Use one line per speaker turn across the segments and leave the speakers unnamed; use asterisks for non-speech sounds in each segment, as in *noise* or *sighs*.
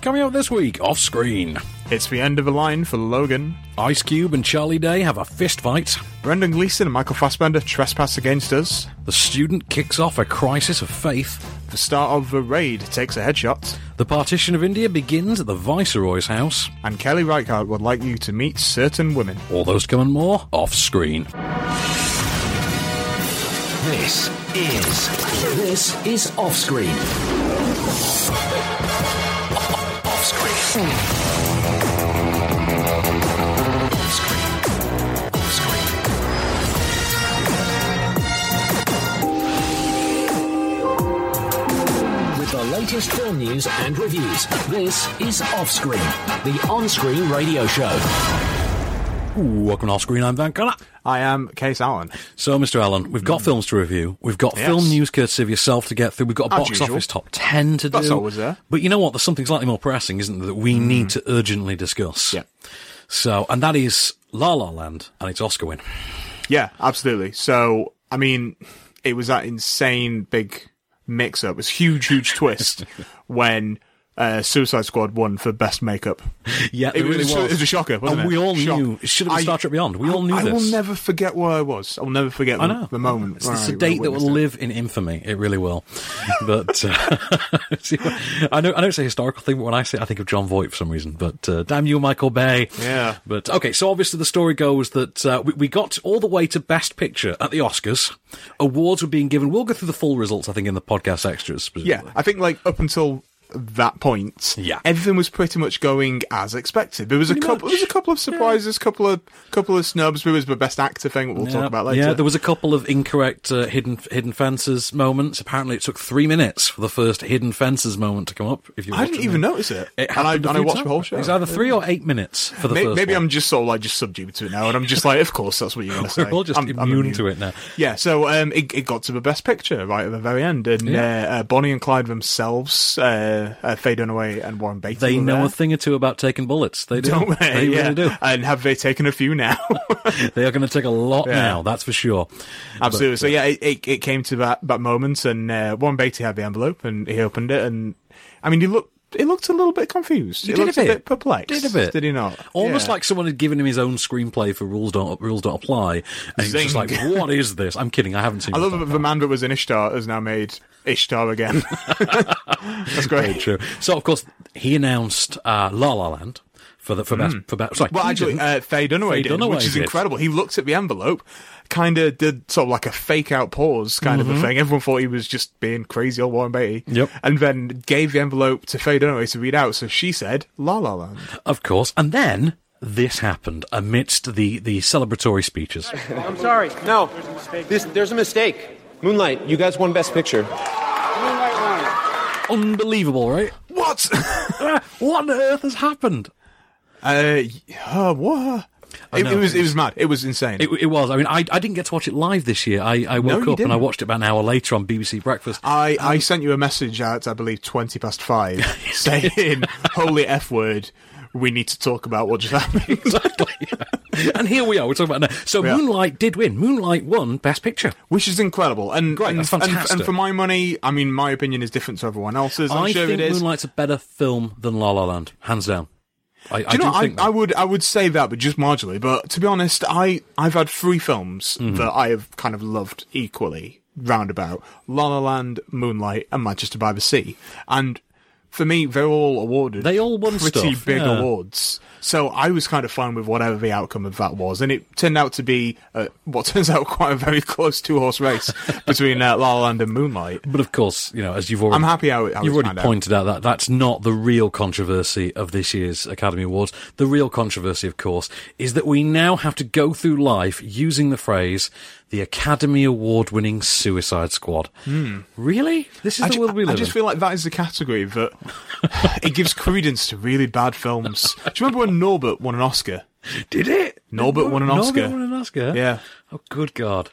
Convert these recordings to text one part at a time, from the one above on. Coming up this week, off screen.
It's the end of the line for Logan.
Ice Cube and Charlie Day have a fist fight.
Brendan Gleeson and Michael Fassbender trespass against us.
The student kicks off a crisis of faith.
The start of The Raid takes a headshot.
The partition of India begins at the Viceroy's house.
And Kelly Reichardt would like you to meet certain women.
All those come and more off screen.
This is this is off screen. Off screen. Off screen. Off screen. With the latest film news and reviews, this is off screen, the on-screen radio show.
Ooh, welcome to off screen. I'm Van Connor.
I am Case Allen.
So, Mr. Allen, we've got films to review. We've got
Mm. Yes.
film news courtesy of yourself to get through. We've got a
As
box
usual.
office top 10 to do.
That's always there. Mm.
But you know what? There's something slightly more pressing, isn't there, that we need to urgently discuss.
Yeah.
So, and that is La La Land and its Oscar win.
Yeah, absolutely. So, I mean, it was that insane big mix up. It was huge, huge *laughs* twist when uh, Suicide Squad won for best makeup.
Yeah,
It
it, really
was-
was.
it was a shocker, wasn't
and
it?
we all
Shock.
knew. It should have been
I-
Star Trek Beyond. We all knew
I
this.
will never forget where I was. I will never forget
I know.
the moment.
It's,
where
it's
I
a date that
witnessed
will
it.
live in infamy. It really will. *laughs* But uh, *laughs* see, I know I know it's a historical thing, but when I say it, I think of John Voight for some reason. But uh, damn you, Michael Bay.
Yeah.
But okay, so obviously the story goes that uh, we, we got all the way to Best Picture at the Oscars. Awards were being given. We'll go through the full results, I think, in the podcast extras.
Yeah,
specifically.
I think like up until that point,
Yeah.
everything was pretty much going as expected. There was a couple, there was a couple of surprises, couple of couple of snubs. There was the best actor thing that we'll
Yeah,
talk about later.
Yeah, there was a couple of incorrect uh, hidden hidden fences moments. Apparently, it took three minutes for the first hidden fences moment to come up. If you,
I didn't even notice it,
It
and I,
happened
and
a
I
few
watched the
times.
whole show.
It's either three or eight minutes for the
May-
first.
maybe
one.
I'm just sort of like just subdued to it now, and I'm just like, of course, that's what you're going
*laughs*
to say.
all just
I'm, I'm
immune to it
*laughs*
now.
Yeah, so um, it, it got to the best picture right at the very end, and uh, uh, Bonnie and Clyde themselves, uh, uh, Faye Dunaway and Warren Beatty,
They
were
know
there.
a thing or two about taking bullets. They do.
*laughs* don't they? yeah.
really do.
And have they taken a few now?
They are going to take a lot
Yeah.
now. That's for sure.
Absolutely. so yeah, it, it, it came to that, that moment, and uh, Warren Beatty had the envelope, and he opened it, and I mean, he looked it looked a little bit confused.
He
it
did a
looked
bit.
perplexed.
Did a bit.
Did he not?
Almost
Yeah.
like someone had given him his own screenplay for rules don't rules don't apply, and he's just
Zing.
like, "What is this?" I'm kidding. I haven't seen.
I
it.
love that the man that was in Ishtar has now made
*laughs*
Ishtar again. That's
Very
great.
true. So of course he announced uh, La La Land for the for best for best. Sorry,
Mm. Well,
he
actually,
didn't.
uh, Faye Dunaway
Faye
did,
Dunaway
which is
did.
incredible. He looked at the envelope, kind of did sort of like a fake out pause kind of a thing. Everyone thought he was just being crazy old Warren Beatty.
Mm-hmm. Yep.
And then gave the envelope to Faye Dunaway to read out. So she said, La La Land.
of course, and then this happened amidst the the celebratory speeches.
I'm sorry. No. This, there's a mistake. Moonlight, you guys won Best Picture.
Unbelievable, right? *laughs*
What?
What on earth has happened?
uh, uh, what? It,
know.
it was it was mad. It was insane.
Oh, It, it was. I mean, I, I didn't get to watch it live this year. I, I woke
you
up and I
didn't.
watched it about an hour later on BBC Breakfast. *laughs*
I,
um,
I sent you a message at I believe twenty past five saying holy f word. We need to talk about what just happened.
*laughs* Exactly. and here we are. We're talking about it now. So
Yeah.
Moonlight did win. Moonlight won Best Picture.
which is incredible. And
Great,
and,
that's
and-
fantastic.
and for my money, I mean, my opinion is different to everyone else's. I'm
I
sure
think
it is.
Moonlight's a better film than La La Land, hands down. I, I
do you know,
do
I,
think that.
I would I would say that, but just marginally. But to be honest, I I've had three films
Mm-hmm.
that I have kind of loved equally roundabout: La La Land, Moonlight, and Manchester by the Sea. And for me, they're all awarded.
They all won
pretty
stuff,
big
yeah.
awards. So I was kind of fine with whatever the outcome of that was, and it turned out to be uh, what *laughs* turns out quite a very close two
*laughs*
horse race between uh, La La Land and Moonlight.
But of course, you know, as you've already,
I'm happy how it- how
you've
it's
already
panned out.
pointed out that that's not the real controversy of this year's Academy Awards. The real controversy, of course, is that we now have to go through life using the phrase "the Academy Award-winning Suicide Squad." Really? This is
Hmm. I
the
ju-
world we
I
live
just
in.
feel like that is the category that it gives credence to really bad films. Do you remember when Norbert won an Oscar?
Did it?
Norbert
Did
won an
Norbert
Oscar.
won an Oscar.
Yeah.
Oh, good God.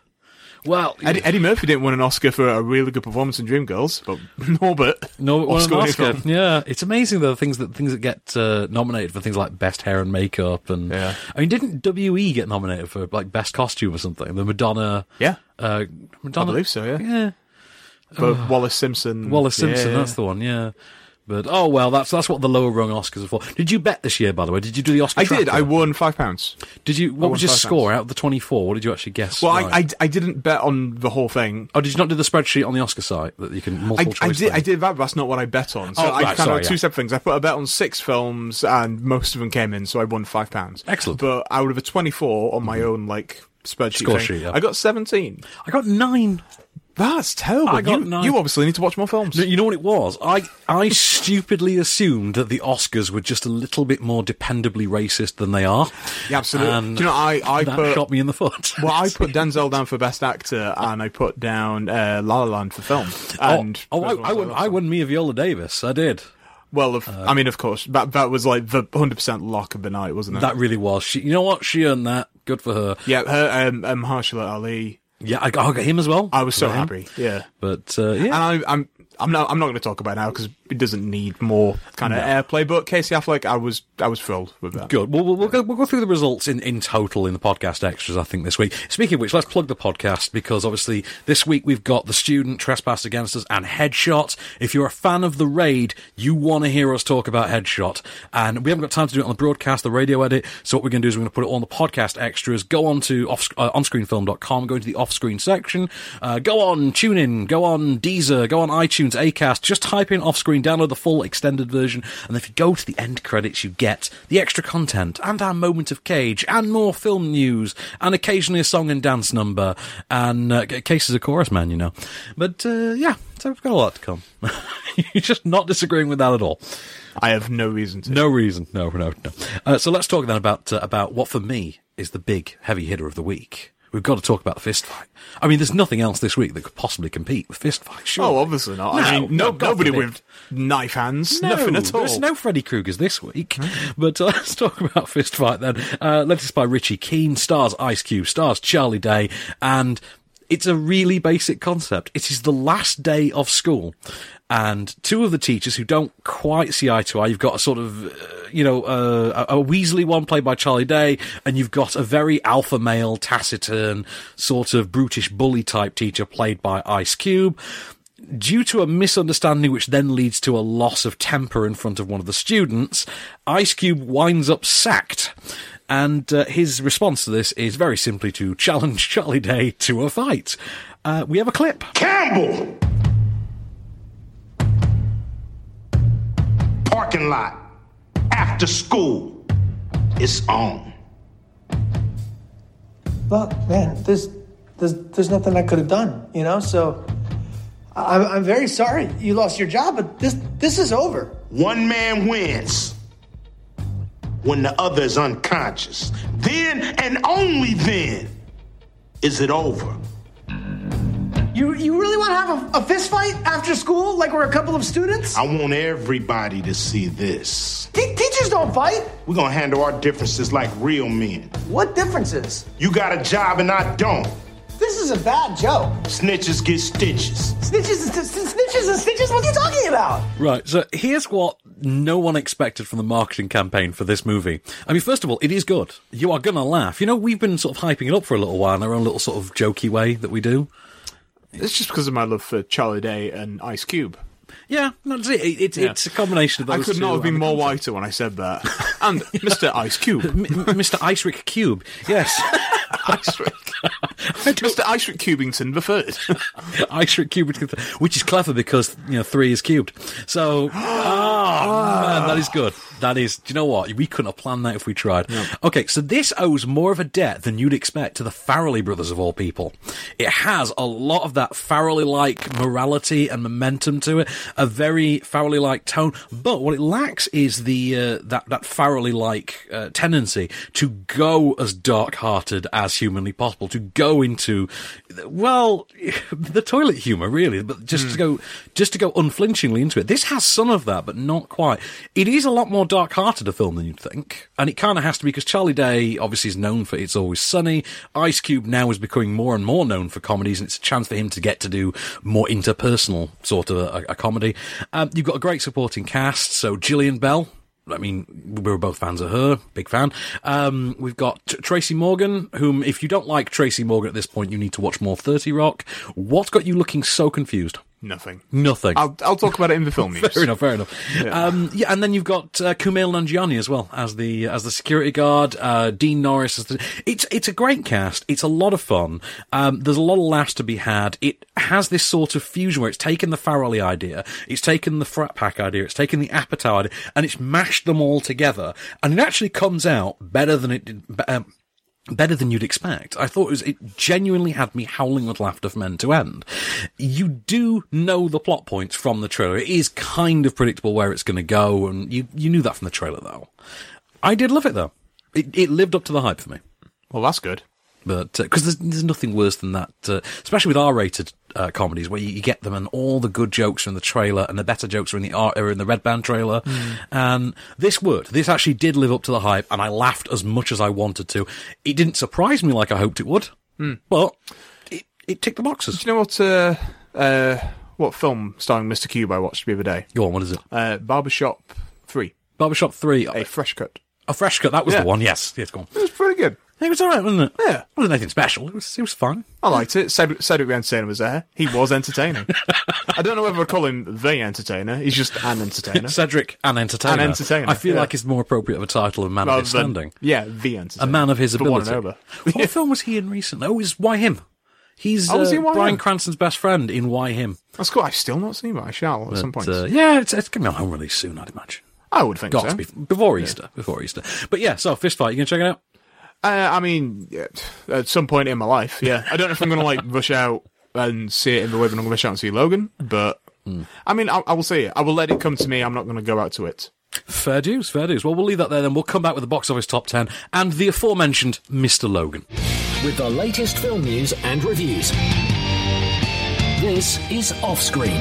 Well,
Eddie, Eddie Murphy didn't win an Oscar for a really good performance in Dreamgirls, but *laughs* Norbert,
Norbert won an
*laughs* Oscar-winning
Oscar.
film.
Yeah, it's amazing though the things that things that get uh, nominated for things like best hair and makeup, and
Yeah.
I mean, didn't WE get nominated for like best costume or something? The Madonna,
Yeah.
uh, Madonna,
I believe so, yeah.
yeah, *sighs*
But Wallace Simpson,
Wallace Simpson,
yeah.
that's the one, yeah. But oh well, that's that's what the lower rung Oscars are for. Did you bet this year, by the way? Did you do the Oscar?
I did.
tracker?
I won five pounds.
Did you? What
won
was your
five
score out of the twenty-four? What did you actually guess?
Well,
right?
I, I, I didn't bet on the whole thing.
oh, did you not do the spreadsheet on the Oscar site that you can
I,
multiple
I
choice?
did.
thing?
I did that. But that's not what I bet on. So
Oh,
I
right,
kind
sorry,
of
yeah.
two separate things. I put a bet on six films, and most of them came in, so I won five pounds.
Excellent. Mm-hmm.
But out of the twenty-four on my own like spreadsheet,
Score
thing,
sheet, yeah.
I got seventeen.
I got nine.
That's terrible.
I got
you,
nine.
you obviously need to watch more films.
No, you know what it was? I I stupidly assumed that the Oscars were just a little bit more dependably racist than they are.
Yeah, absolutely.
And
Do you know, I- I
that
put-
shot me in the foot.
Well, I put Denzel down for best actor, and I put down uh, La La Land for film. And
*laughs* oh, oh, I, Uh, I won. I won me a Viola Davis. I did.
Well, of, I mean, of course, that that was like the hundred percent lock of the night, wasn't it?
That really was. She, you know what? She earned that. Good for her.
yeah, her um, um, Mahershala Ali.
Yeah, I got, I got him as well.
I was so
Got him.
happy. Yeah,
But uh, yeah,
and I, I'm. I'm not. I'm not going to talk about it now because it doesn't need more kind of airplay. But Casey Affleck, I was. I was thrilled with that.
Good. Well, we'll, we'll, go, we'll go through the results in, in total in the podcast extras, I think, this week. Speaking of which, let's plug the podcast because obviously this week we've got The Student, Trespass Against Us, and Headshot. If you're a fan of The Raid, you want to hear us talk about Headshot. And we haven't got time to do it on the broadcast, the radio edit. So what we're going to do is we're going to put it on the podcast extras. Go on to off, uh, onscreenfilm.com, go into the off screen section, uh, go on TuneIn, go on Deezer, go on iTunes, Acast. Just type in off screen, download the full extended version, and if you go to the end credits, you get the extra content and our moment of cage and more film news and occasionally a song and dance number and uh, Case is a chorus man, you know. But uh, yeah, so we've got a lot to come. *laughs* You're just not disagreeing with that at all.
I have no reason to.
No reason. No, no, no. Uh, so let's talk then about uh, about what for me is the big heavy hitter of the week. We've got to talk about the fist fight. I mean, there's nothing else this week that could possibly compete with fist fight. Sure.
Oh, obviously not. I mean, no, nobody with knife hands. nothing at all.
There's no Freddy Krueger's this week. *laughs* But uh, let's talk about Fist Fight then. Uh, latest by Richie Keene, stars Ice Cube, stars Charlie Day, and it's a really basic concept. It is the last day of school, and two of the teachers who don't quite see eye to eye. You've got a sort of, uh, you know, uh, a a Weasley one played by Charlie Day, and you've got a very alpha male, taciturn, sort of brutish bully type teacher played by Ice Cube due to a misunderstanding which then leads to a loss of temper in front of one of the students, Ice Cube winds up sacked. And uh, his response to this is very simply to challenge *laughs* Charlie Day to a fight. Uh, we have a clip.
Campbell! Parking lot. After school. It's on.
Well, man, there's there's there's nothing I could have done, you know. So I, I'm very sorry you lost your job, but this this is over.
One man wins when the other is unconscious. Then and only then is it over.
You you really want to have a, a fist fight after school, like we're a couple of students?
I want everybody to see this.
Te- teachers don't fight.
We're gonna handle our differences like real men.
What differences?
You got a job and I don't.
This is a bad joke.
Snitches get stitches.
Snitches, and st- snitches, and stitches. What are you talking about?
Right, so here's what no one expected from the marketing campaign for this movie. I mean, first of all, it is good. You are going to laugh. You know, we've been sort of hyping it up for a little while in our own little sort of jokey way that we do.
It's just because of my love for Charlie Day and Ice Cube.
Yeah, that's it. It- it-
Yeah.
It's a combination of those
I could
two
not have been
and the
more whiter when I said that.
*laughs*
And Mr. Ice Cube.
M- M- Mr. Ice Rick Cube. *laughs* Yes.
Ice Rick. Mr. Ice Rick Cubington the third. *laughs*
*laughs* Ice Rick Cube, which is clever because, you know, three is cubed. So, *gasps* oh, man, that is good. That is, do you know what? We couldn't have planned that if we tried. Okay, so this owes more of a debt than you'd expect to the Farrelly brothers of all people. It has a lot of that Farrelly like morality and momentum to it, a very Farrelly like tone, but what it lacks is the, uh, that, that Farrelly like uh, tendency to go as dark hearted as humanly possible, to go into, well, *laughs* the toilet humor, really, but just to go, just to go unflinchingly into it. This has some of that, but not quite. It is a lot more dark hearted a film than you'd think. And it kind of has to be because Charlie Day obviously is known for It's Always Sunny. Ice Cube now is becoming more and more known for comedies, and it's a chance for him to get to do more interpersonal sort of a, a comedy. Um, you've got a great supporting cast. So Gillian Bell, I mean, we were both fans of her, big fan. Um, we've got T- Tracy Morgan, whom, if you don't like Tracy Morgan at this point, you need to watch more 30 Rock. What got you looking so confused?
Nothing.
Nothing.
I'll I'll talk about it in the film news.
*laughs* Fair enough. Fair enough. Yeah. Um, yeah, and then you've got uh, Kumail Nanjiani as well as the as the security guard. Uh, Dean Norris. As the, it's it's a great cast. It's a lot of fun. Um, there's a lot of laughs to be had. It has this sort of fusion where it's taken the Farrelly idea, it's taken the frat pack idea, it's taken the Apatow idea, and it's mashed them all together, and it actually comes out better than it did. be- Um, better than you'd expect. I thought it was, it genuinely had me howling with laughter from end to end. You do know the plot points from the trailer. It is kind of predictable where it's going to go, and you, you knew that from the trailer though. I did love it though. It, it lived up to the hype for me.
Well, that's good.
But because there's, there's nothing worse than that, uh, especially with R-rated uh, comedies, where you, you get them and all the good jokes are in the trailer, and the better jokes are in the R, are in the Red Band trailer.
Hmm.
And this worked. This actually did live up to the hype, and I laughed as much as I wanted to. It didn't surprise me like I hoped it would,
Hmm.
but it, it ticked the boxes.
Do you know what? Uh, uh, what film starring Mr. Cube I watched the other day?
Go on, what is it?
Uh, Barbershop Three,
Barbershop Three,
a
a,
fresh cut.
fresh cut. That was
Yeah.
the one. Yes, yes, go on.
It was pretty good.
It was all right, wasn't it?
Yeah.
it wasn't anything special. It was it was fun.
I liked *laughs* it. Cedric, Cedric the Entertainer was there. He was entertaining. I don't know whether I'd call him the entertainer. He's just an entertainer.
Cedric and entertainer.
And entertainer,
I feel
yeah.
like it's more appropriate of a title than man of
rather
his
than-
standing.
yeah, the
a
entertainer.
man of his
The
ability.
One and over.
*laughs* What film was he in recently? Oh, is Why Him? He's
Oh, was
uh,
he in Why
Brian
Him?
Cranston's best friend in Why Him.
That's cool. I've still not seen it. I shall at some point.
But, uh, yeah, it's, it's going to be on home release soon, I'd imagine.
I would think
Got
so.
to be before Easter. Before Easter. But yeah, so Fist Fight, you going to check it out?
Uh, I mean, yeah, at some point in my life, yeah. I don't know if I'm going to like *laughs* rush out and see it in the way that I'm going to rush out and see Logan, but
Hmm.
I mean, I, I will see it. I will let it come to me. I'm not going to go out to it.
Fair dues, fair dues. Well, we'll leave that there then. We'll come back with the box office top 10 and the aforementioned Mr. Logan.
with the latest film news and reviews. This is Offscreen,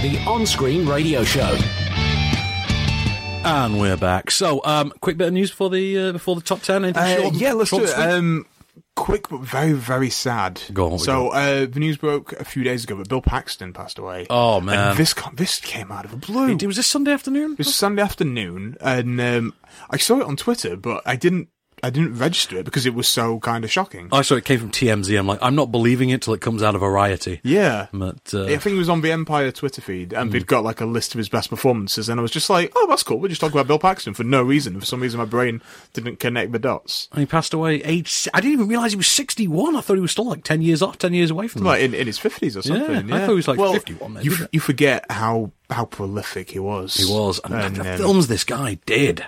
the on screen radio show.
And we're back. So, um, quick bit of news before the uh, before the top 10. Anything
Uh,
short and-
yeah, let's
short
do
and
it.
sweet?
Um, quick but very very sad.
Go on, what we
So
got?
uh, the news broke a few days ago, but Bill Paxton passed away.
Oh, man.
And this con- this came out of the blue.
It was this Sunday afternoon?
It was Sunday afternoon, and um, I saw it on Twitter, but I didn't. I didn't register it because it was so kind of shocking.
I saw it came from TMZ. I'm like, I'm not believing it till it comes out of Variety.
yeah,
But, uh,
I think it was on the Empire Twitter feed, and
Hmm.
they'd got like a list of his best performances, and I was just like, "Oh, that's cool." We're just talking about Bill Paxton for no reason. For some reason, my brain didn't connect the dots.
And he passed away age. I didn't even realize he was 61. I thought he was still like 10 years off, 10 years away from that.
Like in, in his fifties or something.
I
yeah.
thought he was, like,
well,
51 then,
You,
didn't
f- you forget how how prolific he was.
He was. And, the
um,
films this guy did.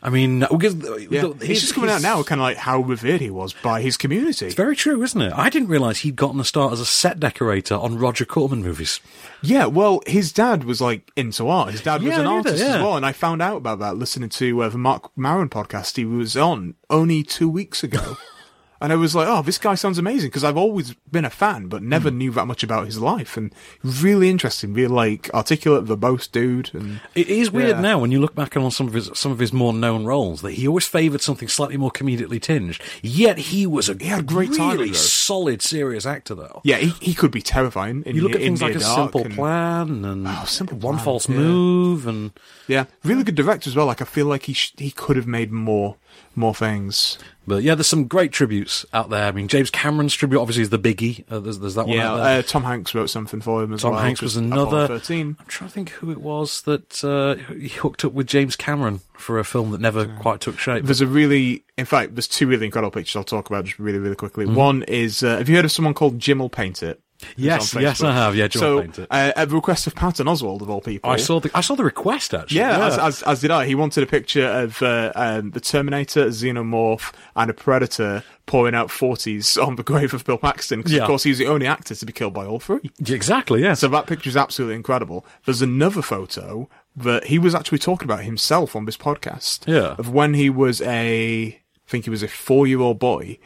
I mean, uh, because
Yeah, he's just coming out now, kind of like how revered he was by his community.
It's very true, isn't it? I didn't realize he'd gotten a start as a set decorator on Roger Corman movies.
Yeah, well, his dad was like into art. His dad
Yeah,
was an
I knew that,
artist
yeah.
as well, and I found out about that listening to uh, the Mark Maron podcast he was on only two weeks ago.
*laughs*
and I was like, oh, this guy sounds amazing because I've always been a fan, but never
Hmm.
knew that much about his life. And really interesting, really like articulate, verbose dude. And
It is weird
Yeah.
now when you look back on some of his some of his more known roles that he always favoured something slightly more comedically tinged. Yet he was a he
had great
really
timing, though.
solid, serious actor though.
yeah, he, he could be terrifying. In
You look
the-
at things
in
like
the
a
dark
simple
and-
plan and
Oh, Simple
one
Plan,
false
yeah.
move and
Yeah, really good director as well. Like I feel like he sh- he could have made more more things.
But yeah, there's some great tributes out there. I mean, James Cameron's tribute obviously is the biggie. Uh, there's, there's that one
Yeah,
out there.
uh, Tom Hanks wrote something for him as
Tom
well.
Hanks was
just
another.
Apollo Thirteen.
I'm trying to think who it was that uh, he hooked up with James Cameron for a film that never quite took shape.
There's a really, in fact, there's two really incredible pictures I'll talk about just really, really quickly.
Mm-hmm.
One is, uh, have you heard of someone called Jim will paint it? It's
Yes,
on
yes,
Facebook.
I have. Yeah, Jim
so,
will paint it.
Uh, at the request of Patton Oswald of all people,
I saw the I saw the request actually.
Yeah, As, as, as did I. He wanted a picture of uh, um, the Terminator, a Xenomorph, and a Predator pouring out 40s on the *laughs* grave of Bill Paxton. 'cause
Yeah.
of course, he was the only actor to be killed by all three.
exactly. Yeah.
So that picture is absolutely incredible. There's another photo that he was actually talking about himself on this podcast.
Yeah.
Of when he was a, I think he was a four year old boy,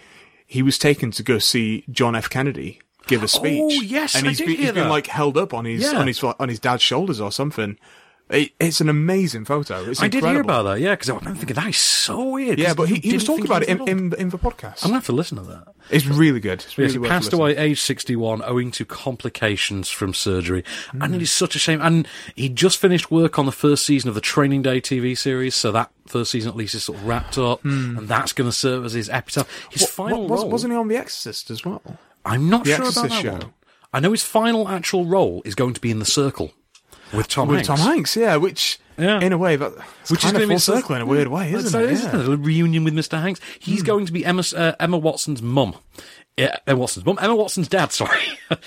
he was taken to go see John F. Kennedy give a speech.
Oh, yes,
and
I
he's
did
been,
hear
he's been
that.
like held up on his
Yeah.
on his on his dad's shoulders or something. It, it's an amazing photo. It's
I did hear
incredible.
about that. Yeah, because I remember thinking that is so weird.
Yeah,
'cause
but
you
he, he was
didn't
talking
think
about it
was
in,
involved.
in, in the podcast.
I'm gonna have to listen to that.
It's really good. It's really
Yes, he
worth
passed
listening.
away age 61 owing to complications from surgery.
Hmm.
And it is such a shame. And he just finished work on the first season of the Training Day TV series, so that first season at least is sort of wrapped up, and that's going to serve as his epitaph. His
Hmm. What-
final
what- was,
role.
Wasn't he on The Exorcist as well?
I'm not
The
sure about
Exorcist
that
show?
one. I know his final actual role is going to be in The Circle with Tom
With
Hanks.
Tom Hanks, yeah, which
Yeah.
in a way, but
Which is
kind
going
of
to be Mm.
full circle in a weird way, isn't it?
Isn't
Yeah. Hmm.
it? A reunion with Mr. Hanks. He's going to be Emma uh, Emma Watson's mum. Yeah, Emma Watson's mum. Emma Watson's dad. *laughs* Sorry,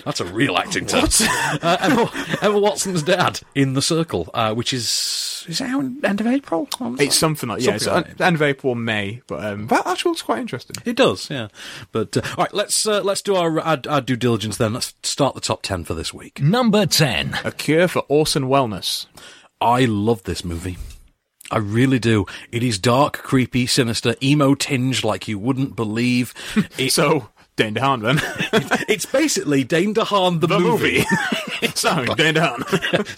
that's a real acting term. *laughs* Uh, Emma, Emma Watson's dad in the Circle, uh, which is is it out end of April. Um,
It's something like
something
yeah, it's
like
an- end of April, May, but um, that actually looks quite interesting.
It does, yeah. But uh, all right, let's uh, let's do our, our our due diligence then. Let's start the top ten for this week.
Number 10.
A cure for Orson Wellness.
I love this movie. I really do. It is dark, creepy, sinister, emo tinge like you wouldn't
*laughs*
believe. It,
So Dane DeHaan then.
it's basically Dane DeHaan the,
*laughs* the
movie,
movie. *laughs* Starring Dane *laughs* DeHaan.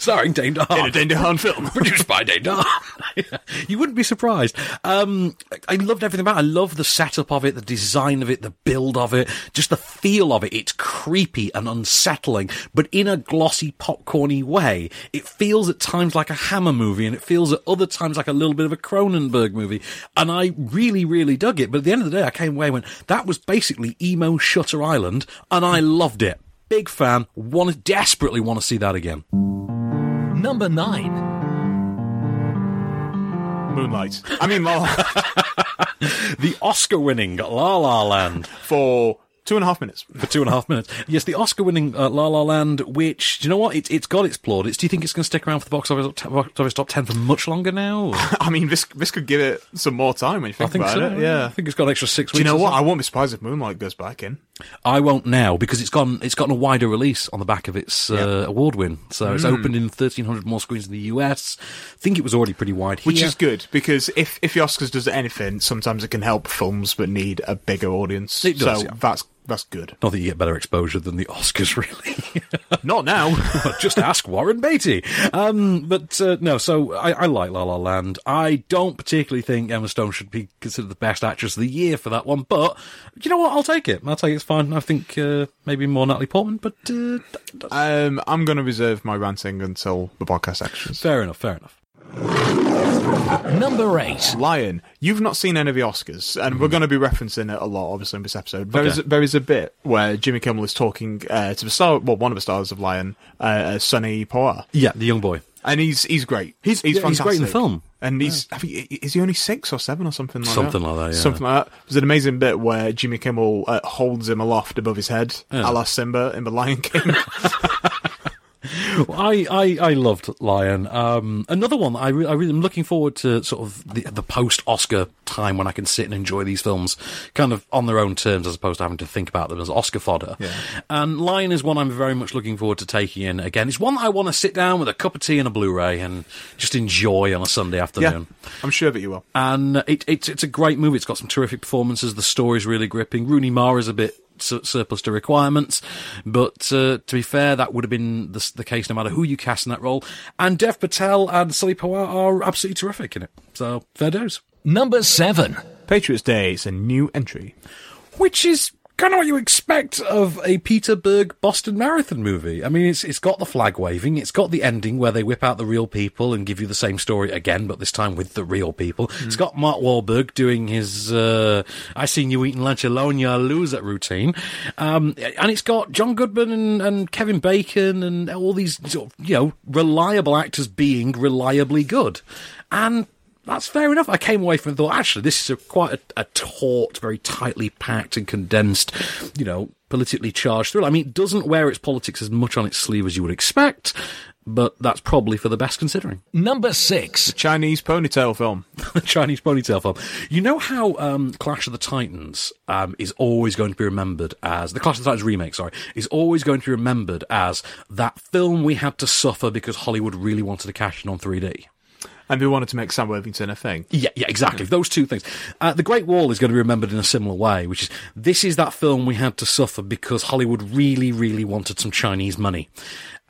*laughs* starring Dane
In a
DeHaan.
Dane DeHaan film.
Produced by Dane DeHaan. *laughs* you wouldn't be surprised. Um, I loved everything about it. I love the setup of it, the design of it, the build of it, just the feel of it. It's creepy and unsettling, but in a glossy, popcorny way. It feels at times like a Hammer movie, and it feels at other times like a little bit of a Cronenberg movie. And I really, really dug it. But at the end of the day, I came away and went, that was basically emo Shutter Island, and I loved it. Big fan. Want desperately want to see that again.
Number 9.
Moonlight. I mean, *laughs* La La-
the Oscar winning La La Land
for two and a half minutes.
*laughs*
*laughs*
for two and a half minutes. Yes, the Oscar winning uh, La La Land, which, do you know what? It, it's got its plaudits. Do you think it's going to stick around for the box office, box office top 10 for much longer
*laughs*
now?
I mean, this this could give it some more time when you
I
think,
think
about
so.
it. Yeah.
I think it's got an extra six
Do
weeks.
you know
or
what? I
something.
won't be surprised if Moonlight goes back in.
I won't now because it's gone. It's gotten a wider release on the back of its uh, award win. So
Hmm.
it's opened in 1,300 more screens in the US. I think it was already pretty wide here.
Which is good because if if the Oscars does anything, sometimes it can help films that need a bigger audience.
It does,
so
yeah.
that's that's good.
Not that you get better exposure than the Oscars, *laughs* really.
Not now. *laughs*
*laughs* just ask Warren Beatty. Um, but uh, no, so I, I like La La Land. I don't particularly think Emma Stone should be considered the best actress of the year for that one, but you know what? I'll take it. I'll take it. It's fine. I think uh, maybe more Natalie Portman, but uh, that's
um, I'm going to reserve my ranting until the podcast actions.
fair enough. Fair enough.
Number 8.
Lion, you've not seen any of the Oscars, and we're going to be referencing it a lot, obviously, in this episode. There is
Mm-hmm. Okay.
there is a bit where Jimmy Kimmel is talking uh, to the star, well, one of the stars of Lion, uh, Sonny Poitier,
Yeah, the young boy.
and he's he's great. He's
yeah, he's
fantastic.
great in the film.
And he's I think, is he only six or seven or something like
Something
that?
like that, yeah.
Something like that. There's an amazing bit where Jimmy Kimmel uh, holds him aloft above his head, a la Simba in The Lion King.
I, I, I loved Lion. Um, another one that I, re- I really am looking forward to sort of the, the post Oscar time when I can sit and enjoy these films kind of on their own terms as opposed to having to think about them as Oscar fodder. And Lion is one I'm very much looking forward to taking in again. It's one that I want to sit down with a cup of tea and a Blu ray and just enjoy on a Sunday
yeah,
afternoon.
I'm sure that you will.
And it, it's it's a great movie. It's got some terrific performances. The story's really gripping. Rooney Mara is a bit su- surplus to requirements, but uh, to be fair, that would have been the, s- the case no matter who you cast in that role. And Dev Patel and Sully Powell are absolutely terrific in it. So fair dues.
Number 7.
Patriots Day is a new entry.
Which is kind of what you expect of a Peter Berg Boston Marathon movie. I mean, it's it's got the flag waving. It's got the ending where they whip out the real people and give you the same story again, but this time with the real people. It's got Mark Wahlberg doing his uh, "I seen you eating lunch alone, you loser" routine, um, and it's got John Goodman and, and Kevin Bacon and all these sort of, you know reliable actors being reliably good, and that's fair enough. I came away from it and thought, actually, this is a, quite a, a taut, very tightly packed and condensed, you know, politically charged thriller. I mean, it doesn't wear its politics as much on its sleeve as you would expect, but that's probably for the best considering. *laughs*
Number 6.
Chinese ponytail film.
the Chinese ponytail film. You know how um, Clash of the Titans um, is always going to be remembered as the Clash of the Titans remake, sorry, is always going to be remembered as that film we had to suffer because Hollywood really wanted to cash in on 3D.
And they wanted to make Sam Worthington a thing.
Yeah, yeah, exactly. Those two things. Uh, the Great Wall is going to be remembered in a similar way, which is this is that film we had to suffer because Hollywood really, really wanted some Chinese money.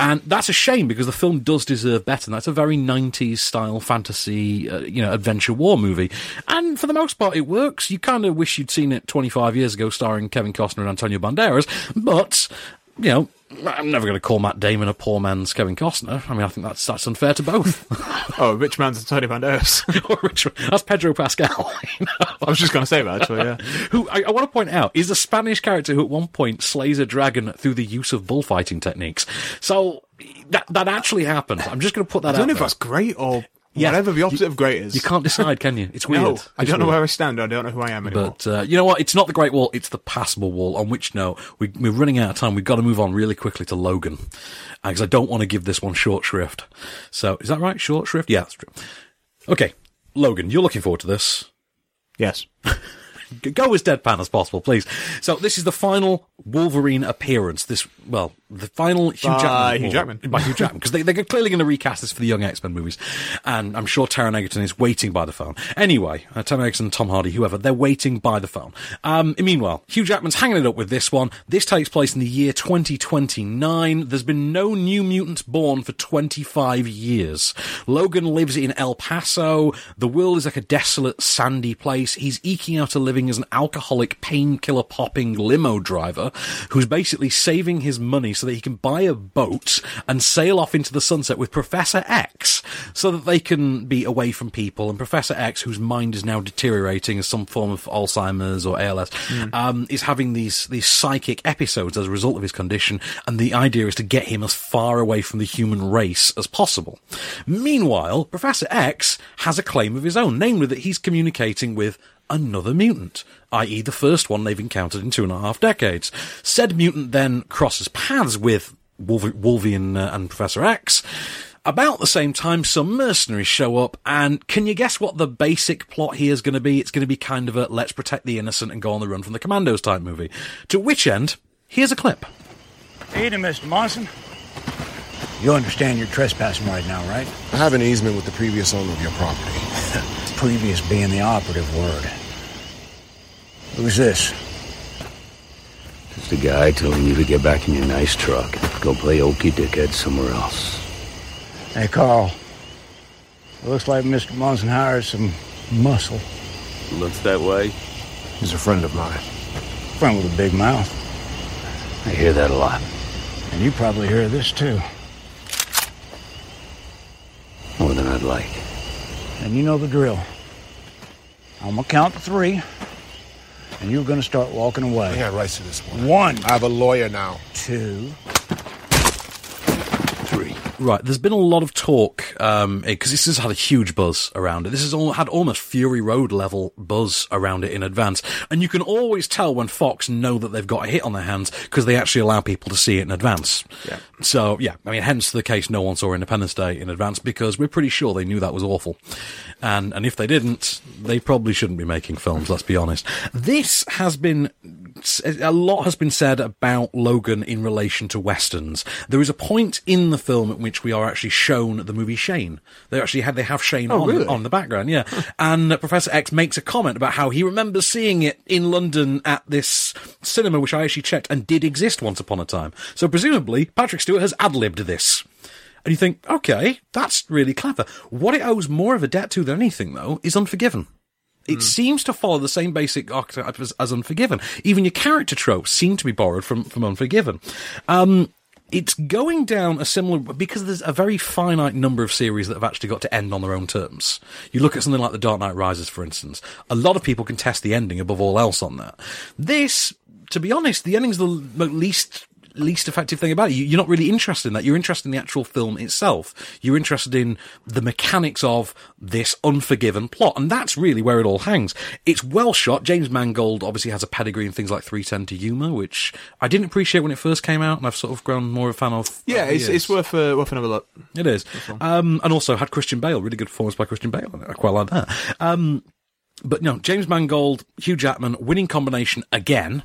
And that's a shame because the film does deserve better. And that's a very 90s style fantasy, uh, you know, adventure war movie. And for the most part, it works. You kind of wish you'd seen it 25 years ago starring Kevin Costner and Antonio Banderas, but, you know, I'm never going to call Matt Damon a poor man's Kevin Costner. I mean, I think that's that's unfair to both. *laughs*
*laughs* Oh, rich man's Antonio Banderas.
Or Rich- that's Pedro Pascal. *laughs* you know?
*laughs* I was just going to say that actually. Yeah.
who I, I want to point out is a Spanish character who at one point slays a dragon through the use of bullfighting techniques. So that that actually happened. I'm just going to put that
I don't know
out
if
there.
that's great or
Yeah.
whatever the opposite of great is.
You can't decide, can you? It's weird.
*laughs* No, I
It's
don't know
weird.
where I stand. I don't know who I am anymore.
But uh, you know what? It's not the Great Wall. It's the passable wall. On which note, we, we're running out of time. We've got to move on really quickly to Logan because I don't want to give this one short shrift. So is that right? Short shrift? Yeah, that's true. Okay, Logan, you're looking forward to this
yes.
g- go as deadpan as possible, please. So this is the final Wolverine appearance. This, well, the final Hugh Jackman.
By Hugh Jackman.
By Hugh Jackman. Because they, they're clearly going to recast this for the young X-Men movies. And I'm sure Taron Egerton is waiting by the phone. Anyway, uh, Taron Egerton, Tom Hardy, whoever, they're waiting by the phone. Um, meanwhile, Hugh Jackman's hanging it up with this one. This takes place in the year 2029. There's been no new mutants born for 25 years. Logan lives in El Paso. The world is like a desolate, sandy place. He's eking out a living as an alcoholic, painkiller popping limo driver who's basically saving his money so that he can buy a boat and sail off into the sunset with Professor X so that they can be away from people. And Professor X, whose mind is now deteriorating as some form of Alzheimer's or ALS, um, is having these, these psychic episodes as a result of his condition. And the idea is to get him as far away from the human race as possible. Meanwhile, Professor X has a claim of his own, namely that he's communicating with another mutant, i.e., the first one they've encountered in two and a half decades. Said mutant then crosses paths with Wolver- Wolverine uh, and Professor X. About the same time, some mercenaries show up, and can you guess what the basic plot here is going to be? It's going to be kind of a let's protect the innocent and go on the run from the commandos type movie. To which end, here's a clip.
Evening, Mr. Monson.
You understand you're trespassing right now, right?
I have an easement with the previous owner of your property.
*laughs* Previous being the operative word. Who's this?
It's the guy telling you to get back in your nice truck. Go play okey dickhead somewhere else.
Hey, Carl. It looks like Mr. Munson hired some muscle.
Looks that way.
He's a friend of mine.
Friend with a big mouth.
I hear that a lot.
And you probably hear this too.
More than I'd like.
And you know the drill. I'm gonna count to three, and you're gonna start walking
I
away.
got rights to this one.
One,
I have a lawyer now.
two.
Three.
Right, there's been a lot of talk because this has had a huge buzz around it. This has all, had almost Fury Road level buzz around it in advance, and you can always tell when Fox know that they've got a hit on their hands because they actually allow people to see it in advance. Yeah. So yeah, I mean, hence the case no one saw Independence Day in advance because we're pretty sure they knew that was awful, and and if they didn't, they probably shouldn't be making films. Let's be honest. This has been a lot has been said about Logan in relation to westerns. There is a point in the film at which we are actually shown the movie Shane. They actually had they have Shane on,
really?
on the background, yeah. and uh, Professor X makes a comment about how he remembers seeing it in London at this cinema, which I actually checked and did exist once upon a time. So presumably Patrick Stewart has ad libbed this. And you think, okay, that's really clever. What it owes more of a debt to than anything, though, is Unforgiven. It seems to follow the same basic archetype as, as Unforgiven. Even your character tropes seem to be borrowed from, from Unforgiven. Um, it's going down a similar because there's a very finite number of series that have actually got to end on their own terms. You look at something like The Dark Knight Rises, for instance. A lot of people contest the ending above all else on that. This, to be honest, the ending's the l- mo- least least effective thing about it. You, you're not really interested in that. You're interested in the actual film itself. You're interested in the mechanics of this unforgiven plot. And that's really where it all hangs. It's well shot. James Mangold obviously has a pedigree in things like 310 to Yuma, which I didn't appreciate when it first came out. And I've sort of grown more of a fan of. *laughs*
Yeah,
over the
it's,
years.
it's worth uh, worth another look.
It is. Um, and also had Christian Bale, really good performance by Christian Bale. in it. I quite like that. Um, but no, James Mangold, Hugh Jackman, winning combination again.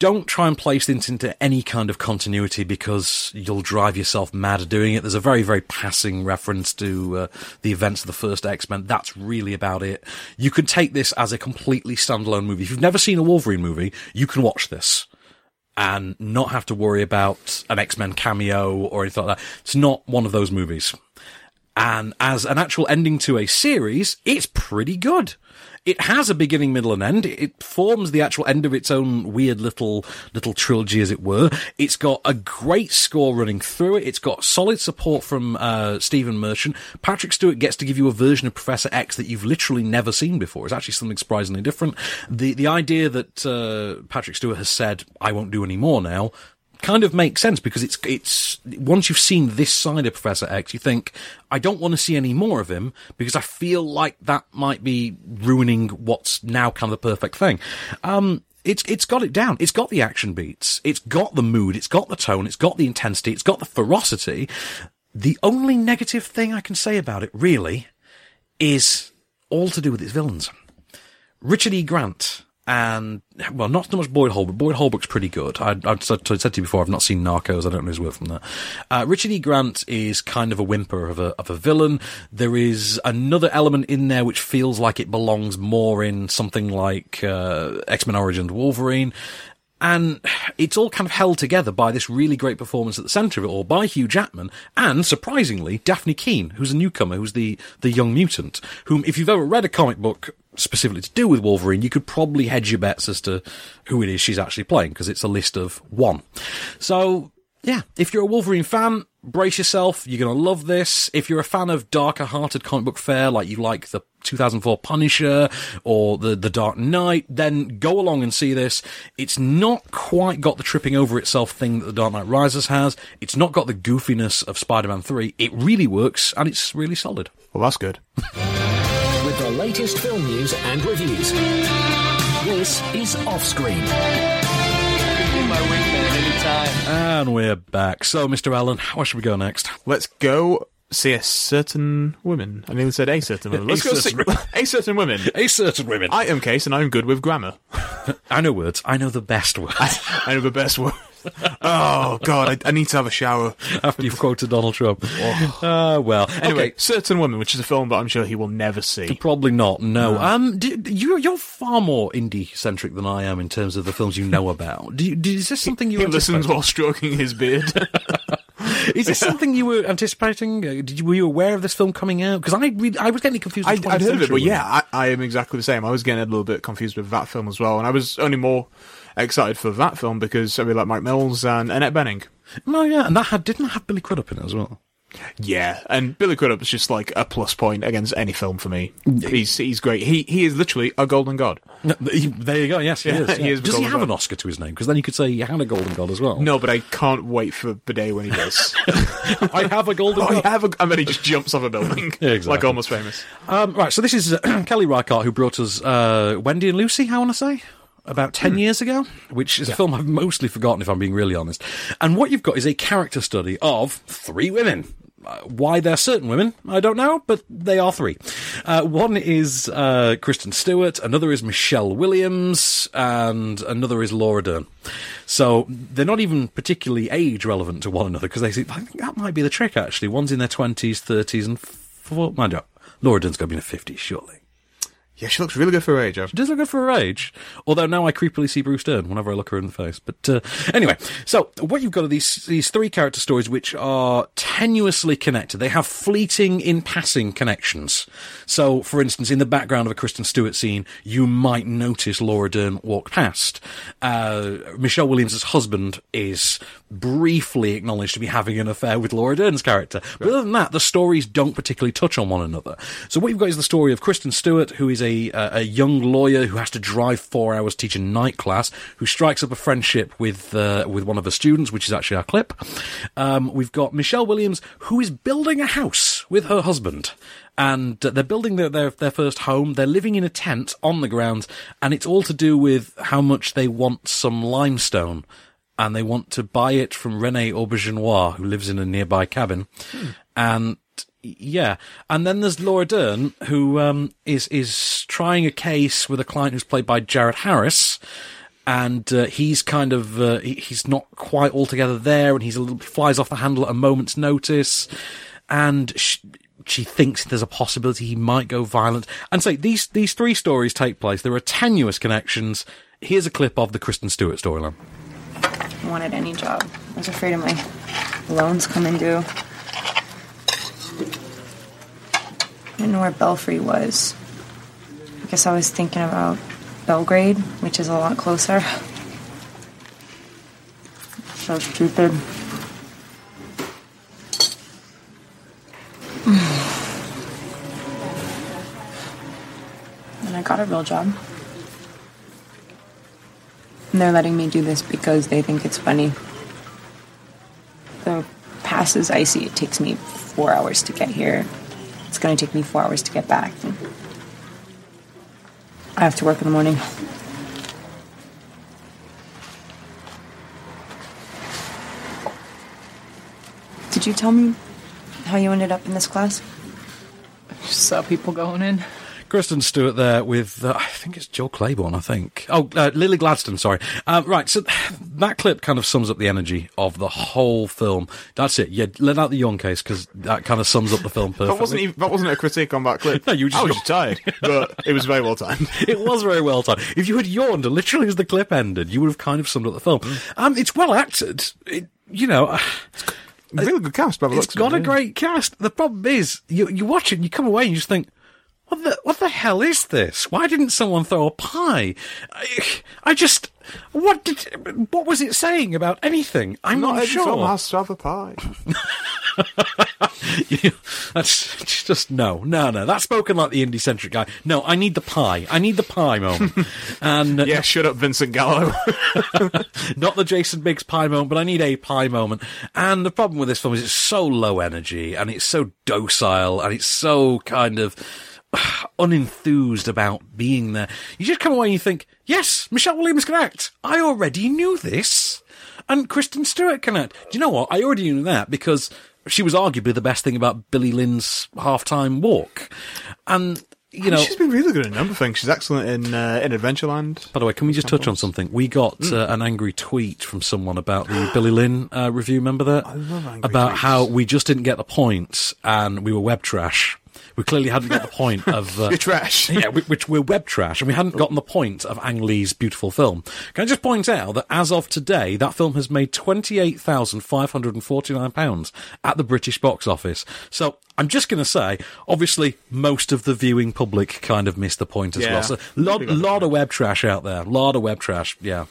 Don't try and place this into any kind of continuity because you'll drive yourself mad doing it. There's a very, very passing reference to uh, the events of the first X Men. That's really about it. You could take this as a completely standalone movie. If you've never seen a Wolverine movie, you can watch this and not have to worry about an X Men cameo or anything like that. It's not one of those movies. And as an actual ending to a series, it's pretty good. It has a beginning, middle, and end. It forms the actual end of its own weird little little trilogy, as it were. It's got a great score running through it. It's got solid support from uh, Stephen Merchant. Patrick Stewart gets to give you a version of Professor X that you've literally never seen before. It's actually something surprisingly different. The the idea that uh, Patrick Stewart has said, "I won't do any more now." kind of makes sense because it's it's once you've seen this side of Professor X, you think I don't want to see any more of him because I feel like that might be ruining what's now kind of the perfect thing. Um, it's it's got it down. It's got the action beats. It's got the mood. It's got the tone. It's got the intensity. It's got the ferocity. The only negative thing I can say about it really is all to do with its villains. Richard E. Grant and well, not so much Boyd Holbrook. Boyd Holbrook's pretty good. I, I've said, I said to you before, I've not seen Narcos. I don't know his work from that. Uh, Richard E. Grant is kind of a whimper of a of a villain. There is another element in there which feels like it belongs more in something like uh, X Men Origins Wolverine. And it's all kind of held together by this really great performance at the centre of it all by Hugh Jackman and, surprisingly, Daphne Keane, who's a newcomer, who's the, the young mutant, whom, if you've ever read a comic book specifically to do with Wolverine, you could probably hedge your bets as to who it is she's actually playing because it's a list of one. So, yeah, if you're a Wolverine fan, brace yourself. You're going to love this. If you're a fan of darker hearted comic book fare, like you like the 2004 Punisher or the, the Dark Knight, then go along and see this. It's not quite got the tripping over itself thing that the Dark Knight Rises has. It's not got the goofiness of Spider-Man 3. It really works and it's really solid.
Well, that's good.
with the latest film news and reviews. This is Offscreen.
And we're back. So, Mr. Allen, where should we go next?
Let's go see a certain woman. I nearly said a certain woman.
*laughs*
Let's
A
go see
certain
*laughs* a certain woman.
A certain women.
I am Case, and I'm good with grammar. *laughs*
I know words. I know the best *laughs* words.
I know the best word. Oh God, I, I need to have a shower.
After you've quoted Donald Trump. *laughs* Ah, well. Anyway,
Okay, certain woman, which is a film that I'm sure he will never see.
Probably not. No. Um, do, do you you're far more indie centric than I am in terms of the films you know about. Do you, do, is this something you
He
were
listens while stroking his beard.
*laughs* anticipating? Is this *laughs* something you were anticipating? Uh, Did you, were you aware of this film coming out? Because I really, I was getting confused.
I,
with 20th
I'd heard of it,
Century
but
Women.
yeah, I, I am exactly the same. I was getting a little bit confused with that film as well, and I was only more excited for that film because I really like Mike Mills and Annette Benning.
No, yeah, and that had didn't have Billy Crudup in it as well.
Yeah, and Billy Crudup is just like a plus point against any film for me. He's he's great. He he is literally a golden god.
No, he- there you go. Yes, he
Yeah,
is.
he
yeah.
is the
Does he
Golden
have an
God.
Oscar to his name? Because then you could say he had a Golden God as well.
No, but I can't wait for the day when he *laughs* does.
*laughs* I have a Golden
oh,
God.
I have, a, and then he just jumps off a *laughs* building,
Yeah, exactly.
like almost famous.
Um, right, so this is uh, *clears throat* Kelly Reichardt who brought us uh, Wendy and Lucy, I want to say, about 10 years ago, which is a film I've mostly forgotten, if I'm being really honest. And what you've got is a character study of three women. Uh, Why they're certain women, I don't know, but they are three. Uh, one is uh, Kristen Stewart, another is Michelle Williams, and another is Laura Dern. So they're not even particularly age relevant to one another because they see, I think that might be the trick actually. One's in their 20s, 30s, and four, mind you, Laura Dern's got to be in her 50s, surely.
Yeah, she looks really good for her age. I've-
Does look good for her age, although now I creepily see Bruce Dern whenever I look her in the face. But uh, anyway, so what you've got are these these three character stories which are tenuously connected. They have fleeting, in passing connections. So, for instance, in the background of a Kristen Stewart scene, you might notice Laura Dern walk past. Uh, Michelle Williams' husband is briefly acknowledged to be having an affair with Laura Dern's character, but other than that, the stories don't particularly touch on one another. So what you've got is the story of Kristen Stewart, who is a uh, a young lawyer who has to drive four hours to teach a night class, who strikes up a friendship with uh, with one of her students, which is actually our clip. Um, we've got Michelle Williams, who is building a house with her husband. And uh, they're building their, their their first home. They're living in a tent on the ground, and it's all to do with how much they want some limestone and they want to buy it from Rene Auberginois, who lives in a nearby cabin. And yeah, and then there's Laura Dern, who um, is is trying a case with a client who's played by Jared Harris. And uh, he's kind of uh, he- he's not quite altogether there, and he's a little flies off the handle at a moment's notice. And sh she thinks there's a possibility he might go violent. And so these these three stories take place. There are tenuous connections. Here's a clip of the Kristen Stewart storyline.
wanted any job. I was afraid of my loans coming due. I didn't know where Belfry was. guess I was thinking about Belgrade, which is a lot closer. *laughs* So stupid. *sighs* And I got a real job. And they're letting me do this because they think it's funny. The pass is icy. It takes me four hours to get here. It's going to take me four hours to get back. I have to work in the morning. Did you tell me how you ended up in this class? saw people going in.
Kristen Stewart there with, uh, I think it's Joe Claiborne, I think. Oh, uh, Lily Gladstone, sorry. Uh, right, so *laughs* that clip kind of sums up the energy of the whole film. That's it. Yeah, let out the yawn case because that kind of sums up the film perfectly.
*laughs* That wasn't even, that wasn't a critique on that clip. *laughs* no, you just I was just tired, but it was very well *laughs* timed.
*laughs* it was very well timed. If you had yawned literally as the clip ended, you would have kind of summed up the film. Um, it's well acted. It, you know.
Really good cast, by the
It's
looks of
got
it,
a
yeah.
great cast. The problem is, you, you watch it and you come away and you just think, what the, what the hell is this? Why didn't someone throw a pie? *sighs* I, I just, what did, what was it saying about anything? I'm not,
every
sure.
film has to have a pie.
*laughs* You- that's just no, no, no. That's spoken like the indie centric guy. No, I need the pie. I need the pie moment.
*laughs*
and
yeah, shut up, Vincent Gallo.
not the Jason Biggs pie moment, but I need a pie moment. And the problem with this film is it's so low energy and it's so docile and it's so kind of *sighs* unenthused about being there. You just come away and you think, yes, Michelle Williams can act. I already knew this. And Kristen Stewart can act. Do you know what? I already knew that because she was arguably the best thing about Billy Lynn's halftime walk. And, you know.
*laughs* she's been really good in a number of things. She's excellent in uh, in Adventureland.
By the way, can we just touch on something? We got
Hmm.
uh, an angry tweet from someone about the Billy Lynn uh, review. Remember that? I
love angry
about
tweets.
how we just didn't get the points and we were web trash. We clearly hadn't got the
*laughs*
point of uh,
You're
*laughs*
trash.
yeah, we- which we're web trash, and we hadn't gotten the point of Ang Lee's beautiful film. Can I just point out that as of today, that film has made twenty eight thousand five hundred and forty nine pounds at the British box office. So I'm just going to say, obviously, most of the viewing public kind of missed the point as
Yeah.
well. So lot, lot of web trash out there, lot of web trash, yeah.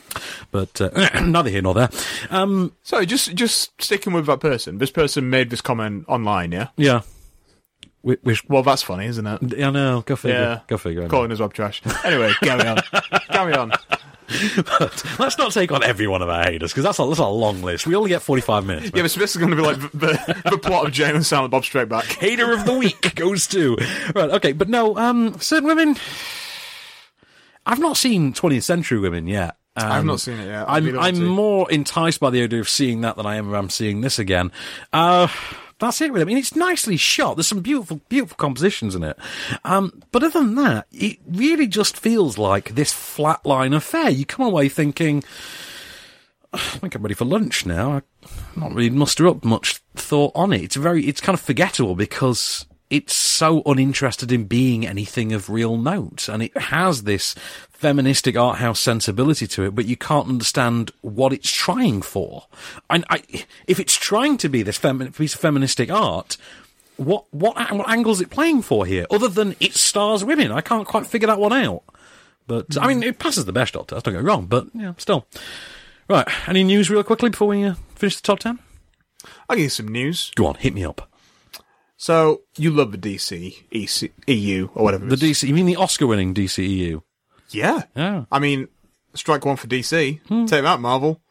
But uh, *clears throat* neither here nor there. Um,
Sorry, just just sticking with that person. This person made this comment online. Yeah.
yeah. We, we,
Well, that's funny, isn't it?
I know. Go figure.
Yeah.
Go figure. I know.
Calling us web trash. Anyway, carry on. carry on.
*laughs* But let's not take on every one of our haters because that's a, that's a long list. We only get 45 minutes.
Yeah, but so this is going to be like the, the, the plot of Jane and Silent Bob Straight
*laughs*
Back.
Hater of the week *laughs* goes to. Right, okay, but no, um, certain women. I've not seen 20th century women yet. Um,
I've not seen it yet. I'll be
I'm,
honest
I'm
with you.
more enticed by the idea of seeing that than I am am seeing this again. Uh, that's it. Really. I mean, it's nicely shot. There's some beautiful, beautiful compositions in it. Um, but other than that, it really just feels like this flatline affair. You come away thinking, I think I'm ready for lunch now. I not really muster up much thought on it. It's very, it's kind of forgettable because it's so uninterested in being anything of real note, and it has this feministic art house sensibility to it, but you can't understand what it's trying for. And I, if it's trying to be this femi- piece of feministic art, what what what angle is it playing for here? Other than it stars women, I can't quite figure that one out. But I mean, it passes the best doctor. That's not going wrong. But yeah, still. Right. Any news real quickly before we uh, finish the top ten?
I'll give you some news.
Go on, hit me up.
So, you love the E DC, EC, EU, or whatever
The
it is.
DC. You mean the Oscar-winning *laughs* DCEU?
Yeah.
Yeah.
I mean, strike one for DC.
Hmm.
Take that, Marvel.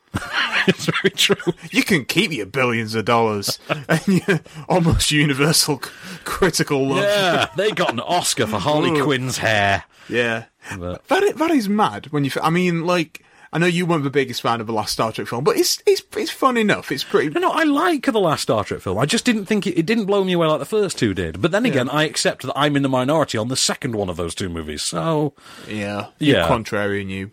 it's very true.
You can keep your billions of dollars *laughs* and your almost universal c- critical love.
Yeah, *laughs* they got an Oscar for Harley
Ooh.
Quinn's hair.
Yeah.
But-
That i- that is mad when you. f- I mean, like, I know you weren't the biggest fan of the last Star Trek film, but it's it's it's fun enough. It's pretty.
*laughs* No, no, I like the last Star Trek film. I just didn't think it, it didn't blow me away like the first two did. But then again, I accept that I'm in the minority on the second one of those two movies. So
Yeah.
Yeah.
Contrarian you.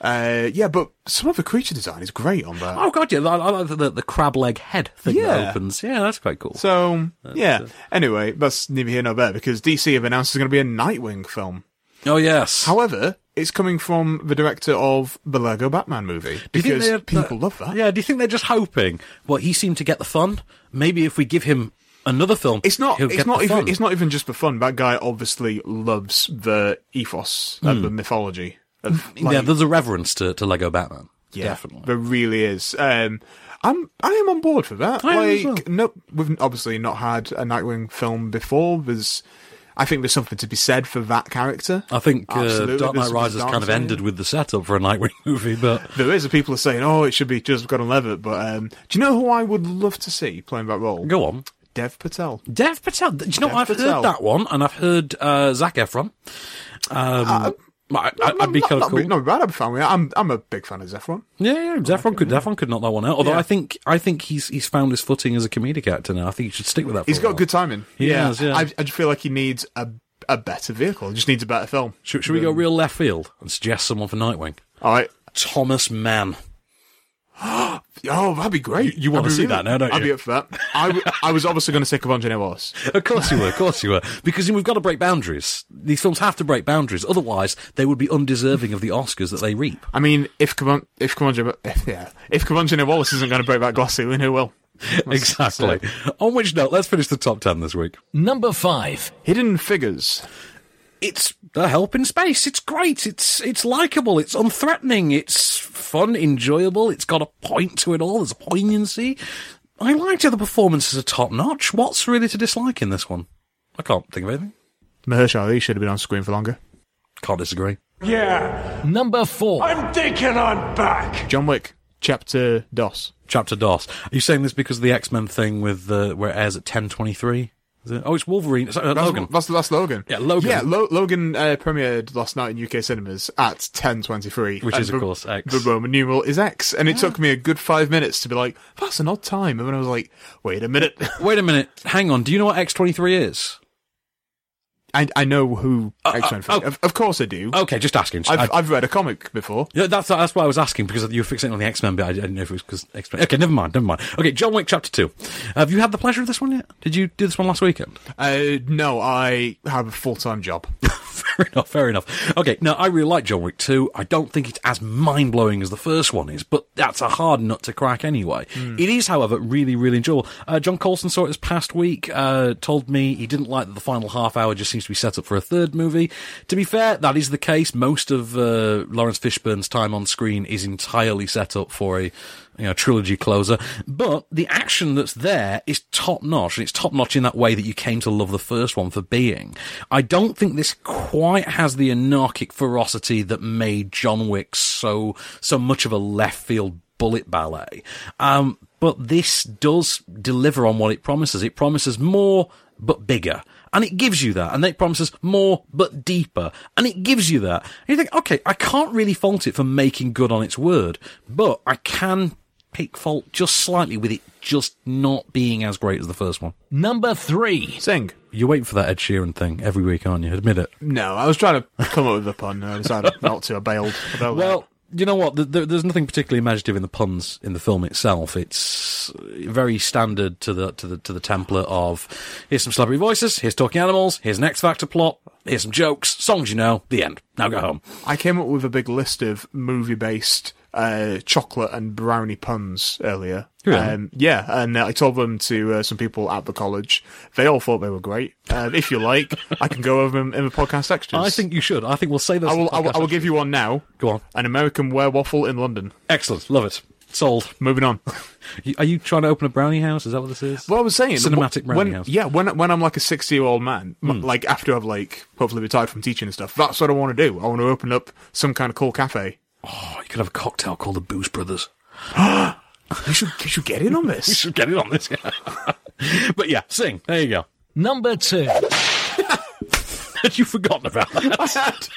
uh, yeah, but some of the creature design is great on that.
Oh god, yeah, I, I like the, the crab leg head thing that
Yeah.
opens. Yeah, that's quite cool.
So yeah. Anyway, that's neither here nor there because DC have announced there's going to be a Nightwing film.
oh yes.
However, it's coming from the director of the Lego Batman movie
Do you think
because
they're-
people love that.
Yeah, do you think they're just hoping? Well, he seemed to get the fun. Maybe if we give him another film.
It's not.
he'll
It's
get
not
the
even.
fun.
It's not even just for fun. That guy obviously loves the ethos and
Hmm.
the mythology. Of,
Mm, yeah,
like,
there's a reverence to, to Lego Batman.
Yeah,
Definitely.
There really is. Um, I'm I am on board for that.
I am as
like, no, we've obviously not had a Nightwing film before. There's, I think there's something to be said for that character.
I think uh,
Absolutely,
Dark
there's
Knight
something
Rises
Dark
kind of
Knight.
ended with the setup for a Nightwing *laughs* movie, but
There is. People are saying, "Oh, it should be just Gordon Levitt." But um, do you know who I would love to see playing that role?
Go on.
Dev Patel.
Dev Patel. Do you know
Dev
I've
Patel. Uh,
heard that one, and I've heard uh, Zach Efron. Um, I, I, I'd be
Not-
kind of
not,
cool.
big- Not bad. I'm a fan. with it. I'm I'm a big fan of Zephron.
Yeah, yeah, Efron could Efron could knock that one out. Although I think I think he's he's found his footing as a comedic actor now. I think he should stick with that. For
He's
a
got
while.
good timing.
He
yeah,
has, yeah.
I, I just feel like he needs a a better vehicle. He just needs a better film.
Should, should we go real left field and suggest someone for Nightwing?
All right,
Thomas Mann.
oh, that'd be great.
You wanna
I'd be
see that now, don't
I'd
you?
be up for that. I, w- I was obviously going to say Cavanjane was.
Of course you were, of course you were. Because we've got to break boundaries. These films have to break boundaries, otherwise they would be undeserving of the Oscars that they reap.
I mean, if Cavan, if Cavanjane, if, yeah, if Cavanjane Wallace isn't going to break that glass ceiling, who will?
*laughs* exactly. On which note, let's finish the top ten this week.
Number five.
Hidden Figures.
It's a help in space. It's great. It's it's likable. It's unthreatening. It's fun, enjoyable. It's got a point to it all. There's a poignancy. I liked it. The performances are top notch. What's really to dislike in this one? I can't think of anything.
Mahershala Ali should have been on screen for longer.
Can't disagree.
Yeah.
Number four.
I'm thinking I'm
*laughs*
back.
John Wick, Chapter DOS.
Chapter DOS. Are you saying this because of the X Men thing with the where it airs at ten twenty three? Oh, it's Wolverine. It's, uh,
That's,
Logan.
That's, that's Logan.
Yeah, Logan.
Yeah, Lo- Logan uh, premiered last night in UK cinemas at ten twenty three,
Which is, of course, X.
The Roman numeral is X, and it took me a good five minutes to be like, "That's an odd time," and then I was like, "Wait a minute, *laughs*
Wait a minute. Hang on. Do you know what X twenty three is?
I, I know who X Men.
oh.
of, of course, I do.
Okay, just asking.
I've,
I-
I've read a comic before.
Yeah, that's that's why I was asking because you were fixating on the X Men bit. I didn't know if it was because X Men. Okay, never mind, never mind. Okay, John Wick Chapter Two. Have you had the pleasure of this one yet? Did you do this one last weekend?
Uh, no, I have a full
*laughs*
time job.
fair enough, fair enough. Okay, now I really like John Wick 2. I don't think it's as mind blowing as the first one is, but that's a hard nut to crack anyway. It is, however, really, really enjoyable. Uh, John Colson saw it this past week, uh, told me he didn't like that the final half hour just seems to be set up for a third movie. To be fair, that is the case. Most of uh, Lawrence Fishburne's time on screen is entirely set up for a you know, trilogy closer. But the action that's there is top notch, and it's top notch in that way that you came to love the first one for being. I don't think this quite has the anarchic ferocity that made John Wick so so much of a left field bullet ballet. Um, but this does deliver on what it promises. It promises more but bigger. And it gives you that. And then it promises more, but deeper. And it gives you that. And you think, okay, I can't really fault it for making good on its word, but I can pick fault just slightly with it just not being as great as the first one.
Number three.
Sing.
You're waiting for that Ed Sheeran thing every week, aren't you? Admit it.
No, I was trying to come up with a pun, and I decided not to. I bailed. I bailed
Well, you know what? There- There, there's nothing particularly imaginative in the puns in the film itself. It's very standard to the to the to the template of here's some celebrity voices, here's talking animals, here's an X Factor plot, here's some jokes, songs you know, the end. Now go home.
I came up with a big list of movie based uh, chocolate and brownie puns earlier.
Really?
Um, yeah, and uh, I told them to uh, some people at the college. They all thought they were great. Um, if you like, I can go over them in the podcast extras.
I think you should. I think we'll say this.
I
in the
will. I will,
podcast
I will
actually.
give you one now.
Go on.
An American werewolf in London.
Excellent. Love it. Sold.
Moving
*laughs*
on.
You- Are you trying to open a brownie house? Is that what this is?
Well, I was saying
Cinematic
when,
brownie house. Hmm.
Yeah, when when I'm like a sixty year old man, m like after I've like hopefully retired from teaching and stuff, that's what I want to do. I want to open up some kind of cool cafe.
Oh, you could have a cocktail called the Booze Brothers.
You should you should get in
*laughs*
on
You
this.
should get it on this. but yeah, sing. There you go.
Number two.
Had you forgotten about that?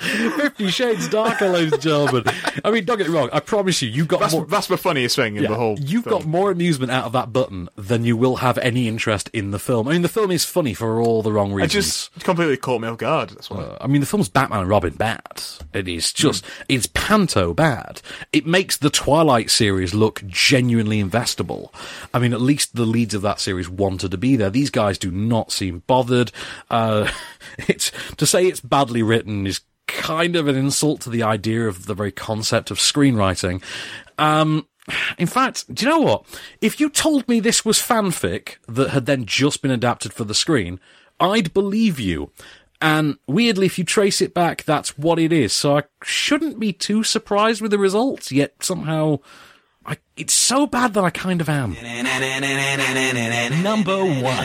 Fifty Shades Darker, ladies and gentlemen. I mean, don't get me wrong. I promise you, you got
That's
more.
that's the funniest thing in
Yeah,
the whole.
you've
film.
got more amusement out of that button than you will have any interest in the film. I mean, the film is funny for all the wrong
I
reasons.
just completely caught me off guard. That's why.
I mean, the film's Batman and Robin bad. It is just, it's panto bad. It makes the Twilight series look genuinely investable. I mean, at least the leads of that series wanted to be there. These guys do not seem bothered. Uh, *laughs* it's, to say it's badly written is kind of an insult to the idea of the very concept of screenwriting. Um, In fact, do you know what? If you told me this was fanfic that had then just been adapted for the screen, I'd believe you. And weirdly, if you trace it back, that's what it is. So I shouldn't be too surprised with the results, yet somehow I, it's so bad that I kind of am. Number one.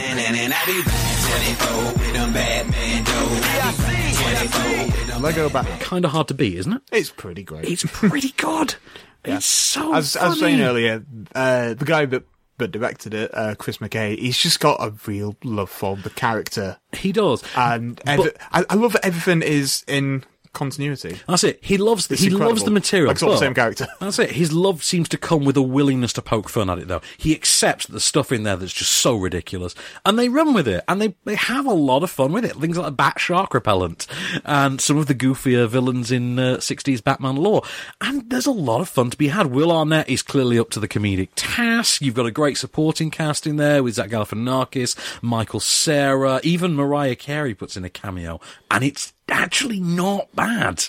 Lego back.
Kind of hard to beat, isn't it?
It's pretty great.
It's pretty good. It's so
as,
funny.
as I was saying earlier, uh, the guy that, that directed it, uh, Chris McKay, he's just got a real love for the character.
He does.
And ev-
But-
I, I love that everything is in continuity.
That's it. He loves the,
It's
he
incredible.
loves the material.
Like it's all the
but-
same character. *laughs*
That's it. His love seems to come with a willingness to poke fun at it, though. He accepts the stuff in there that's just so ridiculous, and they run with it, and they they have a lot of fun with it. Things like the bat shark repellent, and some of the goofier villains in uh, '60s Batman lore. And there's a lot of fun to be had. Will Arnett is clearly up to the comedic task. You've got a great supporting cast in there with Zach Galifianakis, Michael Sarah, even Mariah Carey puts in a cameo, and it's actually not bad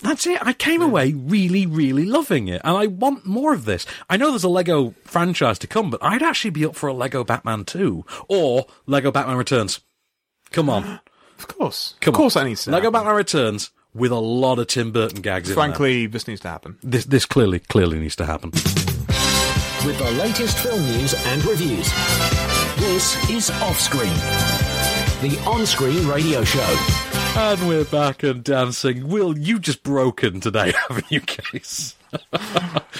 that's it. I came away really, really loving it, and I want more of this. I know there's a Lego franchise to come, but I'd actually be up for a Lego Batman 2 or Lego Batman Returns. Come
*gasps*
on,
Of course.
come
of course
on.
that needs to
Lego
happen.
Batman Returns with a lot of Tim Burton gags. in there.
Frankly, this needs to happen.
this this clearly clearly needs to
*laughs*
happen.
With the latest film news and reviews. This is Offscreen, the on screen radio show.
And we're back and dancing. Will you just broken today, *laughs* haven't you, Case?
*laughs*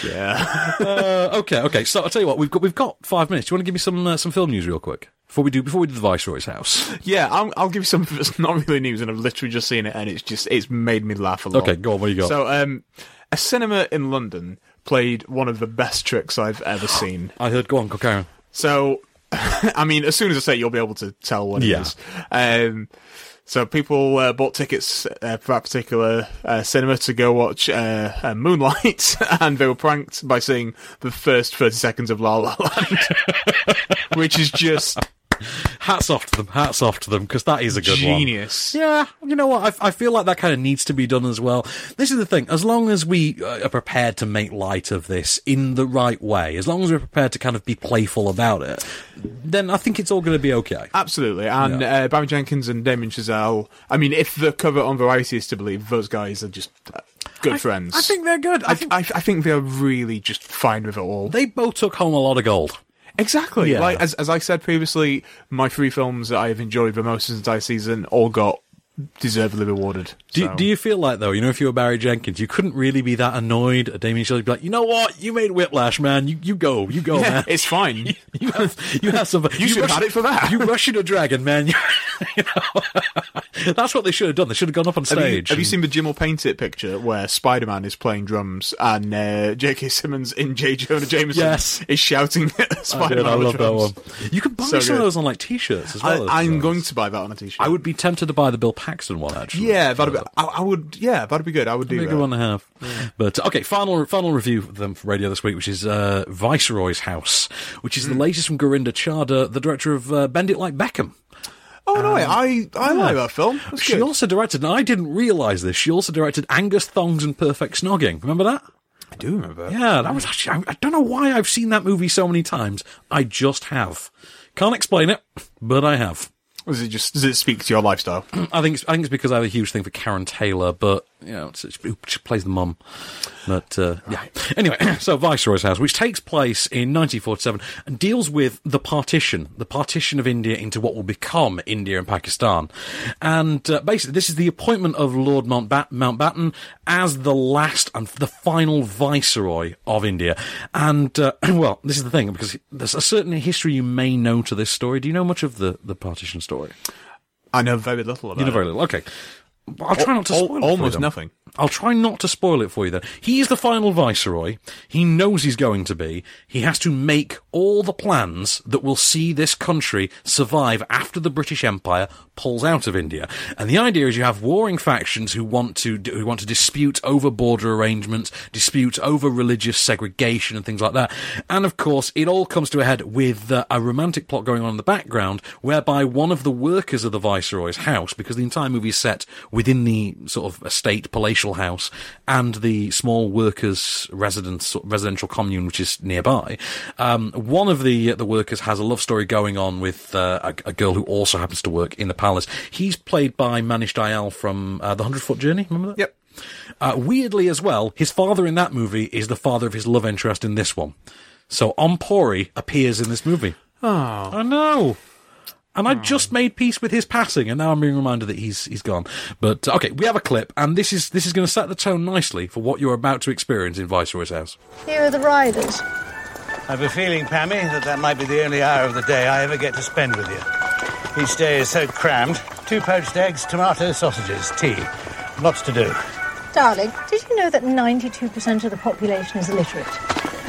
Yeah.
*laughs* uh, okay, okay. So I'll tell you what. We've got we've got five minutes. Do you want to give me some uh, some film news real quick before we do before we do the Viceroy's house?
yeah, I'll, I'll give you something that's *laughs* not really news, and I've literally just seen it, and it's just, it's made me laugh a lot.
Okay, go on. What you got?
So, um, a cinema in London played one of the best tricks I've
*gasps*
ever seen.
I heard. Go on, go Karen.
So, *laughs* I mean, as soon as I say, it, you'll be able to tell what it
Yeah.
is. Um, so people uh, bought tickets uh, for that particular uh, cinema to go watch uh, uh, Moonlight, *laughs* and they were pranked by seeing the first thirty seconds of La La Land, *laughs* which is just
Hats off to them. Hats off to them because that is a *laughs* good one.
genius.
Yeah, you know what? I, I feel like that kind of needs to be done as well. This is the thing. As long as we uh, are prepared to make light of this in the right way, as long as we're prepared to kind of be playful about it, then I think it's all going to be okay.
Absolutely, and uh, Barry Jenkins and Damien Chazelle. I mean, if the cover on Variety is to believe, those guys are just uh, good friends.
I think they're good. I,
I,
think
I, I think they are really just fine with it all.
they both took home a lot of gold.
Exactly.
Yeah.
Like as as I said previously, my three films that I have enjoyed the most since I season all got deservedly rewarded.
Do,
So-
do you feel like though, you know, if you were Barry Jenkins, you couldn't really be that annoyed at Damien Chazelle? You'd be like, you know what, you made Whiplash, man. You you go, you go, man.
*laughs*
*laughs*
It's fine.
You have, you have some.
You should have had it for that.
You Russian a dragon, man. *laughs* You, know, *laughs* that's what they should have done. They should have gone up on
Have
stage.
you, have you
and-
seen the Jim will paint it picture where Spider Man is playing drums and uh, J.K. Simmons in J. Jonah Jameson
Yes.
is shouting *laughs* at
I,
Spider
did,
Man?
I love that one. You could buy some
So
of
good.
those on like t-shirts as well.
I, I'm going to buy that on a t shirt.
I would be tempted to buy the Bill Paxton one actually.
Yeah, that'd be, I, I would. Yeah, that'd be good. I would do
That'd be a
that.
good one to have. But okay, final final review of them for radio this week, which is uh, Viceroy's House, which
Hmm.
is the latest from Gorinda Chadha, the director of uh, Bend It Like Beckham.
Oh no, I I like that film. That's
she
good.
also directed, and I didn't realise this. She also directed Angus Thongs and Perfect Snogging. Remember that?
I do remember.
Yeah, that was actually. I, I don't know why I've seen that movie so many times. I just have. Can't explain it, but I have.
Does it just does it speak to
*clears throat*
your lifestyle?
I think it's, I think it's because I have a huge thing for Karen Taylor, but you know, it's, it's, who she plays the mum. But uh, yeah. Anyway, *clears throat* so Viceroy's House, which takes place in 1947 and deals with the partition, the partition of India into what will become India and Pakistan, and uh, basically this is the appointment of Lord Mountbat- Mountbatten as the last and the final viceroy of India. And uh, *clears throat* well, this is the thing because there's a certain history you may know to this story. Do you know much of the the partition story?
I know very little about.
You know
it.
very little. Okay. But I'll try not to
Al-
spoil it. for you
almost
then.
nothing.
I'll try not to spoil it for you then. He is the final viceroy. He knows he's going to be. He has to make all the plans that will see this country survive after the British Empire pulls out of India. And the idea is you have warring factions who want to who want to dispute over border arrangements, dispute over religious segregation and things like that. And of course, it all comes to a head with uh, a romantic plot going on in the background whereby one of the workers of the viceroy's house because the entire movie is set within the sort of estate palatial commercial house and the small workers' residence residential commune, which is nearby, um, one of the the workers has a love story going on with uh, a, a girl who also happens to work in the palace. He's played by Manish Dayal from uh, the Hundred Foot Journey. Remember that?
Yep.
Uh, weirdly, as well, his father in that movie is the father of his love interest in this one. So Ompori appears in this movie.
Oh.
I know. And I just
Hmm.
made peace with his passing, and now I'm being reminded that he's he's gone. But uh, okay, we have a clip, and this is this is going to set the tone nicely for what you're about to experience in Viceroy's house.
Here are the riders.
I've a feeling, Pammy, that that might be the only hour of the day I ever get to spend with you. Each day is so crammed. Two poached eggs, tomato sausages, tea. Lots to do.
Darling, did you know that 92% of the population is illiterate?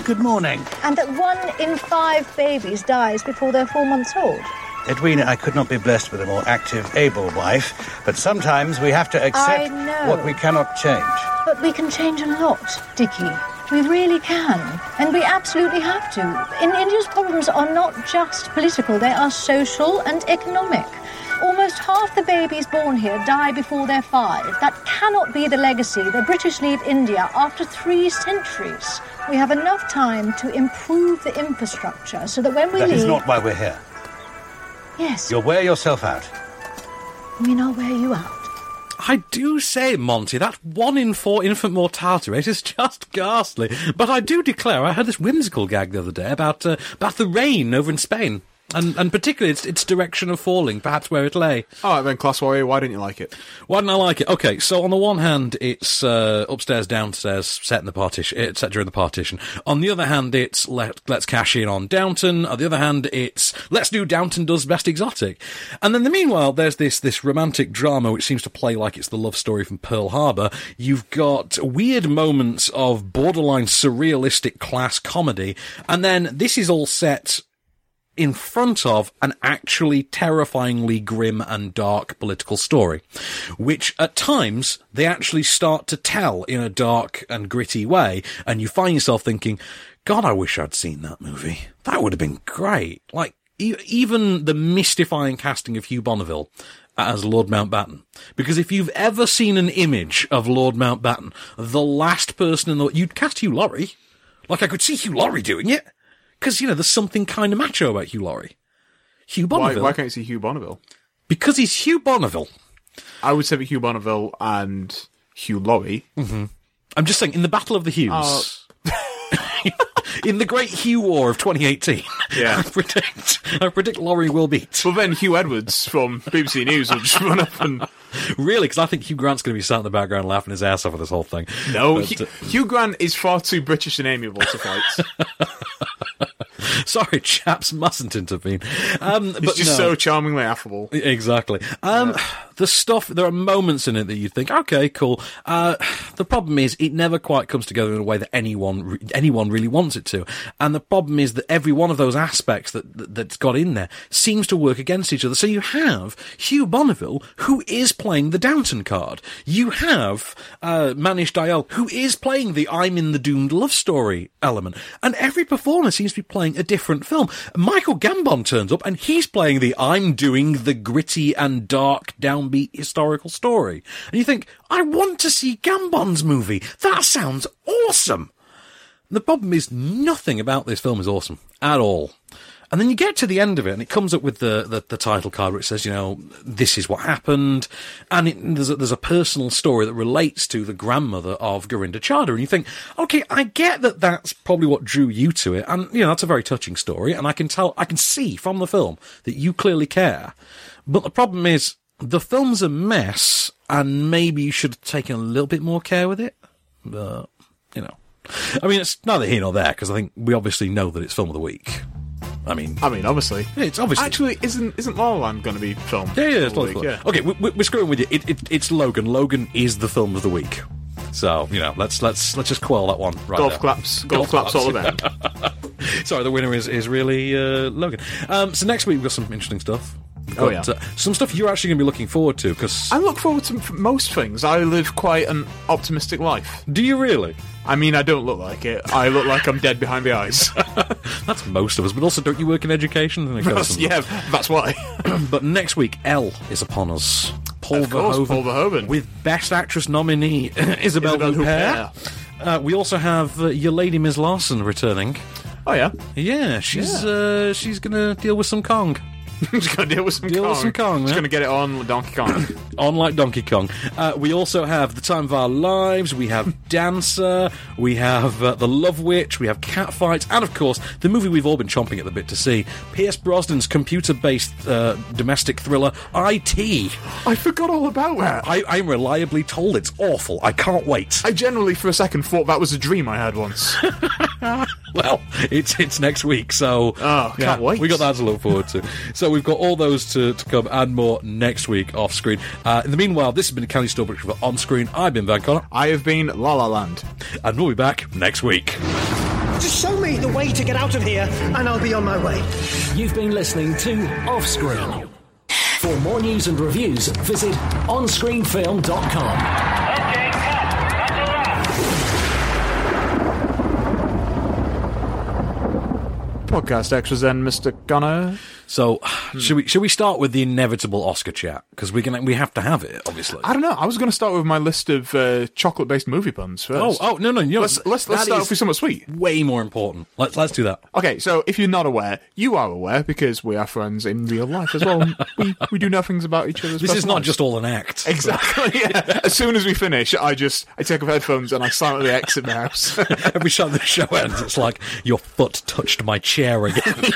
Good morning.
And that one in five babies dies before they're four months old?
Edwina, I could not be blessed with a more active, able wife, but sometimes we have to accept
I know.
what we cannot change.
But we can change a lot, Dicky. We really can. And we absolutely have to. In India's problems are not just political, they are social and economic. Almost half the babies born here die before they're five. That cannot be the legacy. The British leave India after three centuries. We have enough time to improve the infrastructure so that when we
That
leave.
is not why we're here.
Yes,
You'll wear yourself out.
I mean, I'll wear you out.
I do say, Monty, that one in four infant mortality rate is *laughs* just ghastly. But I do declare, I heard this whimsical gag the other day about uh, about the rain over in Spain, and and particularly its its direction of falling, perhaps where it lay.
All right, then, Class Warrior, why didn't you like it?
Why didn't I like it? Okay, so on the one hand, it's uh, upstairs, downstairs, set in the partition, eh, set during the partition. On the other hand, it's let, let's cash in on Downton. On the other hand, it's let's do Downton does best exotic. And then the meanwhile, there's this this romantic drama which seems to play like it's the love story from Pearl Harbor. You've got weird moments of borderline surrealistic class comedy, and then this is all set in front of an actually terrifyingly grim and dark political story, which at times they actually start to tell in a dark and gritty way. And you find yourself thinking, God, I wish I'd seen that movie. That would have been great. Like, e- even the mystifying casting of Hugh Bonneville as Lord Mountbatten. Because if you've ever seen an image of Lord Mountbatten, the last person in the, you'd cast Hugh Laurie. Like, I could see Hugh Laurie doing it. Because, you know, there's something kind of macho about Hugh Laurie. Hugh
Why,
Bonneville.
why can't you see Hugh Bonneville?
Because he's Hugh Bonneville.
I would say that Hugh Bonneville and Hugh Laurie.
Mhm. I'm just saying, in the Battle of the Hughes,
Oh.
*laughs* in the Great Hugh War of 2018, *laughs*
Yeah. I
predict, I predict Laurie will beat.
Well, then Hugh Edwards from *laughs* BBC News will just run
*laughs*
up and.
really, because I think Hugh Grant's going to be sat in the background laughing his ass off at this whole thing.
No,
But,
Hugh,
uh,
Hugh Grant is far too British and amiable
*laughs*
to fight.
sorry, *laughs* chaps, mustn't intervene. Um,
He's
but
just
no.
so charmingly affable.
*laughs* Exactly. Um, *sighs* The stuff, there are moments in it that you think, okay, cool. Uh, *sighs* the problem is, it never quite comes together in a way that anyone re- anyone really wants it to. And the problem is that every one of those aspects that, that that's got in there seems to work against each other. So you have Hugh Bonneville, who is playing the Downton card. You have uh, Manish Dayal, who is playing the I'm in the doomed love story element. And every performer seems to be playing a different film. Michael Gambon turns up and he's playing the I'm doing the gritty and dark downbeat historical story. And you think, I want to see Gambon's movie. That sounds awesome. The problem is nothing about this film is awesome at all. And then you get to the end of it, and it comes up with the, the, the title card where it says, you know, this is what happened, and it, there's a, there's a personal story that relates to the grandmother of Gorinda Chadha, and you think, okay, I get that that's probably what drew you to it, and you know that's a very touching story, and I can tell, I can see from the film that you clearly care, but the problem is the film's a mess, and maybe you should have taken a little bit more care with it, but uh, you know. I mean, it's neither here nor there because I think we obviously know that it's film of the week. I mean,
I mean, obviously,
it's obviously.
Actually, isn't isn't La La Land going to be filmed?
yeah, yeah,
all
it's loads
week?
of
yeah.
Okay, we, we- we're screwing with you. It, it, it's Logan. Logan is the film of the week. So you know, let's let's let's just quell that one right
golf
there.
claps, golf, claps, all around.
*laughs* Sorry, the winner is is really uh, Logan. Um, so next week we've got some interesting stuff. We've
Oh,
got,
yeah.
uh, some stuff you're actually going to be looking forward to because
I look forward to f- most things. I live quite an optimistic life.
Do you really?
I mean, I don't look like it. I look like I'm dead behind
*laughs*
the eyes.
that's most of us. But also, don't you work in education? And it goes
That's-
some-
yeah, that's why.
but next week, L is upon us. Paul
Of course,
Verhoeven,
Paul Verhoeven.
with Best Actress nominee *laughs* Isabelle,
Isabelle
Huppert.
Huppert.
Uh, we also have uh, your lady Ms. Larson returning. *laughs*
Oh yeah, *laughs*
yeah. She's Uh, she's gonna deal with some Kong.
she's gonna deal with some
deal
Kong.
with some Kong.
She's gonna get it on
*coughs*
Donkey Kong.
on like Donkey Kong. Uh, we also have The Time of Our Lives, we *laughs* have Dancer, we have uh, The Love Witch, we have Catfight, and of course, the movie we've all been chomping at the bit to see Pierce Brosnan's computer based uh, domestic thriller, IT.
I forgot all about that.
I, I'm reliably told it's awful. I can't wait. *laughs*
I generally, for a second, thought that was a dream I had once.
well, it's it's next week, so
Ah, can't wait.
We got that to look forward to. so we've got all those to, to come and more next week off screen. Uh, in the meanwhile, this has been Kelly Strawbridge for On Screen. I've been Van Connor.
I have been La La Land,
and we'll be back next week.
Just show me the way to get out of here, and I'll be on my way.
You've been listening to Offscreen. For more news and reviews, visit onscreenfilm.com.
podcast extras, then Mister Gunner.
So,
Hmm.
should we should we start with the inevitable Oscar chat because we can we have to have it obviously.
I don't know. I was going to start with my list of uh, chocolate-based movie puns
Oh,
first.
oh no no you know,
let's let's, let's
that
start
is
off with something sweet.
Way more important. Let's let's do that.
Okay, so if you're not aware, you are aware because we are friends in real life as
*laughs*
well. we we do know things about each other's.
This is not
personal lives.
just all *laughs* an act.
Exactly. Yeah. as soon as we finish, I just I take off headphones and I silently exit the house. *laughs*
Every time the show ends, it's like your foot touched my chair again.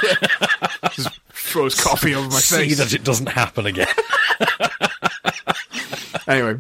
just throws coffee over my
See
face.
that it doesn't happen again.
Anyway,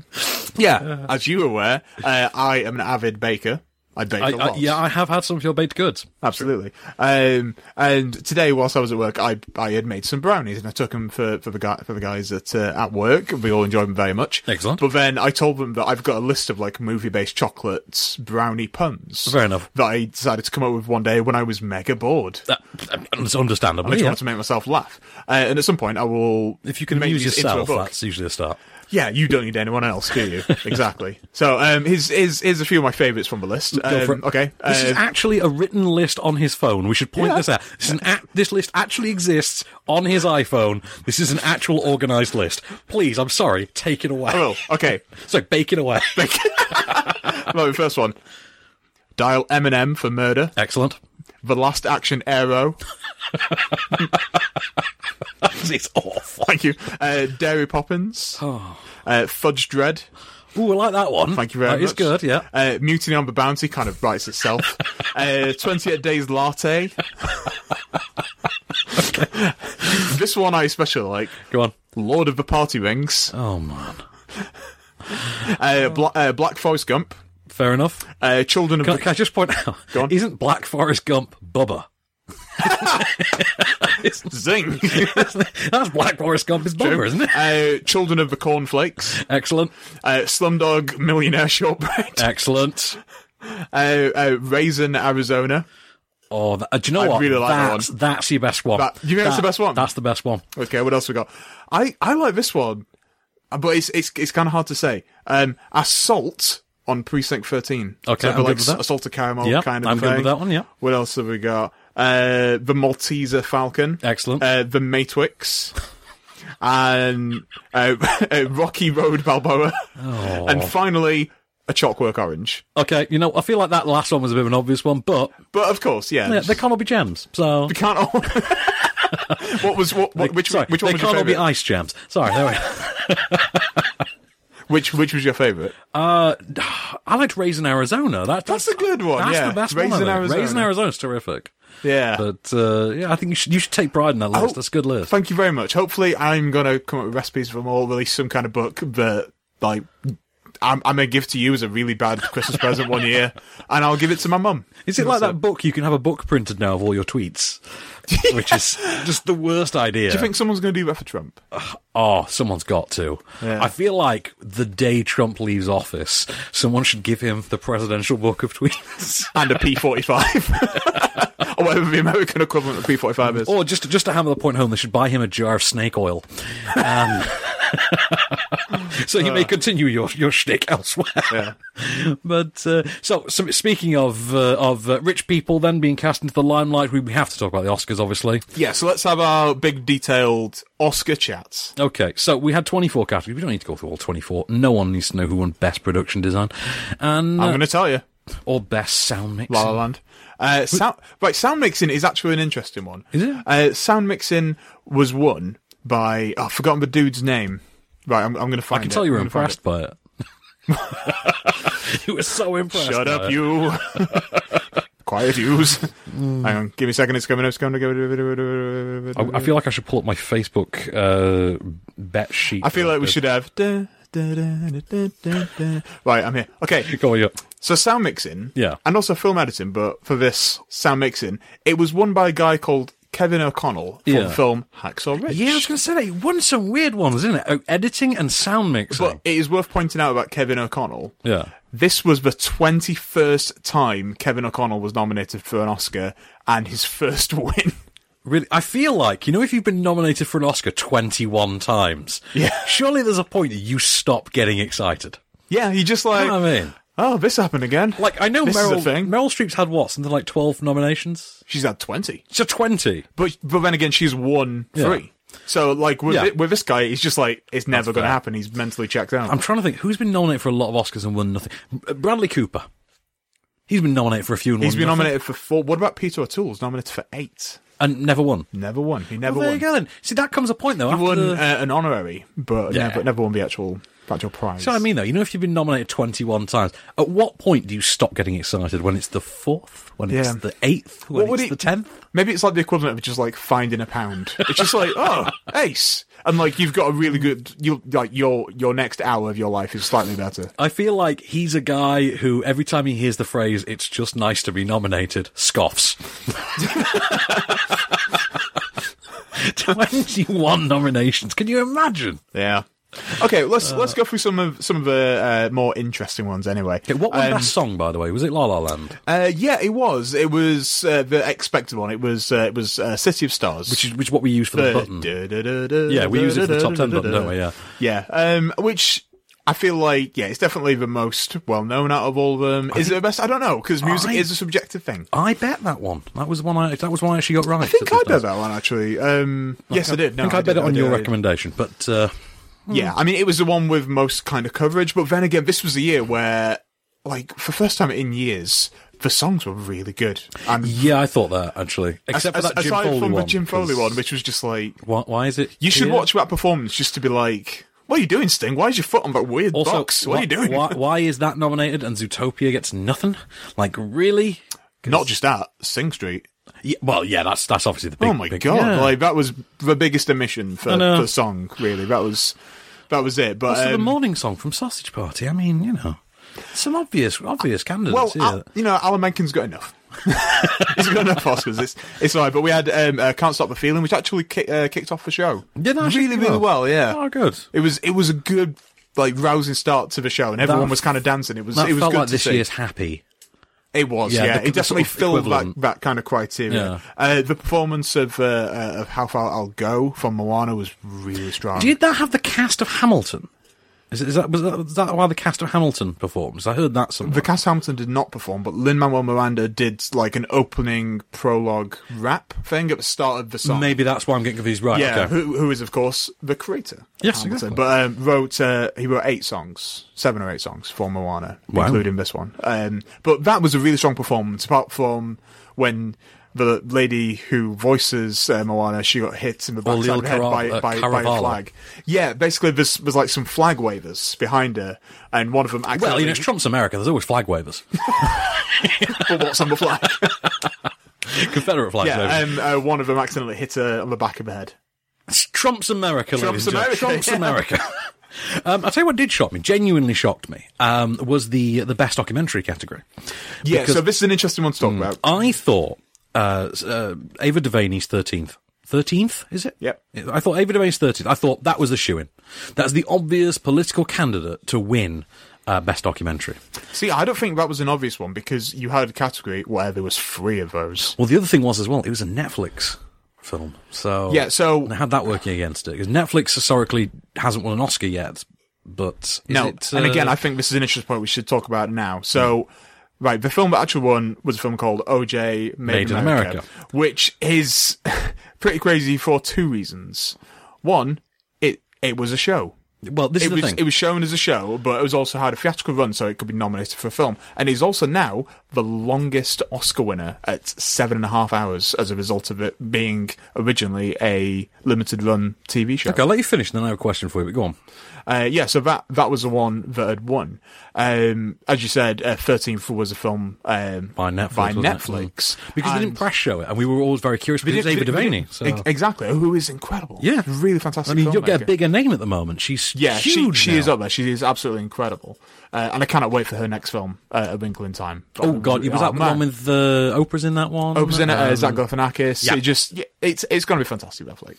yeah. As you were aware, uh, I am an avid baker. I
*laughs*
bake
I-
a lot.
I- yeah, I have had some of your baked goods.
Absolutely. Um, and today, whilst I was at work, I I had made some brownies and I took them for, for the guy for the guys at uh, at work. We all enjoyed them very much.
Excellent.
But then I told them that I've got a list of like movie based chocolates brownie puns.
Fair enough.
That I decided to come up with one day when I was mega bored.
That- um, It's
I
understandable.
just
Oh, yeah.
wanted to make myself laugh. Uh, and at some point, I will.
If you can
make
amuse
these
yourself,
into a book.
that's usually a start.
Yeah, you don't need anyone else, do
*laughs*
you? exactly. So, um, here's, here's, here's a few of my favourites from the list.
Go for
Um,
it.
okay.
This is
uh,
actually a written list on his phone. We should point
Yeah.
this out. This, is an act this list actually exists on his iPhone. This is an actual organized list. Please, I'm sorry, take it away.
I will. Okay.
so bake it away.
right, the first one. Dial Eminem for murder. *laughs*
Excellent.
The Last Action Arrow.
it's awful.
*laughs* Thank you. Uh, Dairy Poppins.
Oh.
Uh, Fudge Dread.
Ooh, I like that one.
Thank you very
That
much.
is good, yeah.
Uh, Mutiny on the Bounty kind of
*laughs*
writes itself. uh, 28 Days Latte. this one I especially like.
Go on.
Lord of the Party Rings.
Oh man.
Uh, Bla- uh, Black Forest Gump.
Fair enough.
Uh, Children of
Can,
the...
can I just point out?
Go
*laughs*
on.
Isn't Black Forest Gump Bubba?
*laughs*
*laughs*
Zing!
That's Black Forest Gump is Bubba, isn't it?
uh, Children of the Cornflakes.
Excellent.
Uh, Slumdog Millionaire Shortbread.
Excellent.
Uh, uh, Raisin Arizona.
Oh, that, uh, do you know
I
what?
really like that
that's,
one.
that's your best one.
That- you think that's the
That-
best one?
That's the best one.
Okay, what else we got? I, I like this one, uh, but it's it's it's kind of hard to say. Um, assault on Precinct Thirteen.
Okay,
so
I'm good
like
with that.
assault to caramel
Yeah,
kind of
I'm
thing.
good with that one, yeah.
What else have we got? Uh, the Malteser Falcon.
Excellent.
Uh,
*laughs*
the Matwix. and uh, *laughs* uh, Rocky Road Balboa.
Oh.
And finally, a Chalkwork Orange.
Okay, you know, I feel like that last one was a bit of an obvious one, but
But of course, yeah,
yeah, they can't all be jams. So
we can't all. *laughs* what was what, what which
sorry,
which one
they
was
can't
your
all be
favorite?
ice jams. Sorry, there we go.
Which which was your favorite?
Uh, I liked Raisin Arizona. That,
That's a good one,
That's
yeah.
the best
Raisin
one. I think.
Arizona.
Raisin Arizona's terrific.
Yeah.
But uh, yeah, I think you should you should take pride in that list.
Oh,
That's a good list.
Thank you very much. Hopefully, I'm going to come up with recipes from all, release some kind of book that, like, I'm, I'm going to give to you as a really bad Christmas present one year, *laughs* and I'll give it to my mum.
Is it like that book? You can have a book printed now of all your
*laughs*
tweets, which is just the worst idea.
Do you think someone's going to do that for Trump?
oh, someone's got to.
Yeah.
I feel like the day Trump leaves office, someone should give him the presidential book of *laughs* tweets.
And a P45. *laughs* or whatever the American equivalent of P45 is.
Oh, Or just just to hammer the point home, they should buy him a jar of snake oil. Um, *laughs* so you may continue your your shtick elsewhere. *laughs* but uh, so, so speaking of uh, of uh, rich people then being cast into the limelight, we we have to talk about the Oscars, obviously.
Yeah, so let's have our big detailed Oscar chats.
Okay, so we had 24 categories. We don't need to go through all 24. No one needs to know who won Best Production Design. And
I'm going to tell you.
Or Best Sound Mixing.
La La Land. Uh, sound, right, sound mixing is actually an interesting one.
Is it?
Uh, sound mixing was won by. oh, I've forgotten the dude's name. Right, I'm, I'm going to
I
find
can
it.
tell you were
I'm gonna find
impressed by *laughs* it. you were so impressed.
Shut
by
up,
it.
you. *laughs* Quiet, yous.
Mm.
Hang on, give me a second. It's coming up. It's coming up.
I, I feel like I should pull up my Facebook uh, bet sheet.
I feel like we should have. Right, I'm here. Okay.
Go on, yeah.
So sound mixing,
Yeah.
and also film editing, but for this sound mixing, it was won by a guy called Kevin O'Connell for
Yeah.
the film Hacksaw Ridge.
Yeah, I was going to say that. It won some weird ones, didn't it? Oh, editing and sound mixing.
But it is worth pointing out about Kevin O'Connell.
yeah.
This was the 21st time Kevin O'Connell was nominated for an Oscar and his first *laughs* win.
Really, I feel like you know if you've been nominated for an Oscar twenty-one times,
Yeah.
surely there's a point that you stop getting excited.
Yeah, he just
You
like,
know what I mean?
oh, this happened again.
Like I know
This is a
Meryl
thing.
Meryl Streep's had what something like twelve nominations.
She's had 20.
So twenty.
But, but then again, she's won
Yeah.
three. So, like, with,
Yeah.
thi- with this guy, it's just like, it's never going to
fair.
happen. He's mentally checked out.
I'm trying to think who's been nominated for a lot of Oscars and won nothing. Bradley Cooper. He's been nominated for a few. And
He's
won
been
nothing.
nominated for four. What about Peter O'Toole's nominated for eight?
and never won.
Never won. He never
Well, there
won.
you go then. See, that comes a point though.
He
after
won
the-
uh, an honorary, but
Yeah.
never, never won the actual actual prize.
So I mean, though, you know, if you've been nominated twenty-one times, at what point do you stop getting excited? When it's the fourth? When it's
Yeah.
the eighth? When
What would
it's
it-
the tenth?
Maybe it's like the equivalent of just like finding a pound. It's just like, oh, ace, and like you've got a really good. You like your your next hour of your life is slightly better.
I feel like he's a guy who, every time he hears the phrase "It's just nice to be nominated," scoffs. *laughs* Twenty-one nominations. Can you imagine?
Yeah. Okay,
Uh.
let's let's go through some of some of the uh, more interesting ones anyway.
Okay, what was
Um,
that song, by the way? Was it La La Land?
Uh, yeah, it was. It was uh, the expected one. It was uh, it was uh, City of Stars,
Which is which? is What we use for the button? Yeah, we use it for the top 10 button, don't we? Yeah.
Yeah. Um, which I feel like, yeah, it's definitely the most well known out of all of them. Is it the best? I don't know because music
I-
is a subjective thing.
I bet that one. That was the one. I that was one I actually got right.
I think
at
I
this time.
bet that one actually. Um, yes, I, did. No,
I think I bet
did,
it on
did,
your
I did.
recommendation, but. Uh,
Yeah, I mean, it was the one with most kind of coverage. But then again, this was a year where, like, for the first time in years, the songs were really good. And
Yeah, I thought that actually. Except
as-
for that
as-
Jim
aside
Foley
from
one.
the Jim Foley
'cause
one, which was just like,
why, why is it?
You should
here?
watch that performance just to be like, "What are you doing, Sting? Why is your foot on that weird
Also,
box? What,
why,
are you doing?"
Why, why is that nominated and Zootopia gets nothing? Like really?
*laughs* Not just that, Sing Street.
Yeah, well, yeah, that's that's obviously the big.
oh my
big-
god!
yeah.
Like that was the biggest omission for
I know.
for song. Really, that was that was it. But
also the
um,
morning song from Sausage Party. I mean, you know, some obvious obvious
well, uh,
candidates
Al,
here.
you know, Alan Menken's got enough. *laughs* He's got enough Oscars. It's it's alright. But we had um, uh, "Can't Stop the Feeling," which actually ki- uh, kicked off the show.
Did that actually
really,
kick
really
off?
well. Yeah,
Oh, good.
It was it was a good like rousing start to the show, and everyone
That-
was kind of dancing. It was
That
it was
felt
good
like
to
this
see.
year's happy.
It was,
Yeah,
yeah.
the- the
it definitely
sort of
filled that,
equivalent.
that kind of criteria. Uh, the performance of, uh, uh, of How Far I'll Go from Moana was really strong.
Did that have the cast of Hamilton? Is, is that was that, was that why the cast of Hamilton performs? I heard that somewhere.
the cast Hamilton did not perform, but Lin Manuel Miranda did like an opening prologue rap thing at the start of the song.
Maybe that's why I'm getting confused. Right?
yeah,
okay.
who, who is of course the creator.
Yes,
Hamilton,
exactly.
but um, wrote uh, he wrote eight songs, seven or eight songs for Moana,
Wow.
including this one. Um, but that was a really strong performance, apart from when the lady who voices uh, Moana she got hit in the
Or
backside
Lil
of the head
Cara-
by,
uh,
by, by a
Caravala.
flag. Yeah, basically this was like some flag wavers behind her, and one of them accidentally
Well, you know, it's Trump's America. There's always flag wavers,
*laughs* but what's on the flag?
*laughs* Confederate flag wavers.
yeah, um, uh, one of them accidentally hit her on the back of the head.
It's Trump's America, ladies
Trump's
and gentlemen. *laughs*
America,
Trump's
yeah.
America. Um, I'll tell you what did shock me, genuinely shocked me, um, was the the best documentary category.
Yeah,
Because- Hmm.
so this is an interesting one to talk about.
I thought uh, s- uh, Ava DuVernay's 13th. 13th, is it?
Yep.
I thought Ava DuVernay's 13th. I thought that was the shoe in. That's the obvious political candidate to win uh, Best Documentary.
See, I don't think that was an obvious one because you had a category where there was three of those.
Well, the other thing was as well, it was a Netflix film. So
Yeah, so-
they had that working against it because Netflix historically hasn't won an Oscar yet. But is
no,
it,
and
uh, Hmm.
again, I think this is an interesting point we should talk about now. So, right, the film that actually won was a film called OJ Made,
Made in America.
which is *laughs* pretty crazy for two reasons. One, it it was a show.
Well, this
it
is the
was,
thing.
It was shown as a show, but it was also had a theatrical run, so it could be nominated for a film. And it's also now the longest Oscar winner at seven and a half hours as a result of it being originally a limited run TV show.
okay, I'll let you finish, and then I have a question for you. But go on.
Uh, yeah, so that that was the one that had won. Um, as you said, uh, Thirteenth was a film um,
by Netflix.
by
wasn't it?
Netflix.
because they
And-
didn't press show it, and we were always very curious. Because
They
it's Ava
did- they did-
Devaney, so
ex- exactly, who is incredible.
yeah,
really fantastic.
I mean, you'll get a
filmmaker.
bigger name at the moment. She's
Yeah, she,
huge
she
now.
is up there. She is absolutely incredible, uh, and I cannot wait for her next film, uh, A Winkle in Time.
Oh God, was that the one with the Oprah's in that one?
Oprah's in it, uh, Zach
Um,
Galifianakis.
yeah.
It just yeah, it's it's going to be fantastic. That flick.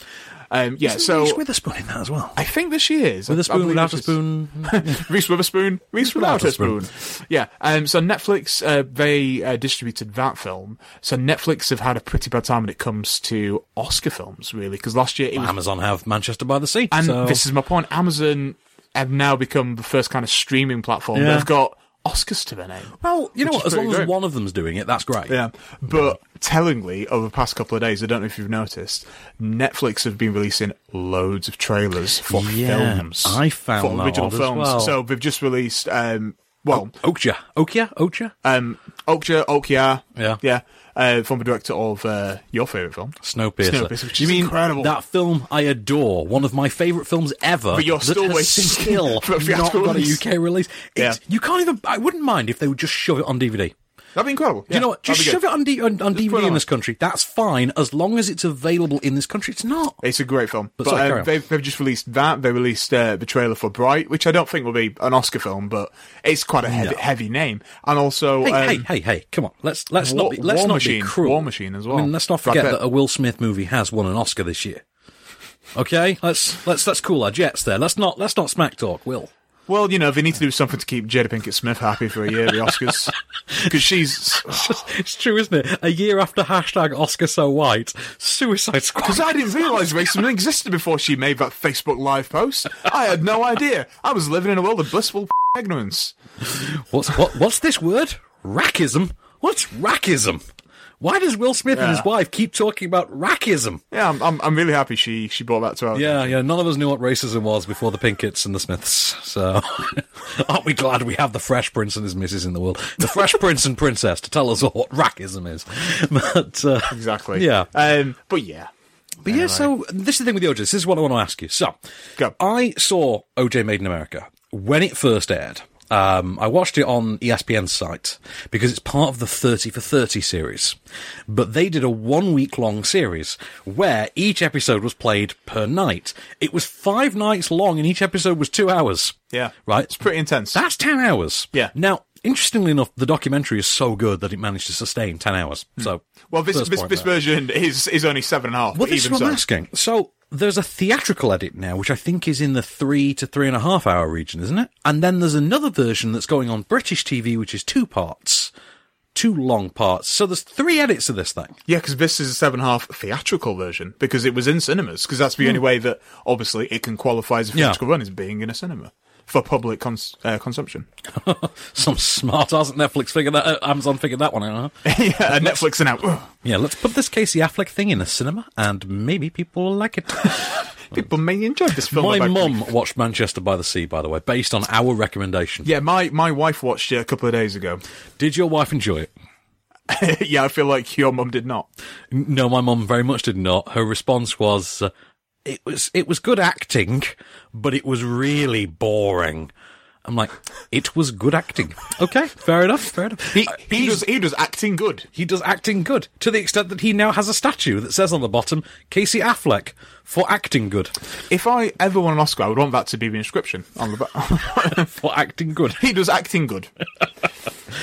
Um, yeah,
Isn't
so
Reese Witherspoon in that as well.
I think that she is. I- I
Witherspoon
believe
without
that
a
she is.
spoon.
*laughs* Reese Witherspoon, Reese without a
Witherspoon.
spoon. Yeah. Um, so Netflix, uh, they uh, distributed that film. So Netflix have had a pretty bad time when it comes to Oscar films, really, because last year it was
Amazon have Manchester by the Sea,
and
so-
this is my point. Amazon have now become the first kind of streaming platform.
Yeah.
They've got Oscars to their name.
Well, you know
which
what?
is
As long
pretty
as
great.
one of them's doing it, that's great.
Yeah. But tellingly, over the past couple of days, I don't know if you've noticed, Netflix have been releasing loads of trailers for
Yeah,
films.
I found
for
that
original
odd as
films.
well.
So they've just released um well
Okja. Okja? Okja?
Um Okja, Okja.
Yeah.
Yeah. Uh, from the director of uh, your favourite film.
Snowpiercer.
Snowpiercer, which
you
is
mean
incredible.
that film I adore, one of my favourite films ever.
But you're
that
still
has
waiting
still
*laughs* for a
not
theatrical
got a
release.
UK release. It's, You can't even. I wouldn't mind if they would just shove it on DVD.
That'd be incredible.
Do you know what? Just shove it on, D- on, on
put it
DVD in
on.
this country. That's fine as long as it's available in this country. It's not.
It's a great film.
But
But,
sorry,
um,
carry on.
they've, they've just released that. They released uh, the trailer for Bright, which I don't think will be an Oscar film, but it's quite a heavy,
No.
heavy name. And also,
Hey,
um,
hey, hey, hey! Come on, let's let's
War-
not be, let's
War
not
Machine-
be cruel.
War Machine as well.
I mean, let's not
Brad
forget
Pitt.
that a Will Smith movie has won an Oscar this year. Okay, let's let's let's cool our jets there. Let's not let's not smack talk. Will *laughs*
Well, you know, they need to do something to keep Jada Pinkett Smith happy for a year at
*laughs*
the Oscars. Because she's.
it's true, isn't it? A year after hashtag Oscar so white, Suicide Squad.
Because I didn't realise racism existed before she made that Facebook Live post. I had no idea. I was living in a world of blissful *laughs* ignorance.
*laughs* What's what, what's this word? Rackism. What's rackism? Why does Will Smith and his
Yeah.
wife keep talking about rackism?
Yeah, I'm, I'm, I'm really happy she, she brought that to our.
Yeah, yeah. None of us knew what racism was before the Pinkets and the Smiths. So, *laughs* aren't we glad we have the Fresh Prince and his missus in the world, the Fresh Prince and Princess, to tell us all what rackism is? *laughs* But uh,
Exactly.
yeah.
Um, but yeah.
But yeah, so this is the thing with the OJ. This is what I want to ask you. So, I saw OJ Made in America when it first aired. Um, I watched it on ESPN's site because it's part of the 30 for 30 series. But they did a one week long series where each episode was played per night. It was five nights long and each episode was two hours.
Yeah.
Right?
It's pretty intense.
That's 10 hours.
Yeah.
Now, interestingly enough, the documentary is so good that it managed to sustain 10 hours. So,
Hmm. Well, this,
first
this,
point
this
there.
version is, is only seven and a half.
Well,
but
this is
even
what I'm
so.
asking. So there's a theatrical edit now, which I think is in the three to three and a half hour region, isn't it? And then there's another version that's going on British TV, which is two parts, two long parts. So there's three edits of this thing. *laughs*
Yeah, because this is a seven and a half theatrical version because it was in cinemas. Because that's the only way that obviously it can qualify as a
Hmm. Yeah.
theatrical run is being in a cinema for public cons- uh, consumption. *laughs*
Some smart ass at Netflix figured that. Uh, Amazon figured that one out.
*laughs*
Huh?
yeah, and Netflix and out.
yeah, let's put this Casey Affleck thing in a cinema, and maybe people will like it.
People may enjoy this film.
My
about-
mum watched Manchester by the Sea, by the way, based on our recommendation.
Yeah, my, my wife watched it a couple of days ago. *laughs*
Did your wife enjoy it?
yeah, I feel like your mum did not.
N- No, my mum very much did not. Her response was, uh, "It was it was good acting, but it was really boring." I'm like, "It was good acting." Okay, fair enough, fair enough.
He,
Uh,
he,
he's-
does, he does acting good.
he does acting good to the extent that he now has a statue that says on the bottom, "Casey Affleck for acting good."
If I ever won an Oscar,
*laughs*
I *laughs* would want that to be the inscription on the back.
for acting good.
he does acting good.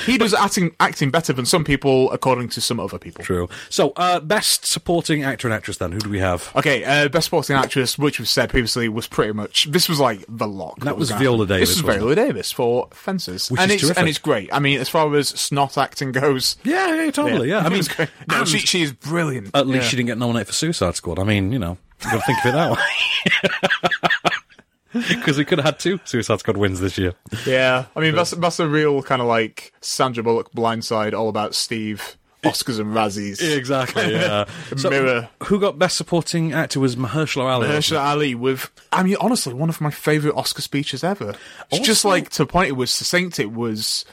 He does acting acting better than some people, according to some other people.
True. So, uh, best supporting actor and actress. Then, who do we have?
Okay, uh, best supporting actress, which we've said previously, was pretty much this was like the lock.
That was
gonna
Viola
happen.
Davis,
This was
wasn't
Viola Davis for Fences,
Which
and
is
it's
terrific.
and it's great. I mean, as far as snot acting goes,
yeah, yeah, totally, *laughs* yeah. I
I
mean,
mean, no,
and- Uh,
she she is brilliant.
At least
Yeah.
she didn't get nominated for Suicide Squad. I mean, you know, you got to think of it that way. *laughs* Because we could have had two Suicide Squad wins this year.
Yeah, I mean that's that's a real kind of like Sandra Bullock blindside, all about Steve Oscars and Razzies.
*laughs* Exactly. Yeah. So,
Mirror.
Who got best supporting actor was Mahershala Ali. wasn't
Mahershala Ali with, I mean, honestly, one of my favourite Oscar speeches ever. It's just
Also-
like to the point it was succinct. It was.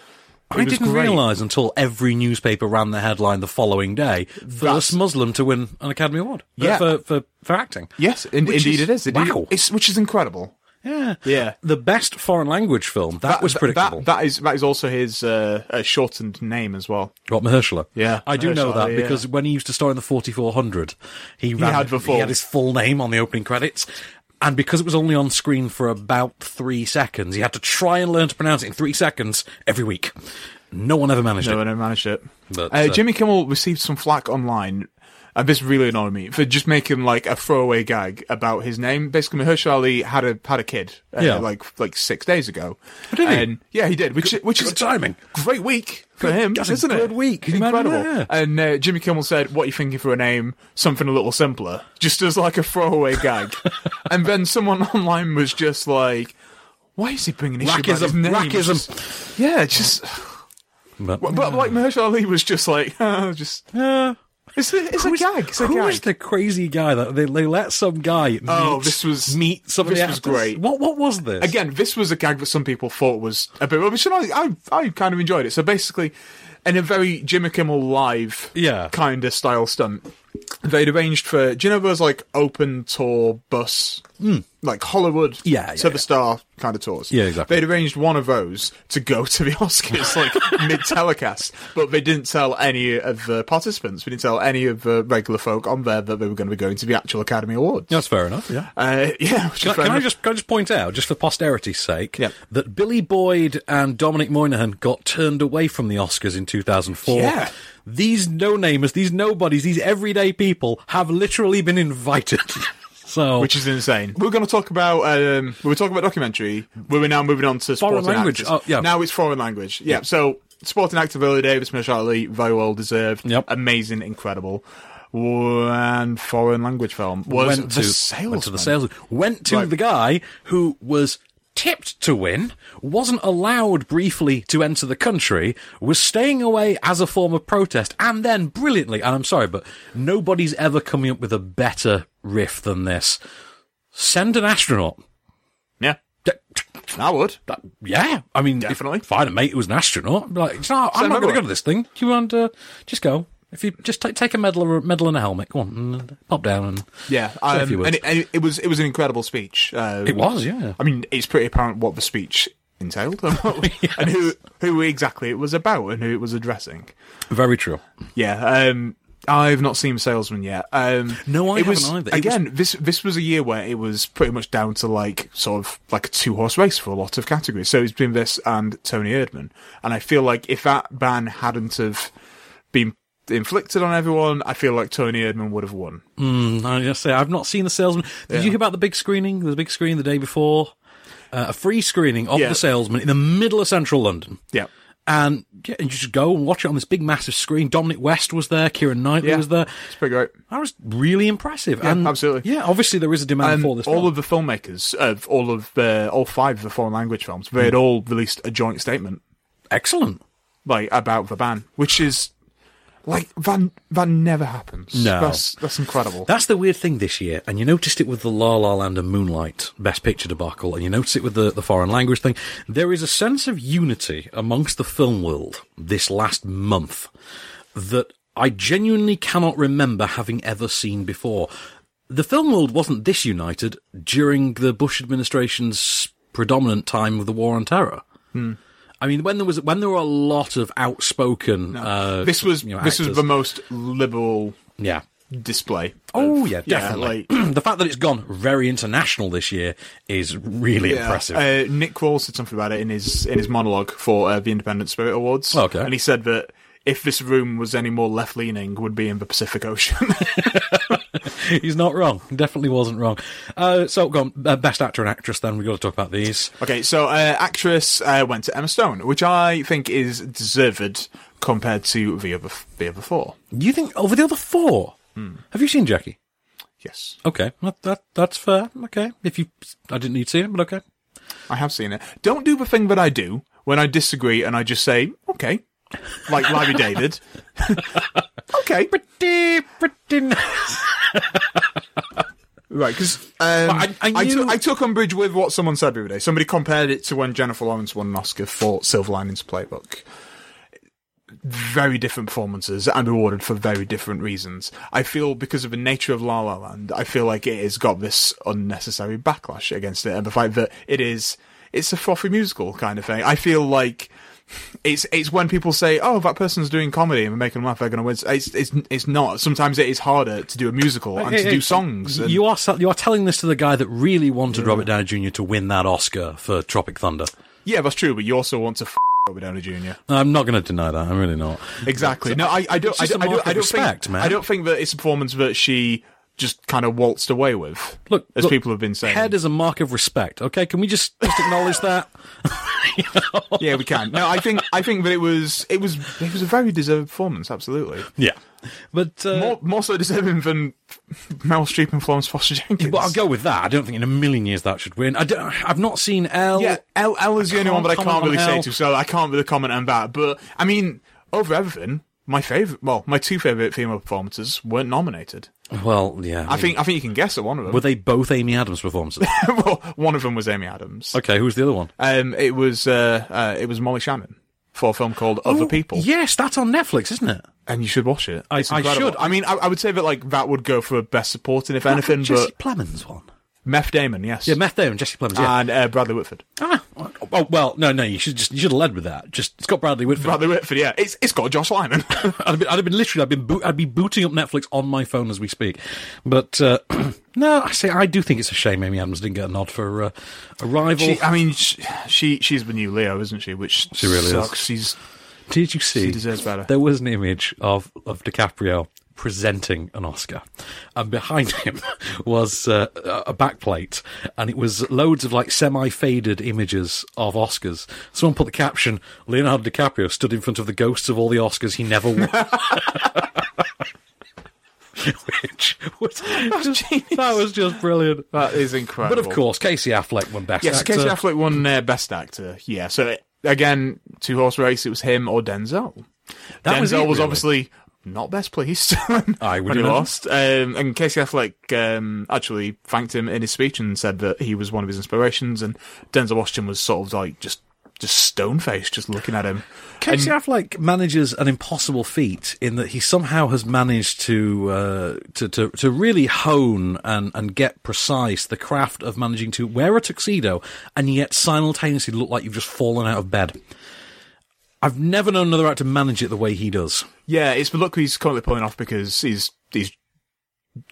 it
I
was
didn't
great.
realise until every newspaper ran the headline the following day first Muslim to win an Academy Award for,
Yeah.
for, for, for acting.
Yes, in,
Which is-
indeed it is. Indeed,
wow.
it's, which is incredible.
Yeah.
Yeah.
The best foreign language film. That, was predictable.
That, that is that is also his uh, uh, shortened name as well.
What, Mahershala?
Yeah,
I do know
Mahershala,
that
yeah.
because when he used to star in the 4400, he, ran,
had before.
he had his full name on the opening credits. And because it was only on screen for about three seconds, he had to try and learn to pronounce it in three seconds every week. No one ever managed
No
it.
one ever managed it.
But,
uh,
uh,
Jimmy Kimmel received some flack online, and this really annoyed me for just making like a throwaway gag about his name. Basically, Mahershala Ali had a had a kid, uh,
Yeah. Oh,
like like six days ago.
did he?
And, yeah, he did. Which which is
Good timing.
Great week for
Good-
him,
that's a
isn't it?
good week.
He's
Can you imagine
incredible.
that?
And uh, Jimmy Kimmel said, "What are you thinking for a name? Something a little simpler, just as like a throwaway gag."
*laughs*
and then someone online was just like. Why is he bringing an issue about his
Rackism,
name?
rackism.
Yeah, it's just
But,
but, but like Mahershala Ali was just like, *laughs* uh, just
Yeah.
it's a, it's a
Who is-
gag. It's a
who
gag.
was the crazy guy that they, they let some guy?
Oh,
meet-
this was
meet some of
this
the
was
actors?
great.
What what was this?
Again, this was a gag that some people thought was a bit rubbish, and I I, I kind of enjoyed it. So basically, in a very Jimmy Kimmel live
Yeah.
kind of style stunt, they'd arranged for do you know those like open tour bus like Hollywood
Hmm. Yeah, yeah,
to
yeah.
the star kind of tours.
Yeah, exactly.
They'd arranged one of those to go to the *laughs* Oscars like mid telecast, but they didn't tell any of the participants. We didn't tell any of the regular folk on there that they were going to be going to the actual Academy Awards.
That's fair enough. Yeah.
Uh, *laughs* yeah, which
Can,
is
I-
fair
can I
enough.
just can I just point out, just for posterity's sake, that Billy Boyd and Dominic Moynihan got turned away from the Oscars in 2004.
Yeah.
These no-namers, these nobodies, these everyday people have literally been invited. *laughs* so,
which is insane. We're going to talk about um, we were talking about documentary. We were now moving on to
Foreign
sporting
language,
actors.
oh, yeah.
Now it's foreign language. Yeah. So sporting actor Viola Davis, Michelle Ali, very well deserved.
Yep.
Amazing, incredible. And foreign language film was
went
the
to
salesman.
went to the sales went to
Right.
the guy who was tipped to win, wasn't allowed briefly to enter the country, was staying away as a form of protest, and then brilliantly, and I'm sorry, but nobody's ever coming up with a better riff than this. Send an astronaut.
Yeah,
D-
I would.
Yeah, I mean, if-
Definitely.
If I had a mate who was an astronaut, I'd be like, no, I'm not
Send
going to
everyone.
go to this thing. Do you want to just go? If you just take take a medal or a medal and a helmet, go on, and pop down and
Yeah,
say a
um,
few words.
and, it, and it was it was an incredible speech. Uh,
It was, yeah.
I mean, it's pretty apparent what the speech
*laughs*
entailed *laughs* and, what- and who who exactly it was about and who it was addressing.
Very true.
Yeah, um, I've not seen Salesman yet. Um,
No, I
it was,
haven't either. It
Again, this this was a year where it was pretty much down to like sort of like a two horse race for a lot of categories. So it's been this and Tony Erdman, and I feel like if that ban hadn't have been inflicted on everyone, I feel like Tony Erdman would have won.
Mm, I just say I've not seen the salesman. Did you hear about the big screening? The big screen the day before, uh, a free screening of
Yeah.
the salesman in the middle of central London.
Yeah.
And yeah, and you just go and watch it on this big massive screen. Dominic West was there, Kieran Knightley
Yeah.
was there.
It's pretty great.
That was really impressive.
Yeah,
and
absolutely.
Yeah, obviously there is a demand
Um,
for this.
all
film.
of the filmmakers of all of the all five of the foreign language films, they
Hmm.
had all released a joint statement
excellent.
like about the ban, which is like that that never happens.
No.
that's that's incredible.
That's the weird thing this year, and you noticed it with the La La Land and Moonlight Best Picture debacle, and you notice it with the, the foreign language thing. There is a sense of unity amongst the film world this last month that I genuinely cannot remember having ever seen before. The film world wasn't this united during the Bush administration's predominant time of the war on terror. I mean, when there was when there were a lot of outspoken, uh,
this was
you know,
this was
actors-
the most liberal
yeah
display.
Oh
of-
yeah, definitely. *clears throat* the fact that it's gone very international this year is really
Yeah.
impressive.
Uh, Nick Wall said something about it in his in his monologue for uh, the Independent Spirit Awards.
Oh, Okay.
and he said that if this room was any more left leaning, would be in the Pacific Ocean. *laughs*
He's not wrong. Definitely wasn't wrong. Uh, so, go on. Uh, best actor and actress. Then we've got to talk about these.
okay, so uh, actress uh, went to Emma Stone, which I think is deserved compared to the other f- the other four.
You think over the other four?
Hmm.
Have you seen Jackie?
Yes.
Okay, that, that that's fair. Okay, if you, I didn't need to see it, but okay.
I have seen it. Don't do the thing that I do when I disagree and I just say, okay. Like Larry David. okay.
Pretty, pretty *laughs* nice.
Right, because um,
I-
I,
I knew-
took- I took umbrage with what someone said the other day. Somebody compared it to when Jennifer Lawrence won an Oscar for Silver Linings Playbook. Very different performances and awarded for very different reasons. I feel because of the nature of La La Land, I feel like it has got this unnecessary backlash against it, and the fact that it is it's a frothy musical kind of thing. I feel like it's it's when people say, "Oh, that person's doing comedy and we're making them laugh, they're going to win." It's it's it's not. Sometimes it is harder to do a musical and
Hey,
to
hey,
do songs. and-
You are sell- you are telling this to the guy that really wanted Robert Downey Jr. to win that Oscar for Tropic Thunder.
Yeah, that's true, but you also want to f- Robert Downey Jr.
I'm not going to deny that. I'm really not.
Exactly. No, I, I don't.
It's
I
just
don't.
a
I
mark
don't,
of
I don't
respect,
think.
man.
I don't think that it's a performance that she just kind of waltzed away with.
Look,
as
look,
people have been saying.
Head is a mark of respect. Okay, can we just, just acknowledge
*laughs*
that?
yeah, we can. No, I think. I think that it was. It was. It was a very deserved performance. Absolutely.
Yeah, but uh,
More, more so deserving than Meryl Streep and Florence Foster Jenkins.
But I'll go with that. I don't think in a million years that should win. I don't, I've not seen L.
Yeah, L, L is the only one that I
comment
can't really
on
say
Elle.
to, so I can't really comment on that. But I mean, over everything, my favorite, well, my two favorite female performances weren't nominated.
Well, yeah.
I think I think you can guess at one of them.
were they both Amy Adams
*laughs*
performances?
well, one of them was Amy Adams.
okay, who was the other one?
Um, it was uh, uh, it was Molly Shannon for a film called Other
Oh,
People.
Yes, that's on Netflix, isn't it?
and you should watch it.
I-
Oh, It's
I
incredible.
should.
I mean, I, I would say that like that would go for best supporting, if anything.
Jesse
But
Plemons one.
Meth Damon, yes,
Yeah, Meth Damon, Jesse Plemons. Yeah.
and uh, Bradley Whitford.
ah, oh well, no, no, you should just you should have led with that. Just it's got Bradley Whitford.
Bradley Whitford, yeah, it's it's got Josh Lyman.
I'd have been, I'd have been literally, I'd been, boot, I'd be booting up Netflix on my phone as we speak. But uh, *clears throat* no, I say I do think it's a shame Amy Adams didn't get a nod for uh, Arrival.
she, uh, I mean, she, she she's the new Leo, isn't she? Which
She really is.
sucks. She's
Did you see?
She deserves better.
There was an image of of DiCaprio presenting an Oscar, and behind *laughs* him was uh, a backplate, and it was loads of like semi-faded images of Oscars. Someone put the caption: Leonardo DiCaprio stood in front of the ghosts of all the Oscars he never
*laughs*
won. Which was just, that was just brilliant.
that is incredible.
But of course, Casey Affleck won best
yes,
actor.
Casey Affleck won uh, best actor. Yeah, so it, again, two horse race. It was him or Denzel.
That
Denzel
was
was,
it, really.
obviously not best pleased
I would
*laughs* when he
imagine.
lost. Um, and Casey Affleck um, actually thanked him in his speech and said that he was one of his inspirations. And Denzel Washington was sort of like just just stone faced, just looking at him.
Casey
And-
Affleck manages an impossible feat in that he somehow has managed to uh, to, to to really hone and and get precise the craft of managing to wear a tuxedo and yet simultaneously look like you've just fallen out of bed. I've never known another actor manage it the way he does.
yeah, it's the look he's currently pulling off because he's he's.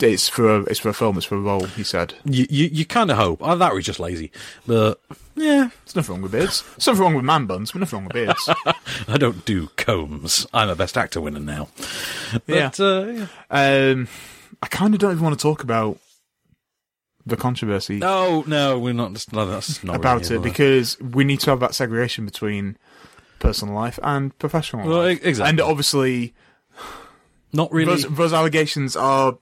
It's for a, it's for a film. It's for a role. He said.
You you, you kind of hope either that or he's just lazy, but yeah,
There's nothing wrong with beards. There's nothing wrong with man buns, but nothing wrong with beards.
I don't do combs. I'm a Best Actor winner now. But,
Yeah.
Uh, yeah.
Um, I kind of don't even want to talk about the controversy
No, no, we're not. No, that's not
about
really
it because we need to have that segregation between personal life and professional
Well,
life.
e- exactly.
And obviously,
not really.
those, those allegations are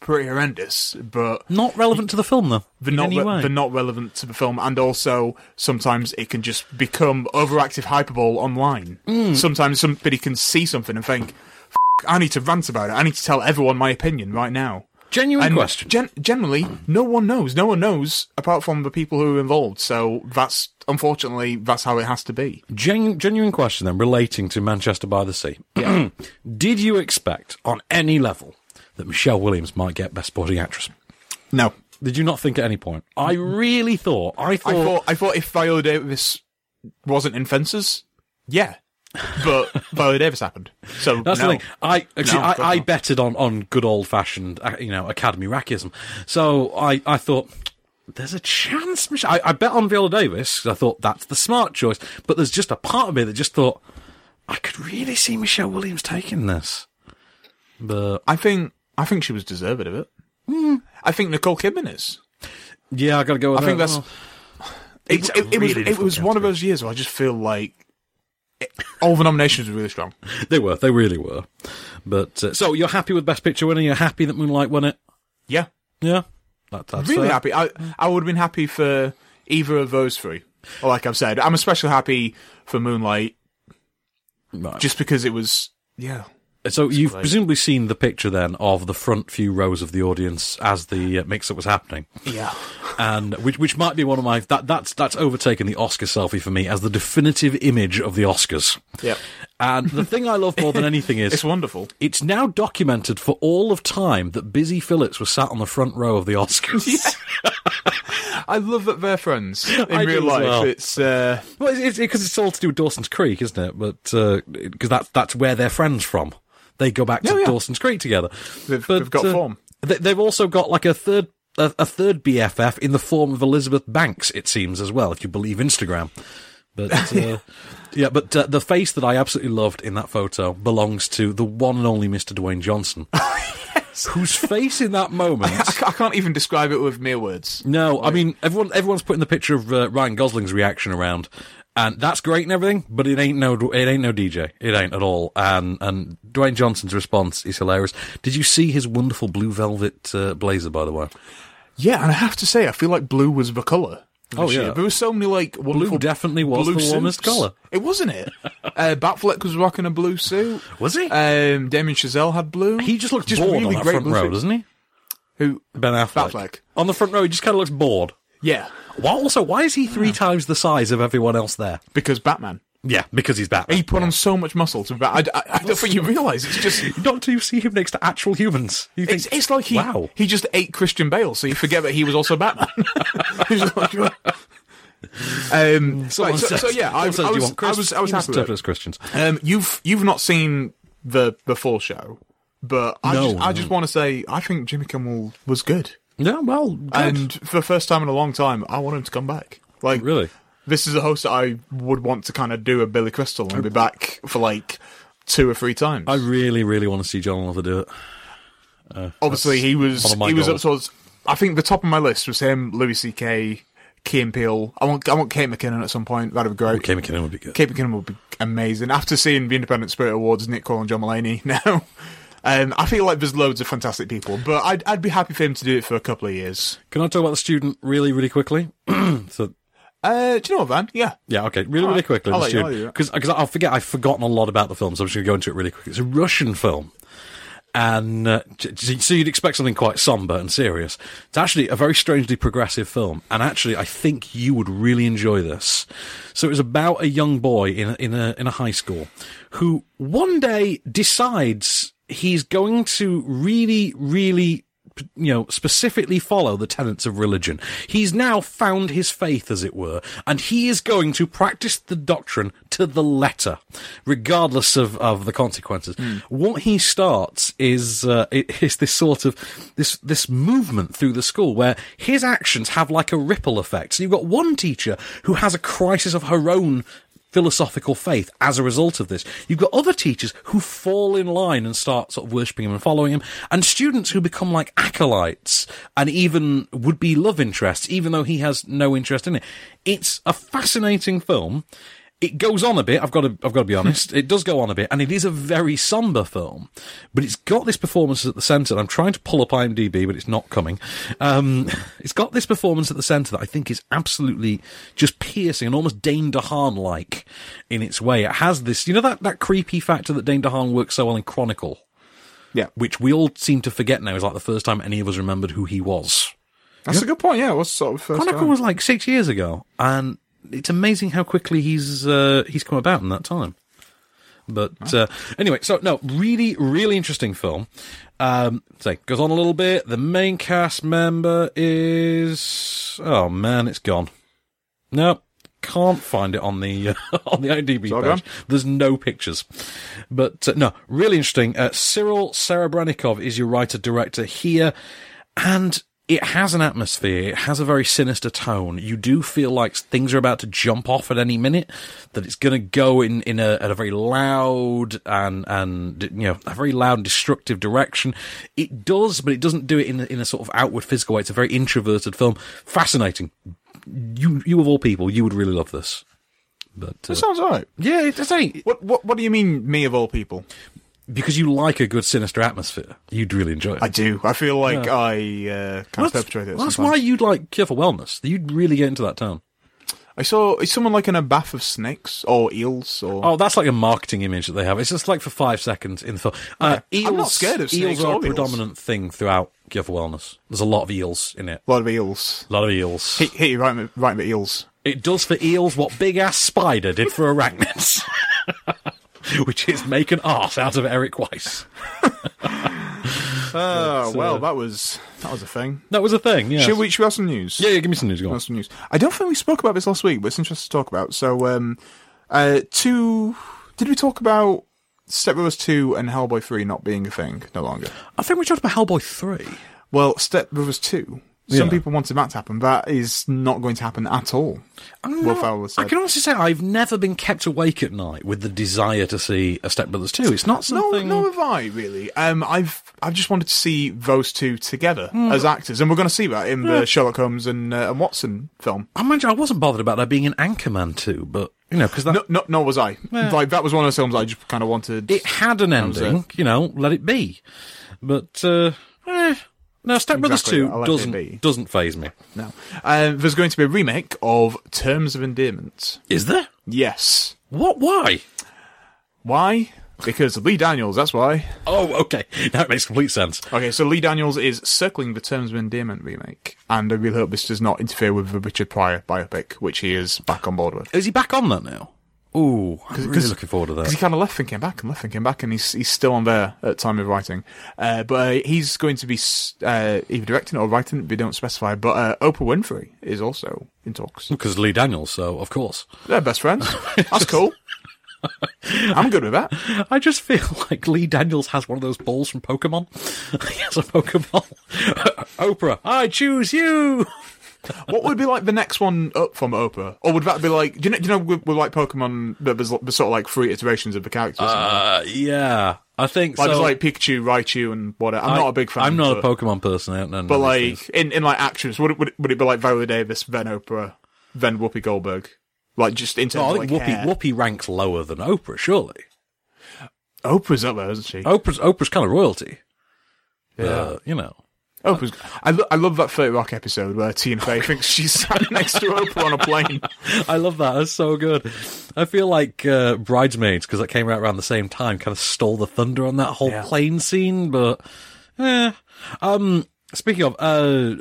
pretty horrendous, but
Not relevant to the film, though.
they're
in
not,
any
re-
way.
they're not relevant to the film. And also, sometimes it can just become overactive hyperbole online.
Mm.
Sometimes somebody can see something and think, "F- I need to rant about it. I need to tell everyone my opinion right now.
Genuine
And
question.
Gen- generally, no one knows. No one knows apart from the people who are involved. So that's unfortunately that's how it has to be.
Genu- genuine question then, relating to Manchester by the Sea. *clears throat* Did you expect, on any level, that Michelle Williams might get Best Supporting Actress?
No,
Did you not think at any point? I really thought. I
I
thought.
thought I thought if Viola Davis wasn't in Fences, yeah,
*laughs*
but Viola Davis happened. So
That's
no.
the thing. Uh, I actually,
No,
I,
God,
I
no.
betted on, on good old fashioned, uh, you know, Academy rackism. So I, I thought there's a chance. Mich- I, I bet on Viola Davis 'cause I thought that's the smart choice. But there's just a part of me that just thought I could really see Michelle Williams taking this. But
I think I think she was deserving of it.
Mm.
I think Nicole Kidman is.
Yeah, I got to go. With
I think
that.
that's.
Oh.
It's,
It was a
it, it was
really
it was
difficult
one of those years where I just feel like it- all the nominations were really strong.
They were. They really were. But uh, so you're happy with Best Picture winner? You're happy that Moonlight won it?
Yeah,
yeah. That, that's
really
fair.
happy. I I would have been happy for either of those three. Well, Like I've said, I'm especially happy for Moonlight, just because it was yeah.
So
It's
you've
great.
presumably seen the picture then of the front few rows of the audience as the uh, mix-up was happening.
Yeah.
and which which might be one of my that that's that's overtaken the Oscar selfie for me as the definitive image of the Oscars.
Yep.
And the thing I love
*laughs*
more than anything is
It's wonderful.
It's now documented for all of time that Busy Phillips was sat on the front row of the
*laughs*
Oscars.
I love that they're *laughs* friends in
I do
real
as
life.
well.
It's uh,
Well, it's because it's, 'cause it's all to do with Dawson's Creek, isn't it? But because that's that's where they're friends from. They go back to
Yeah, yeah.
Dawson's Creek together. uh,
They've- they've got form.
They, they've also got like a third a, a third BFF in the form of Elizabeth Banks. It seems as well, if you believe Instagram.
*laughs*
But uh, yeah, but uh, the face that I absolutely loved in that photo belongs to the one and only Mr. Dwayne
*laughs*
Johnson,
Oh,
whose face in that moment
I can't even describe it with mere words.
no, I mean everyone. Everyone's putting the picture of uh, Ryan Gosling's reaction around, and that's great and everything, but it ain't no, it ain't no DJ. It ain't at all. And and Dwayne Johnson's response is hilarious. Did you see his wonderful blue velvet uh, blazer, by the way?
Yeah, and I have to say, I feel like blue was the color.
Oh,
this year.
yeah.
there were so many like wonderful.
definitely was
blue
the warmest
suits.
colour.
It wasn't it. uh, Batfleck was rocking a blue suit.
Was he?
Um, Damien Chazelle had blue.
He just looks bored on that front
blue
row,
suits.
doesn't he?
Who?
Ben Affleck.
Batfleck.
on the front row. He just kind of looks bored.
Yeah,
Why, also, why is he three times the size of everyone else there?
because Batman.
Yeah, because he's Batman.
He put on so much muscle to Bat. I, I- I don't think you realise it's
*laughs*
just.
Not until you see him next to actual humans. You think,
It's, it's like he
wow.
he just ate Christian Bale, so you forget that he was also Batman. *laughs* He's just like, um,
Mm, Someone
right, so,
says-
so yeah,
someone
I, I,
says, "Do you
was,
want crisps?"
I was I was
You
happy
must
with it.
interpret as Christians.
Um, you've you've not seen the the full show, but I
No,
just, I
no.
just want to say I think Jimmy Kimmel was good,
Yeah, well, good.
and for the first time in a long time, I want him to come back. Like
really.
this is a host that I would want to kind of do a Billy Crystal and be back for like two or three times.
Oh. I really, really want to see John Oliver do it.
Obviously, he
one
was
of my
he was up
goals.
towards. I think the top of my list was him, Louis C.K., Keen Peele. I want I want Kate McKinnon at some point. That'd be great.
Kate McKinnon would be good.
Kate McKinnon would be amazing. After seeing the Independent Spirit Awards, Nick Cole and John Mulaney *laughs* now, um, I feel like there's loads of fantastic people, but I'd, I'd be happy for him to do it for a couple of years.
Can I talk about the student really, really quickly? so
Uh, do you know what, Van? Yeah.
yeah, okay, really, really
Alright,
quickly.
I'll
The
let you- I'll let you do
student,
that.
because I'll forget. I've forgotten a lot about the film, so I'm just going to go into it really quick. It's a Russian film, and uh, j- j- so you'd expect something quite somber and serious. It's actually a very strangely progressive film, and actually, I think you would really enjoy this. So it was about a young boy in a, in a in a high school who one day decides he's going to really, really you know, specifically follow the tenets of religion. He's now found his faith, as it were, and he is going to practice the doctrine to the letter, regardless of, of the consequences. What he starts is uh, it, is this sort of this this movement through the school where his actions have like a ripple effect. So you've got one teacher who has a crisis of her own philosophical faith as a result of this. You've got other teachers who fall in line and start sort of worshipping him and following him, and students who become like acolytes and even would be love interests, even though he has no interest in it. It's a fascinating film. It goes on a bit. I've got to. I've got to be honest. It does go on a bit, and it is a very somber film, but it's got this performance at the centre. and I'm trying to pull up IMDb, but it's not coming. Um, *laughs* it's got this performance at the centre that I think is absolutely just piercing and almost Dane DeHaan like in its way. It has this, you know, that that creepy factor that Dane DeHaan works so well in Chronicle,
Yeah.
which we all seem to forget now is like the first time any of us remembered who he was.
That's a good point. Yeah, what's sort of first
Chronicle
time?
was like six years ago, and it's amazing how quickly he's uh, he's come about in that time. But uh, anyway, so no, really, really interesting film. Um, so goes on a little bit. The main cast member is oh man, it's gone. No, can't find it on the *laughs* uh, on the IMDb
all
page.
gone?
There's no pictures, but uh, no, really interesting. Uh, Cyril Serebranikov is your writer director here, and it has an atmosphere. It has a very sinister tone. You do feel like things are about to jump off at any minute. That it's going to go in in a, at a very loud and and you know a very loud and destructive direction. It does, but it doesn't do it in a- in a sort of outward physical way. It's a very introverted film. Fascinating. You you of all people, you would really love this. But uh,
That sounds alright.
Yeah, it's saying.
What, what What do you mean, me of all people?
because you like a good sinister atmosphere, you'd really enjoy it.
I do. I feel like
Yeah.
I uh, kind of perpetrate it.
That's why
sometimes.
you'd like Cure for Wellness. You'd really get into that town.
I saw is someone like in a bath of snakes or eels or.
Oh, that's like a marketing image that they have. It's just like for five seconds in the film. Uh,
Yeah.
eels,
I'm not scared of snakes
Eels are a
or eels.
predominant thing throughout Cure for Wellness. There's a lot of eels in it.
A lot of eels.
A lot of eels.
Hit, hit you right, in the- right with eels.
It does for eels what big ass spider did for arachnids, *laughs* which is make an arse out of Eric Weiss.
Oh
That's, uh,
well, that was that was a thing.
That was a thing. Yeah.
Should we should we have some news?
Yeah, yeah. Give me some news. Go on.
That's some news. I don't think we spoke about this last week, but it's interesting to talk about. So, um, uh, two. Did we talk about Step Brothers two and Hellboy three not being a thing no longer?
I think we talked about Hellboy three.
Well, Step Brothers two. Some
Yeah.
people wanted that to happen. That is not going to happen at all.
I'm
Will
not-
Ferrell
I
said.
can honestly say I've never been kept awake at night with the desire to see a Step Brothers two. It's not
No,
something.
nor have I really. Um, I've I've just wanted to see those two together
Hmm.
as actors, and we're going to see that in
Yeah.
the Sherlock Holmes and, uh, and Watson film.
I mind you, I wasn't bothered about there being an Anchorman two, but you know because that
No, no, nor was I.
Yeah.
Like that was one of those films I just kind of wanted.
it had an
That was
ending. You know, let it be. But uh, eh, no, Step Brothers
Exactly,
two
I let it be.
doesn't doesn't phase me.
No. Um, there's going to be a remake of Terms of Endearment.
Is there?
Yes.
What? Why?
Why? Because Lee Daniels, that's why.
Oh, okay. *laughs* That makes complete sense.
Okay, so Lee Daniels is circling the Terms of Endearment remake, and I really hope this does not interfere with the Richard Pryor biopic, which he is back on board with.
Is he back on that now? Ooh, I'm really
'cause-
looking forward to
Because he
that.
kind of left and came back and left and came back, and he's he's still on there at time of writing. Uh, but uh, he's going to be s- uh, either directing or writing, we don't specify. But uh, Oprah Winfrey is also in talks.
Because Lee Daniels, so of course.
They're best friends.
*laughs*
That's cool. I'm good with that.
I just feel *laughs* like Lee Daniels has one of those balls from Pokemon. *laughs* he has a Pokeball. *laughs* Oprah, I choose you. *laughs*
What would be like the next one up from Oprah, or would that be like? Do you know? Do you know? With, with like Pokemon, there- there's, there's sort of like three iterations of the characters.
Uh, yeah, I think
like
so.
there's like Pikachu, Raichu, and whatever. I'm
I-
not a big fan.
I'm not
but,
a Pokemon person. I don't know
But
these
like
things.
in, in like actress, would it, would it would it be like Viola Davis, then Oprah, then Whoopi Goldberg? Like just in terms
no, I
of
think
like
Whoopi
hair.
Whoopi ranks lower than Oprah, surely.
Oprah's up there, isn't she?
Oprah's Oprah's kind of royalty.
Yeah.
Uh, you know.
Oprah's. I, lo- I love that 30 Rock episode where Tina
*laughs*
Fey thinks she's sat next to Oprah on a plane.
I love that. That's so good. I feel like uh, Bridesmaids, because that came out around the same time, kind of stole the thunder on that whole
Yeah.
plane scene. But eh. um, speaking of, uh,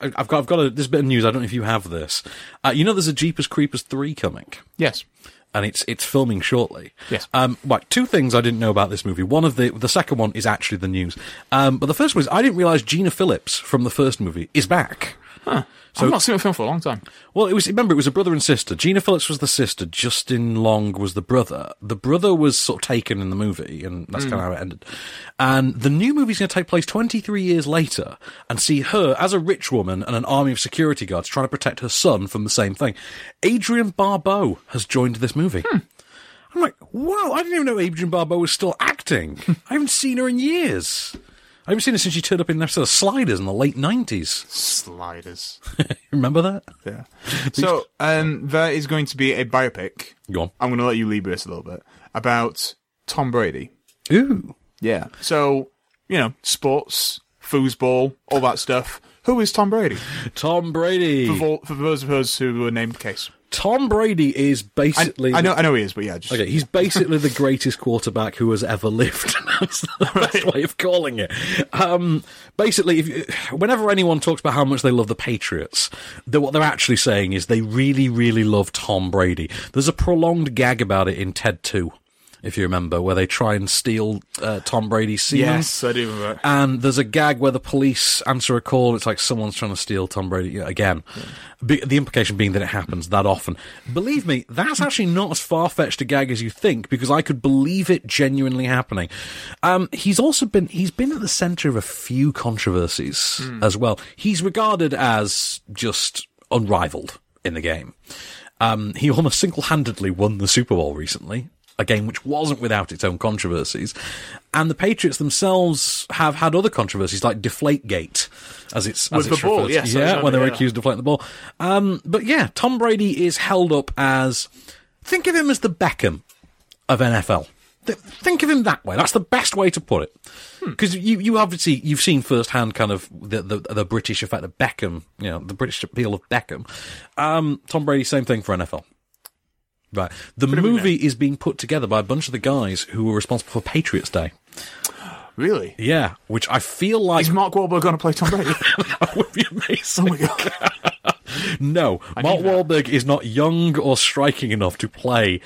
I- I've got I've got a, this bit of news. I don't know if you have this. Uh, you know, there's a Jeepers Creepers three coming.
Yes.
and it's it's filming shortly.
Yes.
Um, right, two things I didn't know about this movie. One of the the second one is actually the news. Um, but the first one is I didn't realize Gina Phillips from the first movie is back.
Huh. I've not seen a film for a long time.
Well, it was remember it was a brother and sister. Gina Phillips was the sister. Justin Long was the brother. The brother was sort of taken in the movie, and that's
Mm.
kind of how it ended. And the new movie's going to take place 23 years later, and see her as a rich woman and an army of security guards trying to protect her son from the same thing. Adrian Barbeau has joined this movie. I'm like, wow! I didn't even know Adrian Barbeau was still acting. I haven't seen her in years. I haven't seen her since she turned up in an episode of Sliders in the late 90s.
Sliders.
*laughs* Remember that?
Yeah. So um, there is going to be a biopic.
Go on.
I'm going to let you lead with this a little bit about Tom Brady.
Ooh.
Yeah. So you know, sports, foosball, all that stuff. Who is Tom Brady?
Tom Brady.
For, vol- for those of us who were named Case,
Tom Brady is
I,
basically.
I know, I know he is, but yeah, just
Okay, he's basically the greatest quarterback who has ever lived. *laughs* That's the best way of calling it. Um, basically, if you, whenever anyone talks about how much they love the Patriots, they're, what they're actually saying is they really, really love Tom Brady. There's a prolonged gag about it in TED Two. if you remember, where they try and steal uh, Tom Brady's semen.
Yes, I do remember.
And there's a gag where the police answer a call. It's like someone's trying to steal Tom Brady yeah, again. Be- the implication being that it happens that often. Believe me, that's actually not as far fetched a gag as you think because I could believe it genuinely happening. Um, he's also been he's been at the centre of a few controversies as well. He's regarded as just unrivaled in the game. Um, he almost single handedly won the Super Bowl recently, a game which wasn't without its own controversies. And the Patriots themselves have had other controversies, like Deflategate, as it's as
With the
it's
ball,
referred to.
yes, I
yeah, when they
remember,
were
yeah.
accused of deflating the ball. Um, but yeah, Tom Brady is held up as think of him as the Beckham of NFL. Th- Think of him that way. That's the best way to put it.
Hmm.
Because you, you obviously you've seen firsthand kind of the, the the British effect of Beckham, you know, the British appeal of Beckham. Um, Tom Brady, same thing for NFL. Right. The movie is being put together by a bunch of the guys who were responsible for Patriots Day.
Really?
Yeah, which I feel like
Is Mark Wahlberg going to play Tom Brady?
*laughs* that would be amazing. Oh my god! *laughs* no, Mark Wahlberg is not young or striking enough to play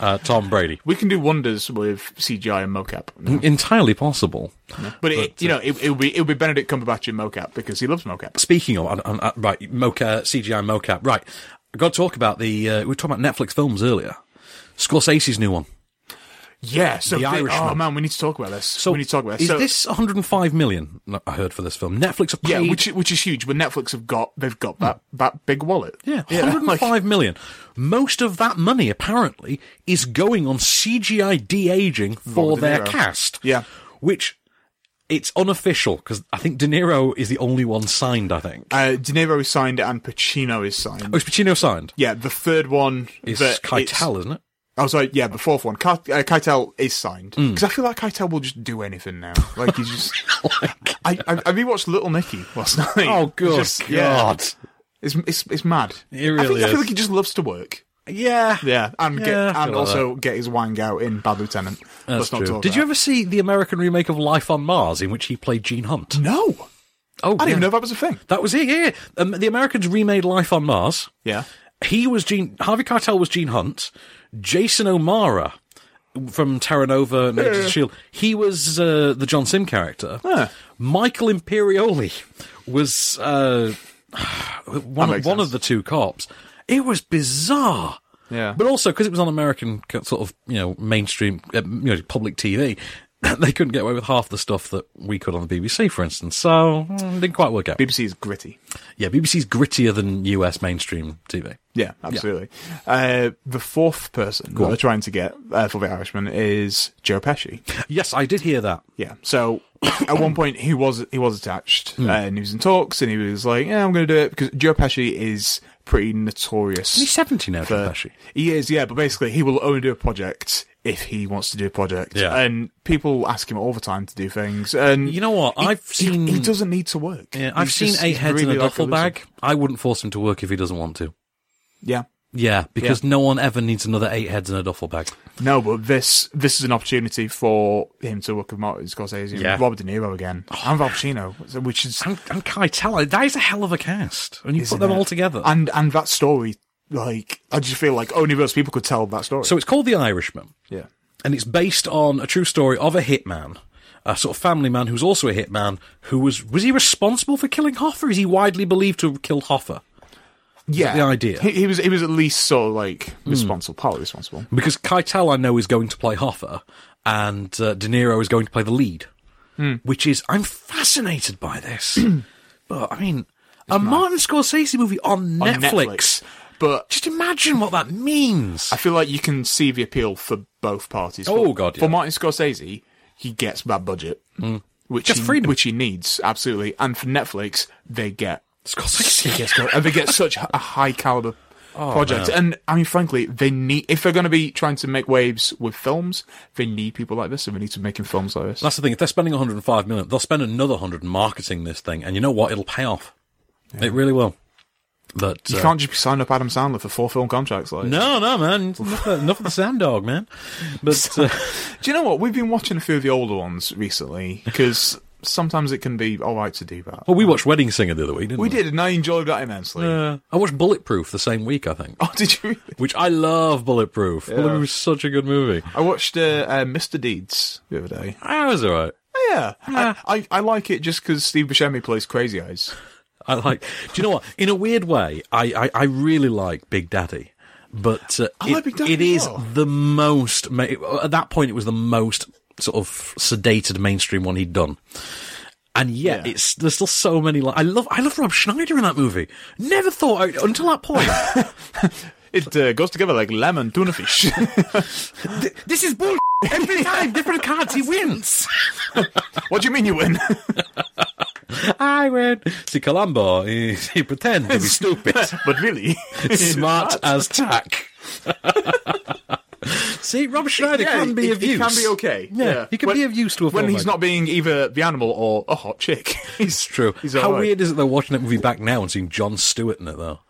uh, Tom Brady.
we can do wonders with CGI and mocap.
En- Entirely possible.
But, it,
uh,
you know, it, it'll be it'll be Benedict Cumberbatch in mocap because he loves mocap.
Speaking of, i i I- right, moca, CGI mocap. Right, I've got to talk about the. Uh, we were talking about Netflix films earlier. Scorsese's new one.
Yeah. So
The
they-
Irishman.
Oh man, we need to talk about this.
So
we need to talk about
Is
so,
this 105 million? No, I heard for this film. Netflix have
Yeah,
paid-
which which is huge. But Netflix have got they've got that that big wallet.
Hmm. Yeah, 105 million. Most of that money, apparently, is going on CGI de aging for
De
their
Niro.
cast.
Yeah.
Which it's unofficial because I think De Niro is the only one signed, I think.
Uh, De Niro is signed and Pacino is signed.
Oh, is Pacino signed?
Yeah, the third one
It's
that
Keitel, *laughs* isn't it?
Oh, sorry. Yeah, the fourth one. Ka- uh, Keitel is signed
Hmm.
because I feel like Keitel will just do anything now. Like
*laughs*
he's just. I, I I rewatched Little Nicky last *laughs* night.
Oh, good
Just- yeah.
God.
It's it's it's mad.
It
I,
really
think, I feel
is.
like he just loves to work.
Yeah.
Yeah, and get,
Yeah, I feel
and
like
also get his wang out in Bad Lieutenant.
That's
Let's not
true.
talk
Did you
about
ever see the American remake of Life on Mars in which he played Gene Hunt?
it. No,
Oh,
I didn't even
yeah.
know that was a thing.
That was it, yeah. yeah. Um, the Americans remade Life on Mars.
Yeah.
He was Gene. Harvey Keitel was Gene Hunt. Jason O'Mara from Terra Nova and Agents of
Yeah.
Shield. He was uh, the John Sim character.
Huh.
Michael Imperioli was uh, *sighs* one,
makes
one
sense.
of the two cops. It was bizarre.
Yeah.
But also because it was on American co- sort of you know mainstream uh, you know public TV, *laughs* they couldn't get away with half the stuff that we could on the BBC, for instance. So mm, didn't quite work out.
BBC is gritty.
Yeah, BBC's grittier than US mainstream TV.
Yeah, absolutely. Uh, the fourth person that
on.
they're trying to get uh, for The Irishman is Joe Pesci.
Yes, I did hear that.
Yeah. So *coughs* at
*coughs*
one point he was he was attached
Hmm.
uh, and he was in talks and he was like, "Yeah, I'm going to do it" because Joe Pesci is pretty notorious.
He's 70 now, Joe
for-
Pesci.
He is, yeah, but basically he will only do a project if he wants to do a project.
Yeah.
And people ask him all the time to do things. And
You know what?
he-
I've
he-
seen-
he, doesn't need to work.
Yeah, I've
He's
seen
just-
eight
he's
heads
really
in a
like
duffel
loser.
bag. I wouldn't force him to work if he doesn't want to.
Yeah.
Yeah, because no one ever needs another eight heads in a duffel bag.
No, but this this is an opportunity for him to work with Martin Scorsese, and
Yeah.
Robert De Niro again, and Al Pacino, which is
And, and Keitel, that is a hell of a cast. And you
Isn't
put them
it?
all together.
and and that story, like I just feel like only those people could tell that story.
so it's called The Irishman.
yeah,
and it's based on a true story of a hitman, a sort of family man who's also a hitman who was was he responsible for killing Hoffa? Is he widely believed to have killed Hoffa?
yeah,
the idea. Hmm.
He, he was he was at least sort of like responsible, partly responsible.
Because Keitel, I know, is going to play Hoffa, and uh, De Niro is going to play the lead,
Hmm.
which is I'm fascinated by
*clears throat*
this. but I mean, a Martin Scorsese movie on,
On
Netflix.
Netflix. But
Just imagine what that means.
I feel like you can see the appeal for both parties.
Oh,
For-
God, yeah.
For Martin Scorsese, he gets that budget, which
Just
he,
freedom.
which he needs absolutely, and for Netflix, they get
Scorsese.
Yes, go- and they get such a high caliber project.
Oh, man.
And I mean, frankly, they need if they're going to be trying to make waves with films, they need people like this, and we need to make in films like this.
That's the thing. If they're spending 105 million, they'll spend another 100 marketing this thing, and you know what? It'll pay off. It really will. But
you
uh,
can't just sign up Adam Sandler for four film contracts. Like,
No, no,
*laughs*
man. Enough of, enough of the sand dog, man. But uh, *laughs*
do you know what? We've been watching a few of the older ones recently because sometimes it can be all right to do that.
Well, we watched Wedding Singer the other week, didn't we?
We did, and I enjoyed that immensely.
Oh. Yeah. I watched Bulletproof the same week, I think.
*laughs* Oh, did you?
Which I love Bulletproof.
Yeah.
Bulletproof was such a good movie.
I watched uh, uh, Mr. Deeds the other day.
I was alright.
Yeah, I, I, I like it just because Steve Buscemi plays Crazy Eyes.
I like. Do you know what? In a weird way, I, I, I really like Big Daddy, but uh,
I
it,
like Big Daddy
it is
as well.
the most. ma- At that point, it was the most sort of sedated mainstream one he'd done. And yet, it's there's still so many. Like, I love I love Rob Schneider in that movie. Never thought I, until that *laughs* point.
It uh, goes together like lemon tuna fish. *laughs*
this is bull. *laughs* Every time, different cards, he wins.
what do you mean you win?
*laughs*
*laughs*
I win. See, Columbo, he, he pretends *laughs* to be stupid,
*laughs* but really,
*laughs*
*laughs*
smart as tack. *laughs* See, Rob Schneider
Yeah,
can be
he-
of
he
use.
can be okay.
Yeah,
Yeah.
he can
When-
be of use to a
when he's
filmmaker.
not being either the animal or a
*laughs*
hot chick. He's
True.
He's
How
alright.
weird is it they're watching that movie back now and seeing John Stewart in it though?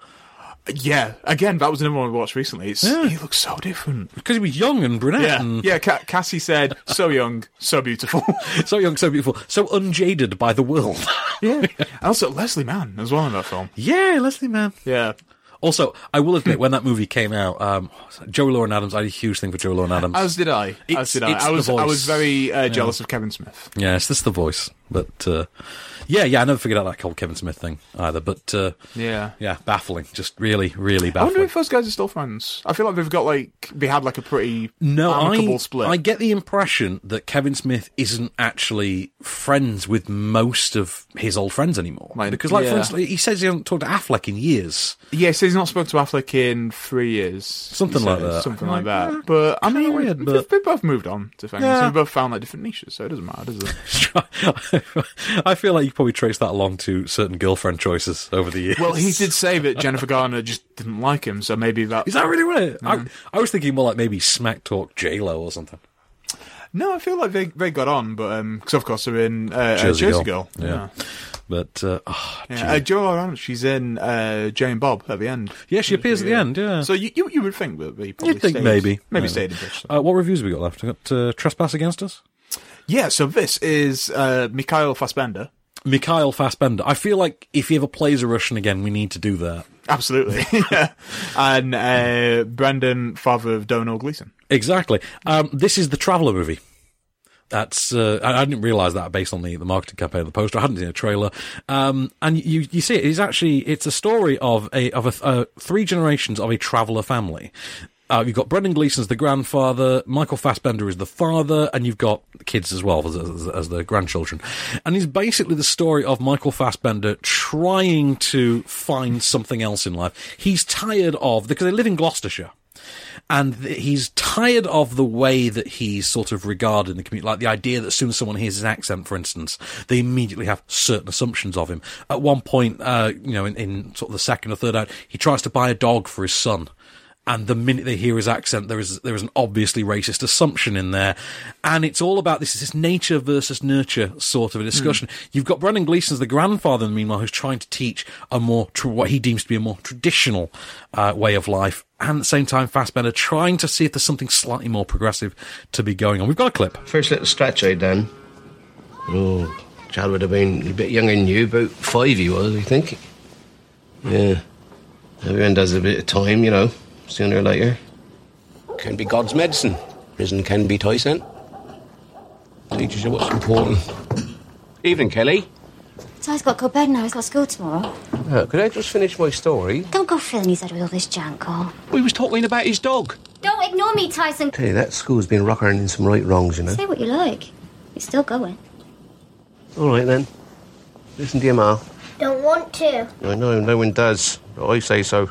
Yeah, again, that was another one we watched recently. It's, He looks so
*laughs*
different.
Because he was young and brunette.
Yeah,
And
yeah. Ca- Cassie said, "So young,
*laughs*
so beautiful."
So young, so beautiful, so unjaded by the world.
yeah. Also, Leslie Mann as well in that film.
yeah, Leslie Mann.
*laughs* Yeah.
Also, I will admit, when that movie came out, um, Joey Lauren Adams, I had a huge thing for Joey Lauren Adams.
As did I.
It's-
As did I.
it's
I
the
was I
voice.
was very uh,
Yeah.
jealous of Kevin Smith.
Yeah, it's just the voice. But uh, yeah, yeah, I never figured out that whole Kevin Smith thing either. But uh,
Yeah.
yeah, baffling. Just really, really
I wonder
baffling.
if those guys are still friends. I feel like they've got like they had like a pretty
No,
amicable
I,
split.
I get the impression that Kevin Smith isn't actually friends with most of his old friends anymore. because, like, for
yeah.
instance, he says he hasn't talked to Affleck in
*laughs*
years.
Yeah, so he's not spoken to Affleck in three years.
Something
he
like
says,
that.
Something like that. But I mean,
weird,
we-
but-
we both moved on to things.
Yeah.
We both found like different niches, so it doesn't matter,
*laughs*
does it?
I feel like you probably trace that along to certain girlfriend choices over the years.
well, he did say that Jennifer Garner just didn't like him, so maybe that.
Is that really what it?
Mm-hmm.
I, I was thinking more like maybe smack talk J Lo or something.
No, I feel like they they got on, but because of course they're in uh, uh,
Jersey
Jersey,
Girl.
Girl.
Yeah. But uh, oh,
Yeah,
gee.
uh, Joel Arnold, she's in uh, Jane Bob at the end.
Yeah, she appears at the end, yeah.
So you you, you would think that they probably
you'd think
stayed-
maybe
maybe stayed in Bristol.
Uh, what reviews have we got left? We got uh, Trespass Against Us.
Yeah, so this is uh, Mikhail Fassbender.
Mikhail Fassbender. I feel like if he ever plays a Russian again, we need to do that.
*laughs* Absolutely. yeah. And uh, Brendan, father of Donald Gleason.
Exactly. Um, this is the Traveller movie. That's uh, I, I didn't realise that based on the, the marketing campaign of the poster. I hadn't seen a trailer, um, and you you see it is actually it's a story of a of a uh, three generations of a traveller family. Uh, you've got Brendan Gleeson's the grandfather, Michael Fassbender is the father, and you've got kids as well as, as, as the grandchildren. And it's basically the story of Michael Fassbender trying to find something else in life. He's tired of because they live in Gloucestershire and th- he's tired of the way that he's sort of regarded in the community. Like the idea that as soon as someone hears his accent, for instance, they immediately have certain assumptions of him. At one point, uh, you know, in, in sort of the second or third out, he tries to buy a dog for his son. And the minute they hear his accent, there is there is an obviously racist assumption in there, and it's all about this this nature versus nurture sort of a discussion. You've got Brendan Gleeson's the grandfather, meanwhile, who's trying to teach a more tr- what he deems to be a more traditional uh, way of life, and at the same time, Fassbender trying to see if there's something slightly more progressive to be going on. We've got a clip.
First little stretch I'd done. Oh, Chad would have been a bit younger than you, about five he was, I think. Yeah. Everyone does a bit of time, you know, sooner or later. Can be God's medicine. Prison can be Tyson. Teaches you what's important. Evening, Kelly.
Ty's got to go to bed now. He's got school tomorrow.
Uh, could I just finish my story?
Don't go filling his head with all this janko.
We was talking about his dog.
Don't ignore me, Tyson.
Hey, that school's been rock earning some right wrongs, you know.
Say what you like. It's still going.
All right then. Listen to your ma.
Don't want to.
I know, no one does, but I say so.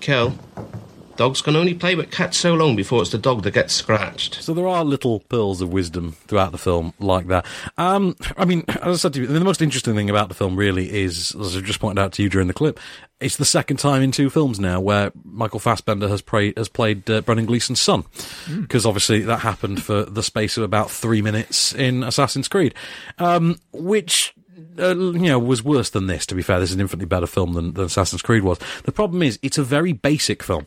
Kel, dogs can only play with cats so long before it's the dog that gets scratched.
So there are little pearls of wisdom throughout the film like that. Um, I mean, as I said to you, the most interesting thing about the film really is, as I just pointed out to you during the clip, it's the second time in two films now where Michael Fassbender has, pra- has played uh, Brendan Gleeson's son. Because obviously that happened for the space of about three minutes in Assassin's Creed. Um, which uh, you know, was worse than this. To be fair, this is an infinitely better film than, than Assassin's Creed was. The problem is, it's a very basic film.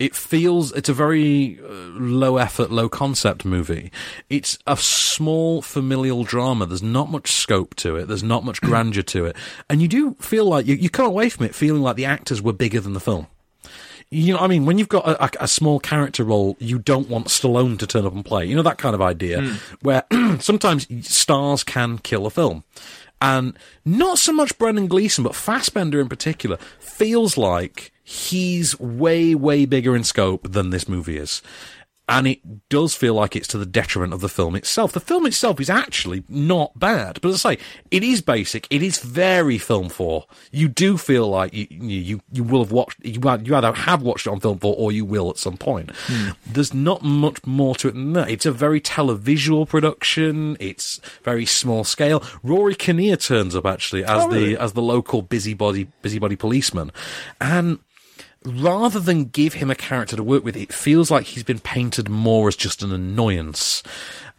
It feels it's a very uh, low effort, low concept movie. It's a small familial drama. There's not much scope to it. There's not much grandeur to it, and you do feel like you, you come away from it feeling like the actors were bigger than the film. You know, what I mean, when you've got a, a, a small character role, you don't want Stallone to turn up and play. You know that kind of idea
Mm.
where *clears throat* sometimes stars can kill a film, and not so much Brendan Gleeson, but Fassbender in particular feels like he's way, way bigger in scope than this movie is. And it does feel like it's to the detriment of the film itself. The film itself is actually not bad, but as I say, it is basic. It is very film four. You do feel like you you, you will have watched you had- you either have watched it on film four or you will at some point.
Hmm.
There's not much more to it than that. It's a very televisual production. It's very small scale. Rory Kinnear turns up actually as
Oh, really?
the as the local busybody busybody policeman, and rather than give him a character to work with, it feels like he's been painted more as just an annoyance.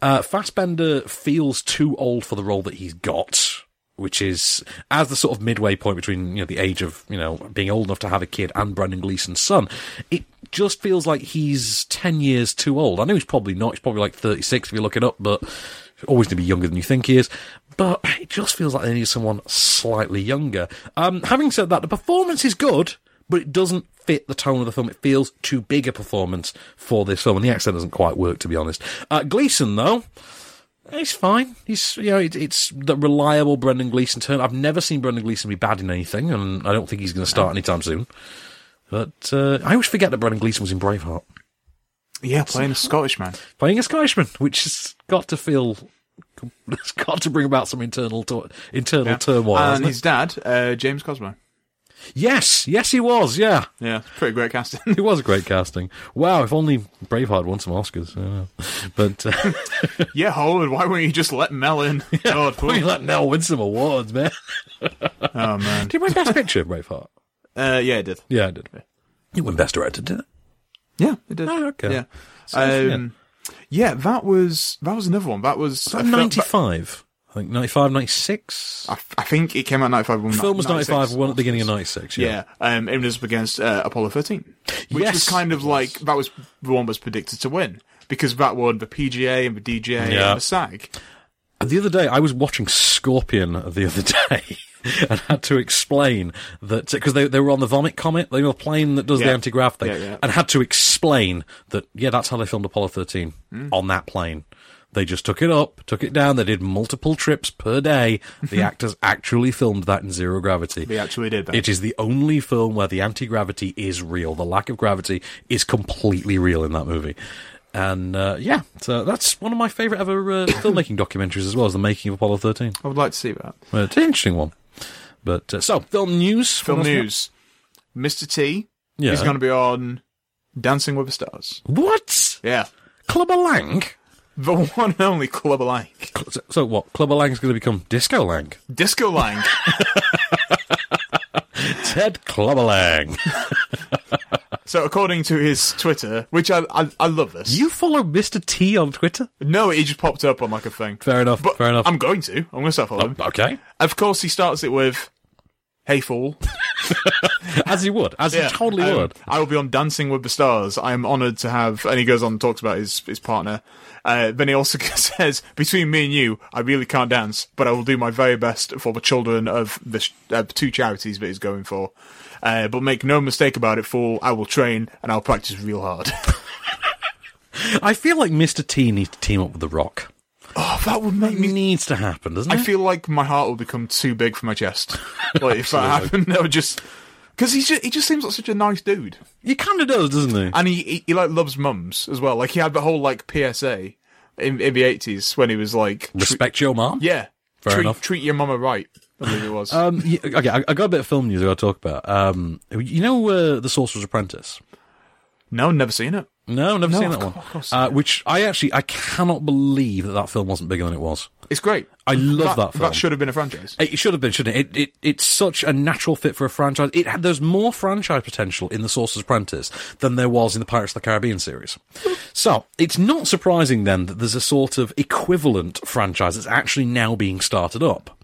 Uh, Fassbender feels too old for the role that he's got. Which is as the sort of midway point between you know the age of you know being old enough to have a kid and Brendan Gleeson's son, it just feels like he's ten years too old. I know he's probably not; he's probably like thirty six if you look it up, but always to be younger than you think he is. But it just feels like they need someone slightly younger. Um, having said that, the performance is good, but it doesn't fit the tone of the film. It feels too big a performance for this film, and the accent doesn't quite work, to be honest. Uh, Gleason, though, he's fine. He's you know it, it's the reliable Brendan Gleeson turn. I've never seen Brendan Gleeson be bad in anything, and I don't think he's going to start anytime soon. But uh, I always forget that Brendan Gleeson was in Braveheart
Yeah, playing a Scottish man.
playing a Scottishman, which has got to feel *laughs* it's got to bring about some internal to- internal
Yeah.
turmoil.
and
hasn't it?
his dad, uh, James Cosmo.
Yes, yes, he was. Yeah,
yeah, pretty great casting.
it was a great casting. Wow, if only Braveheart won some Oscars. I don't know. But uh,
*laughs*
*laughs*
Yeah, Howard, why won't you just let Mel *laughs* in? God,
why don't you let Mel win some awards, man?
*laughs* oh man,
did he win Best Picture? Braveheart.
Uh, yeah, it did.
Yeah, it did. You win Best Director, did it?
Yeah, it did.
okay.
Yeah.
So, yeah.
um, yeah, that was that was another one. That was
that
I felt-
95? I think 95, 96?
I, I think it came out 95.
The film was 95, one at the beginning of 96. Yeah.
Yeah, um, it was up against uh, Apollo 13, which
Yes.
was kind of like that was the one was predicted to win because that won the PGA and the DGA
Yeah.
and the SAG.
The other day, I was watching Scorpion the other *laughs* day and had to explain that because they, they were on the Vomit Comet, they were the plane that does the
Yeah.
anti grav thing,
Yeah, yeah.
and had to explain that, yeah, that's how they filmed Apollo 13
Hmm.
on that plane. They just took it up, took it down, they did multiple trips per day. The
*laughs*
actors actually filmed that in zero gravity.
They actually did that.
It is the only film where the anti gravity is real. The lack of gravity is completely real in that movie. And uh, yeah, so that's one of my favourite ever uh, *coughs* filmmaking documentaries as well as the making of Apollo 13.
I would like to see that.
Well, it's an interesting one. But uh, so, film news.
Film
What else we got?
news. Mr. T
Yeah.
is going to be on Dancing with the Stars.
What?
Yeah.
Clubber Lang?
The *laughs* one and only Clubber Lang.
Cl- so- So what? Clubber Lang's going to become Disco Lang.
Disco Lang.
Ted Clubber Lang.
so, according to his Twitter, which I, I I love this.
*laughs* You follow Mr. T on Twitter?
No, it just popped up on like a thing.
Fair enough. fair enough.
I'm going to. I'm going to start following. him.
okay.
Of course, he starts it with, "Hey fool,"
as he would, as
*laughs*
he totally would.
Um, I will be on Dancing with the Stars. I am honoured to have. And he goes on and talks about his his partner. Uh, then he also *laughs* says, "Between me and you, I really can't dance, but I will do my very best for the children of the sh- uh, two charities that he's going for. Uh, but make no mistake about it, fool. I will train and I'll practice real hard."
I feel like Mr. T needs to team up with The Rock.
*laughs* Oh, that would make me.
Needs to happen, doesn't it?
I feel like my heart will become too big for my *laughs* chest. Like if that
Absolutely.
happened, *laughs* that would just because he just, he just seems like such a nice dude,
He kind of does, doesn't he?
and he, he he like loves mums as well. Like he had the whole like PSA in, in the eighties when he was like
Respect your mom.
yeah,
Fair
treat,
enough.
treat your mama right. I believe it was.
Um, yeah, okay, I, I got a bit of film news I got to talk about. Um, you know, uh, The Sorcerer's Apprentice.
no, never seen it.
No, never
No,
seen
of
that one.
cour- of course
Uh, which I actually, I cannot believe that that film wasn't bigger than it was.
It's great.
I love that,
that,
film.
should have been a franchise.
It should have been, shouldn't it? it? It it's such a natural fit for a franchise. It had- there's more franchise potential in The Sorcerer's Apprentice than there was in the Pirates of the Caribbean series. so it's not surprising then that there's a sort of equivalent franchise that's actually now being started up,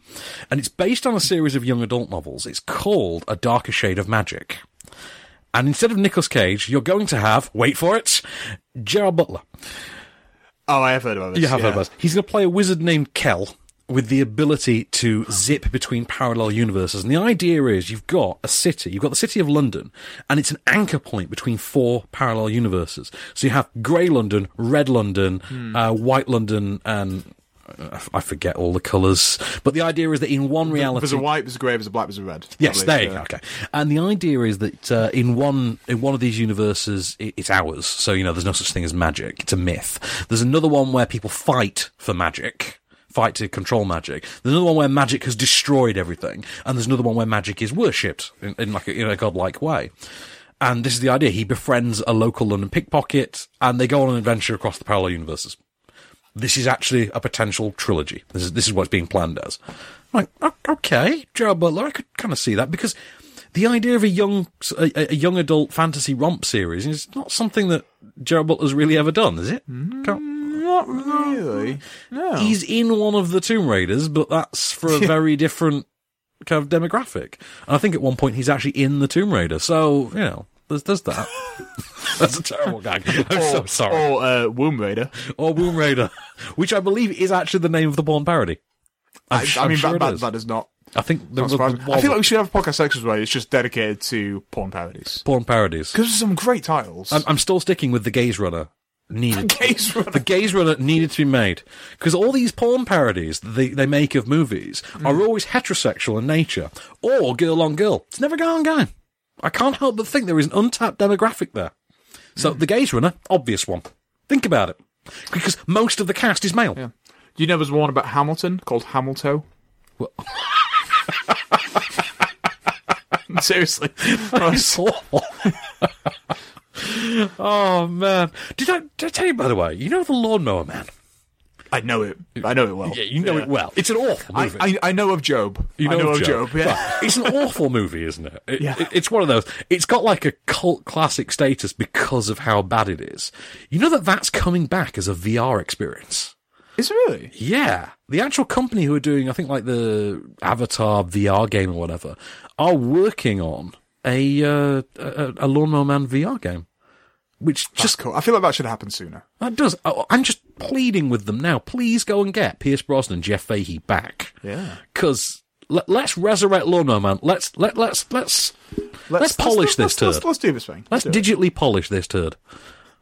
and it's based on a series of young adult novels. It's called A Darker Shade of Magic. And instead of Nicolas Cage, you're going to have, wait for it, Gerald Butler.
Oh, I have heard about this.
You have heard
yeah.
about this. He's going to play a wizard named Kel with the ability to zip between parallel universes. And the idea is you've got a city, you've got the city of London, and it's an anchor point between four parallel universes. So you have grey London, red London, uh, white London, and uh, I f- I forget all the colours. But the idea is that in one reality.
There's a white, there's a grey, there's a black, there's a red.
Yes,
I believe,
there you
yeah.
go. Okay, and the idea is that uh, in one in one of these universes, i it's ours. So you know, there's no such thing as magic; it's a myth. There's another one where people fight for magic, fight to control magic. There's another one where magic has destroyed everything, and there's another one where magic is worshipped in, in like a, in a godlike way. And this is the idea: he befriends a local London pickpocket, and they go on an adventure across the parallel universes. This is actually a potential trilogy. This is this is what's being planned as. I'm like, "O- okay, Gerald Butler, I could kind of see that because the idea of a young a, a young adult fantasy romp series is not something that Gerald Butler's really ever done, is it? Can't-
Not really. No.
He's in one of the Tomb Raiders, but that's for a very different kind of demographic. And I think at one point he's actually in the Tomb Raider. So you know, there's there's that. *laughs* that's a terrible gag. *laughs* I'm so
Or-
sorry.
Or uh, Womb Raider.
or Womb Raider, *laughs* which I believe is actually the name of the porn parody. I'm
I,
sh-
I
I'm
mean,
sure
that,
it
that,
is.
that is not.
I think there
not
was, there
surprising. I
was
feel like we should have a podcast section where it's just dedicated to porn parodies.
porn parodies.
Because there's some great titles.
I'm, I'm still sticking with the gaze runner. Needed.
*laughs* Gaze Runner.
The gaze runner needed to be made because all these porn parodies that they, they make of movies
Hmm.
are always heterosexual in nature or girl on girl. It's never guy on guy. I can't help but think there is an untapped demographic there. So
Hmm.
the gaze runner, obvious one. Think about it because most of the cast is male.
Do you know there's one about Hamilton called Hamilton? *laughs* Seriously.
That's awful. *laughs* oh man! Did I, did I tell you by the way? You know the lawnmower man.
I know it. I know it well.
Yeah, you know it well. It's an awful
I,
movie.
I, I know of Job.
You
I know of
Joe.
Job. yeah.
Right. It's
*laughs*
an awful movie, isn't it? It-
Yeah.
it- It's one of those. It's got like a cult classic status because of how bad it is. You know that that's coming back as a VR experience.
Is it really?
Yeah. The actual company who are doing, I think, like the Avatar VR game or whatever, are working on a uh, a, a Lawnmower Man VR game, which
Just cool. I feel like that should happen sooner.
that does. I- I'm just pleading with them now. Please go and get Pierce Brosnan, and Jeff Fahey back.
Yeah.
Because let, us resurrect Lawnmower Man. Let's let let's let's let's, polish
let's-
this
let's- Let's,
turd.
let's do this thing.
Let's,
do it.
digitally polish this turd.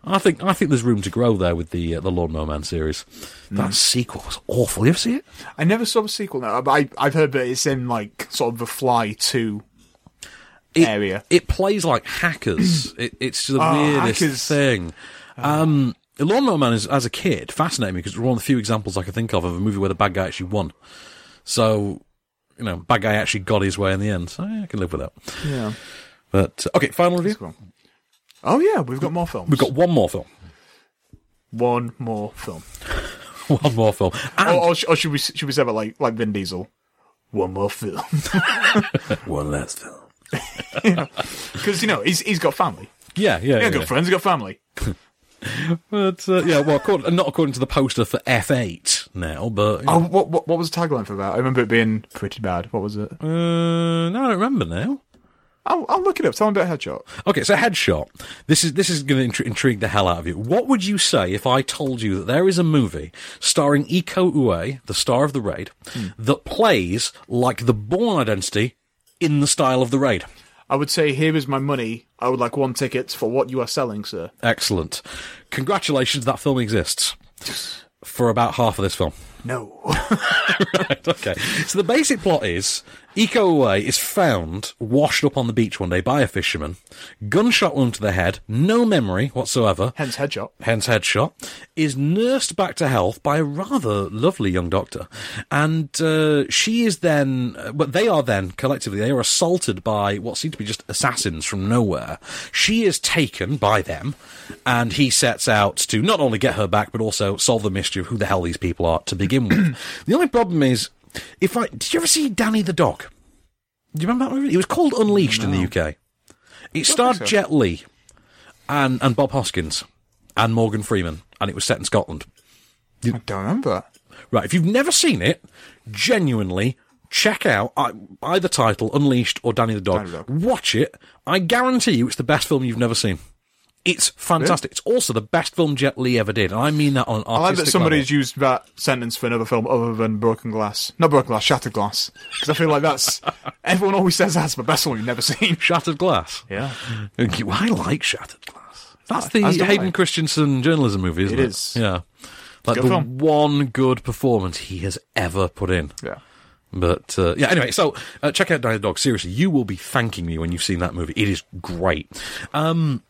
I think I think there's room to grow there with the uh, the Lawnmower Man series.
Hmm.
That sequel was awful. You ever see it?
I never saw the sequel. No, but I, I've heard that it's in like sort of the Fly Two
It-
area.
It plays like
*clears throat*
hackers. it, it's the
Oh,
weirdest
hackers. Ah.
thing. Um, The Lawnmower Man is, as a kid, fascinated me because it was one of the few examples I could think of of a movie where the bad guy actually won. So, you know, bad guy actually got his way in the end. So yeah, I can live with that.
Yeah.
But uh, okay, final review.
Oh yeah, we've got more films.
We've got one more film. *laughs*
one more film.
One more film.
Or,
And
or, sh- or should we should we say that like like Vin Diesel? One more film *laughs* oh.
one last film.
because you know he's he's got family.
Yeah, yeah,
He
yeah.
ain't got friends. He's got family.
But uh, yeah, well, according, not according to the poster for F8 now, but you
Oh,
know.
what, what what was the tagline for that? I remember it being pretty bad. What was it?
uh, no, I don't remember now.
I'll, I'll look it up. Tell me about Headshot.
Okay, so headshot. This is this is going to intri- intrigue the hell out of you. What would you say if I told you that there is a movie starring Iko Uwe, the star of the Raid, that plays like the Born Identity in the style of the Raid?
I would say here is my money. I would like one ticket for what you are selling, sir.
Excellent. Congratulations, that film exists. For about half of this film. *laughs*
No.
right, okay. So the basic plot is Iko Uwe is found washed up on the beach one day by a fisherman, gunshot wound to the head, no memory whatsoever.
*laughs* Hence Headshot.
hence headshot, is nursed back to health by a rather lovely young doctor. And uh, she is then, uh, but they are then, collectively, they are assaulted by what seem to be just assassins from nowhere. She is taken by them, and he sets out to not only get her back, but also solve the mystery of who the hell these people are to begin with. the only problem is, if I, did you ever see Danny the Dog? Do you remember that movie? It was called Unleashed in the UK. It starred
so.
Jet Li and, and Bob Hoskins and Morgan Freeman, and it was set in Scotland.
I don't remember.
Right, if you've never seen it, genuinely Check out uh, either title, Unleashed or Danny the Dog. Watch it. I guarantee you it's the best film you've never seen. It's fantastic. It's also the best film Jet Li ever did, and I mean that on an artistic
I like that somebody's
level.
used that sentence for another film other than Broken Glass. Not Broken Glass, Shattered Glass. Because I feel like *laughs* that's. everyone always says that's the best one you've never seen.
Shattered Glass?
Yeah.
I like Shattered Glass. That's the
As do I.
Hayden Christensen journalism movie, isn't it?
It is.
Yeah. Like
good
the
film.
one good performance he has ever put in.
Yeah.
But uh, yeah, anyway, so uh, check out Diet the Dog. Seriously, you will be thanking me when you've seen that movie. It is great. Um,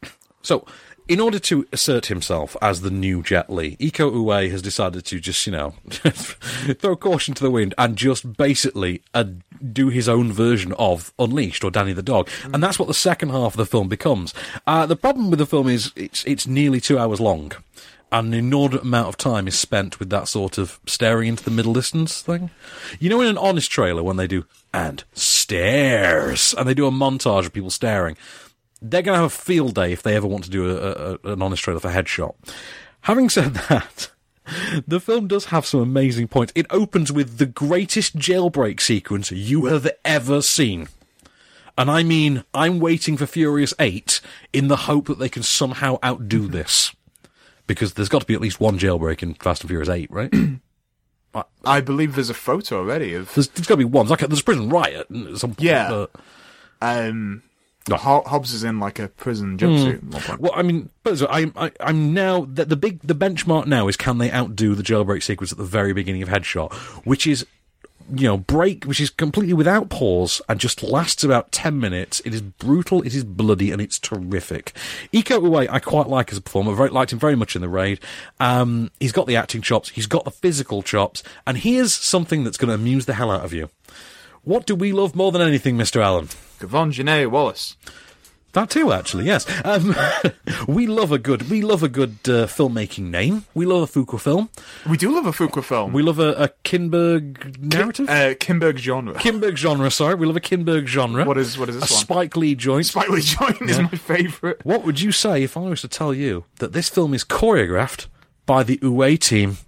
so, in order to assert himself as the new Jet Li, Iko Uwe has decided to just, you know, *laughs* throw caution to the wind and just basically uh, do his own version of Unleashed or Danny the Dog. And that's what the second half of the film becomes. Uh, the problem with the film is it's, it's nearly two hours long. And an inordinate amount of time is spent with that sort of staring into the middle distance thing. You know, in an honest trailer, when they do and stares, and they do a montage of people staring, they're going to have a field day if they ever want to do a, a, a- an honest trailer for Headshot. Having said *laughs* that, the film does have some amazing points. It opens with the greatest jailbreak sequence you have ever seen. And I mean, I'm waiting for Furious 8 in the hope that they can somehow outdo this. Because there's got to be at least one jailbreak in Fast and Furious 8, right?
I believe there's a photo already of.
There's, there's got to be one. Like, there's a prison riot at some point.
Yeah.
but-
Um,
No.
Ho- Hobbs is in like a prison jumpsuit.
Mm.
at one point.
Well, I mean, but so I, I, I'm now the, the big the benchmark now is can they outdo the jailbreak sequence at the very beginning of Headshot, which is you know break, which is completely without pause and just lasts about ten minutes. It is brutal, it is bloody, and it's terrific. Iko Uwe, I quite like as a performer. I very, liked him very much in the raid. Um, he's got the acting chops, he's got the physical chops, and here's something that's going to amuse the hell out of you. What do we love more than anything, Mr. Allen?
Gavon Janae Wallace.
That too, actually, yes. Um, *laughs* we love a good, we love a good uh, filmmaking name. We love a Fuqua film.
We do love a Fuqua film.
We love a, a Kinberg narrative.
uh, Kinberg genre.
Kinberg genre, sorry. We love a Kinberg genre.
What is- what is this
a
one?
*laughs* Spike Lee joint.
Spike Lee joint is my favourite.
What would you say if I was to tell you that this film is choreographed by the Uwe team? *gasps*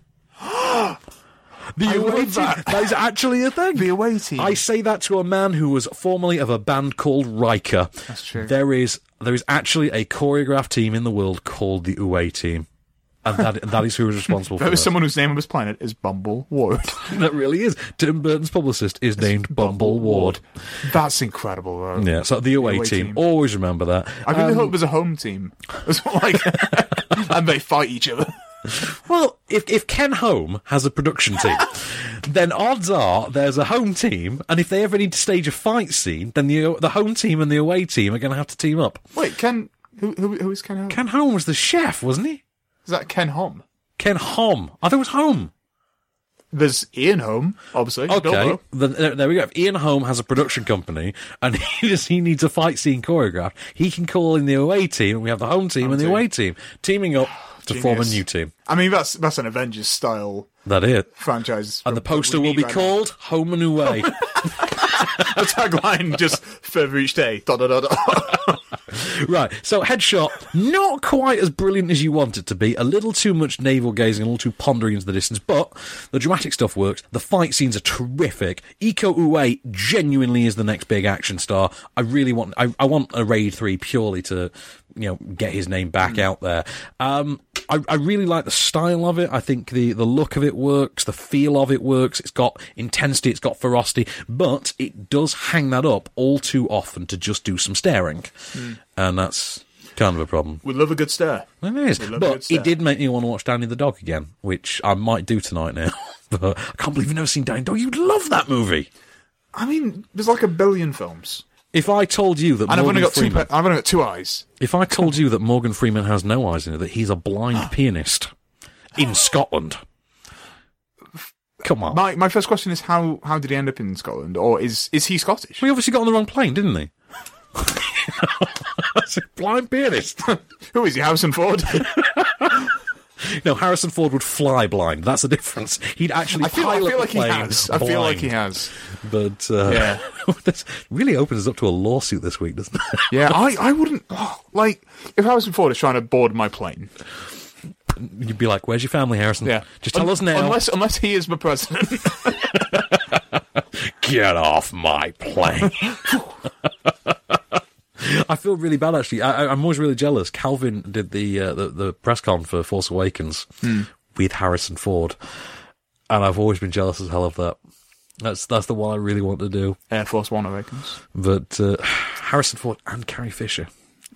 The
I love
Uwe team.
that.
that is actually a thing. The
Uwe team.
I say that to a man who was formerly of a band called Riker. That's
true.
There is there is actually a choreographed team in the world called the Uwe team, and that that is who is *laughs* responsible for
There is
it.
someone whose name on this planet is Bumble Ward.
that really is. Tim Burton's publicist is named *laughs* Bumble Ward.
That's incredible, though.
Yeah, so the Uwe, team. Always remember that.
I really
Um,
hope there's a home team. It's
*laughs*
not like, and they fight each other.
Well, if if Ken Home has a production team, *laughs* then odds are there's a home team, and if they ever need to stage a fight scene, then the the home team and the away team are going to have to team up.
Wait, Ken. Who, who, who is Ken Home?
Ken Home was the chef, wasn't he?
Is that Ken Home?
Ken Home. I thought it was Home.
There's Ian Home, obviously.
Okay,
Bilbo.
then there, there we go. If Ian Home has a production company and *laughs* he just he needs a fight scene choreographed, he can call in the away team, and we have the home team and the away team teaming *sighs* up to form a
Genius.
new team.
I mean, that's that's an Avengers style
That is.
franchise.
And the poster will be called Home and *laughs* Away.
A tagline *laughs* just further each day. Dot, dot, dot, *laughs* dot.
*laughs* Right, so headshot, not quite as brilliant as you want it to be. A little too much navel gazing, a little too pondering into the distance, but the dramatic stuff works. The fight scenes are terrific. Iko Uwe genuinely is the next big action star. I really want, I, I want a Raid 3 purely to, you know, get his name back out there. Um, I, I really like the style of it. I think the, the look of it works, the feel of it works. It's got intensity, it's got ferocity, but it does hang that up all too often to just do some staring
Hmm.
and that's kind of a problem.
we love a good stare.
It is,
We love a good
but
stare.
it did make me want to watch Danny the Dog again, which I might do tonight now. *laughs* but I can't believe you've never seen Danny the Dog. You'd love that movie.
I mean, there's like a billion films.
If I told you that
And I've only
Morgan
got two.
Freeman,
pa- I've only got two eyes.
if I told you that Morgan Freeman has no eyes in it, that he's a
*gasps*
blind pianist in Scotland. Come on,
My my first question is how how did he end up in Scotland, or is is he Scottish?
we obviously got on the wrong plane, didn't
*laughs*
we? *laughs* blind pianist. *laughs*
Who is he? Harrison Ford.
No, Harrison Ford would fly blind. That's the difference. He'd actually
I feel, I
pilot
feel
the
like he
plane
has. I feel like
blind.
he has.
But uh,
Yeah.
*laughs* this really opens us up to a lawsuit this week, doesn't it?
Yeah, I, I wouldn't oh, like if Harrison Ford is trying to board my plane.
*laughs* You'd be like, "Where's your family, Harrison?
Yeah,
just tell
Un-
us now." *laughs*
Unless unless he is my president.
Get off my plane. *laughs* I feel really bad actually. I, I- I'm always really jealous. Calvin did the uh, the, the press con for Force Awakens
Hmm.
with Harrison Ford, and I've always been jealous as hell of that. That's that's the one I really want to do.
Air Force One Awakens.
But uh, *sighs* Harrison Ford and Carrie Fisher.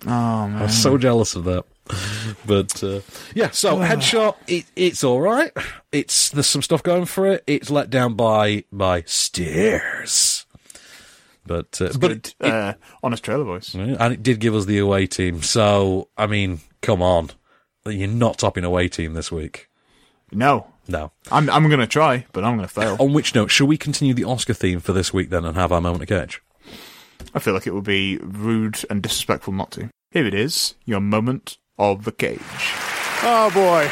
Oh man,
I was so jealous of that. *laughs* But uh, yeah, so headshot. It, it's all right. It's there's some stuff going for it. It's let down by by stairs. But uh, but it,
uh, honest trailer voice,
and it did give us the away team. So I mean, come on, you're not topping away team this week.
No,
no.
I'm I'm gonna try, but I'm gonna fail.
On which note, shall we continue the Oscar theme for this week then, and have our moment of catch?
I feel like it would be rude and disrespectful not to. Here it is, your moment of the cage.
Oh boy.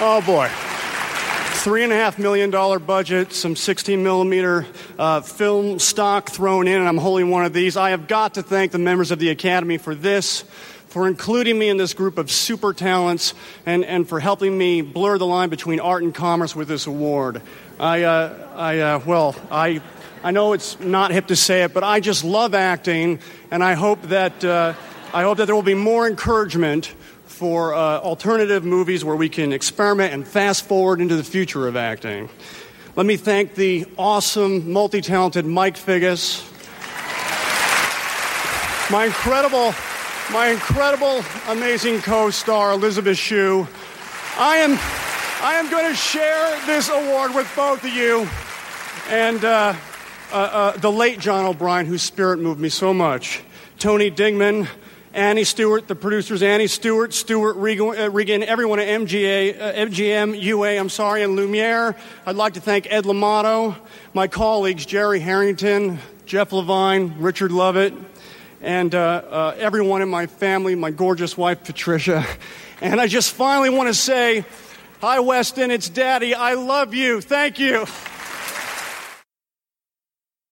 Oh boy. Three and a half million dollar budget, some 16 millimeter uh, film stock thrown in, and I'm holding one of these. I have got to thank the members of the Academy for this, for including me in this group of super talents, and, and for helping me blur the line between art and commerce with this award. I, uh, I uh, well, I, I know it's not hip to say it, but I just love acting, and I hope that, uh, I hope that there will be more encouragement for uh, alternative movies where we can experiment and fast forward into the future of acting. Let me thank the awesome, multi talented Mike Figgis, my incredible, my incredible, amazing co star, Elizabeth Shue. I am, I am going to share this award with both of you and uh, uh, uh, the late John O'Brien, whose spirit moved me so much. Tony Dingman, Annie Stewart, the producers Annie Stewart, Stewart Reg- uh, Regan, everyone at MGA, uh, MGM, UA, I'm sorry, and Lumiere. I'd like to thank Ed Lamato, my colleagues Jerry Harrington, Jeff Levine, Richard Lovett, and uh, uh, everyone in my family, my gorgeous wife Patricia. *laughs* And I just finally want to say, hi Weston, it's Daddy. I love you. *laughs* Thank you.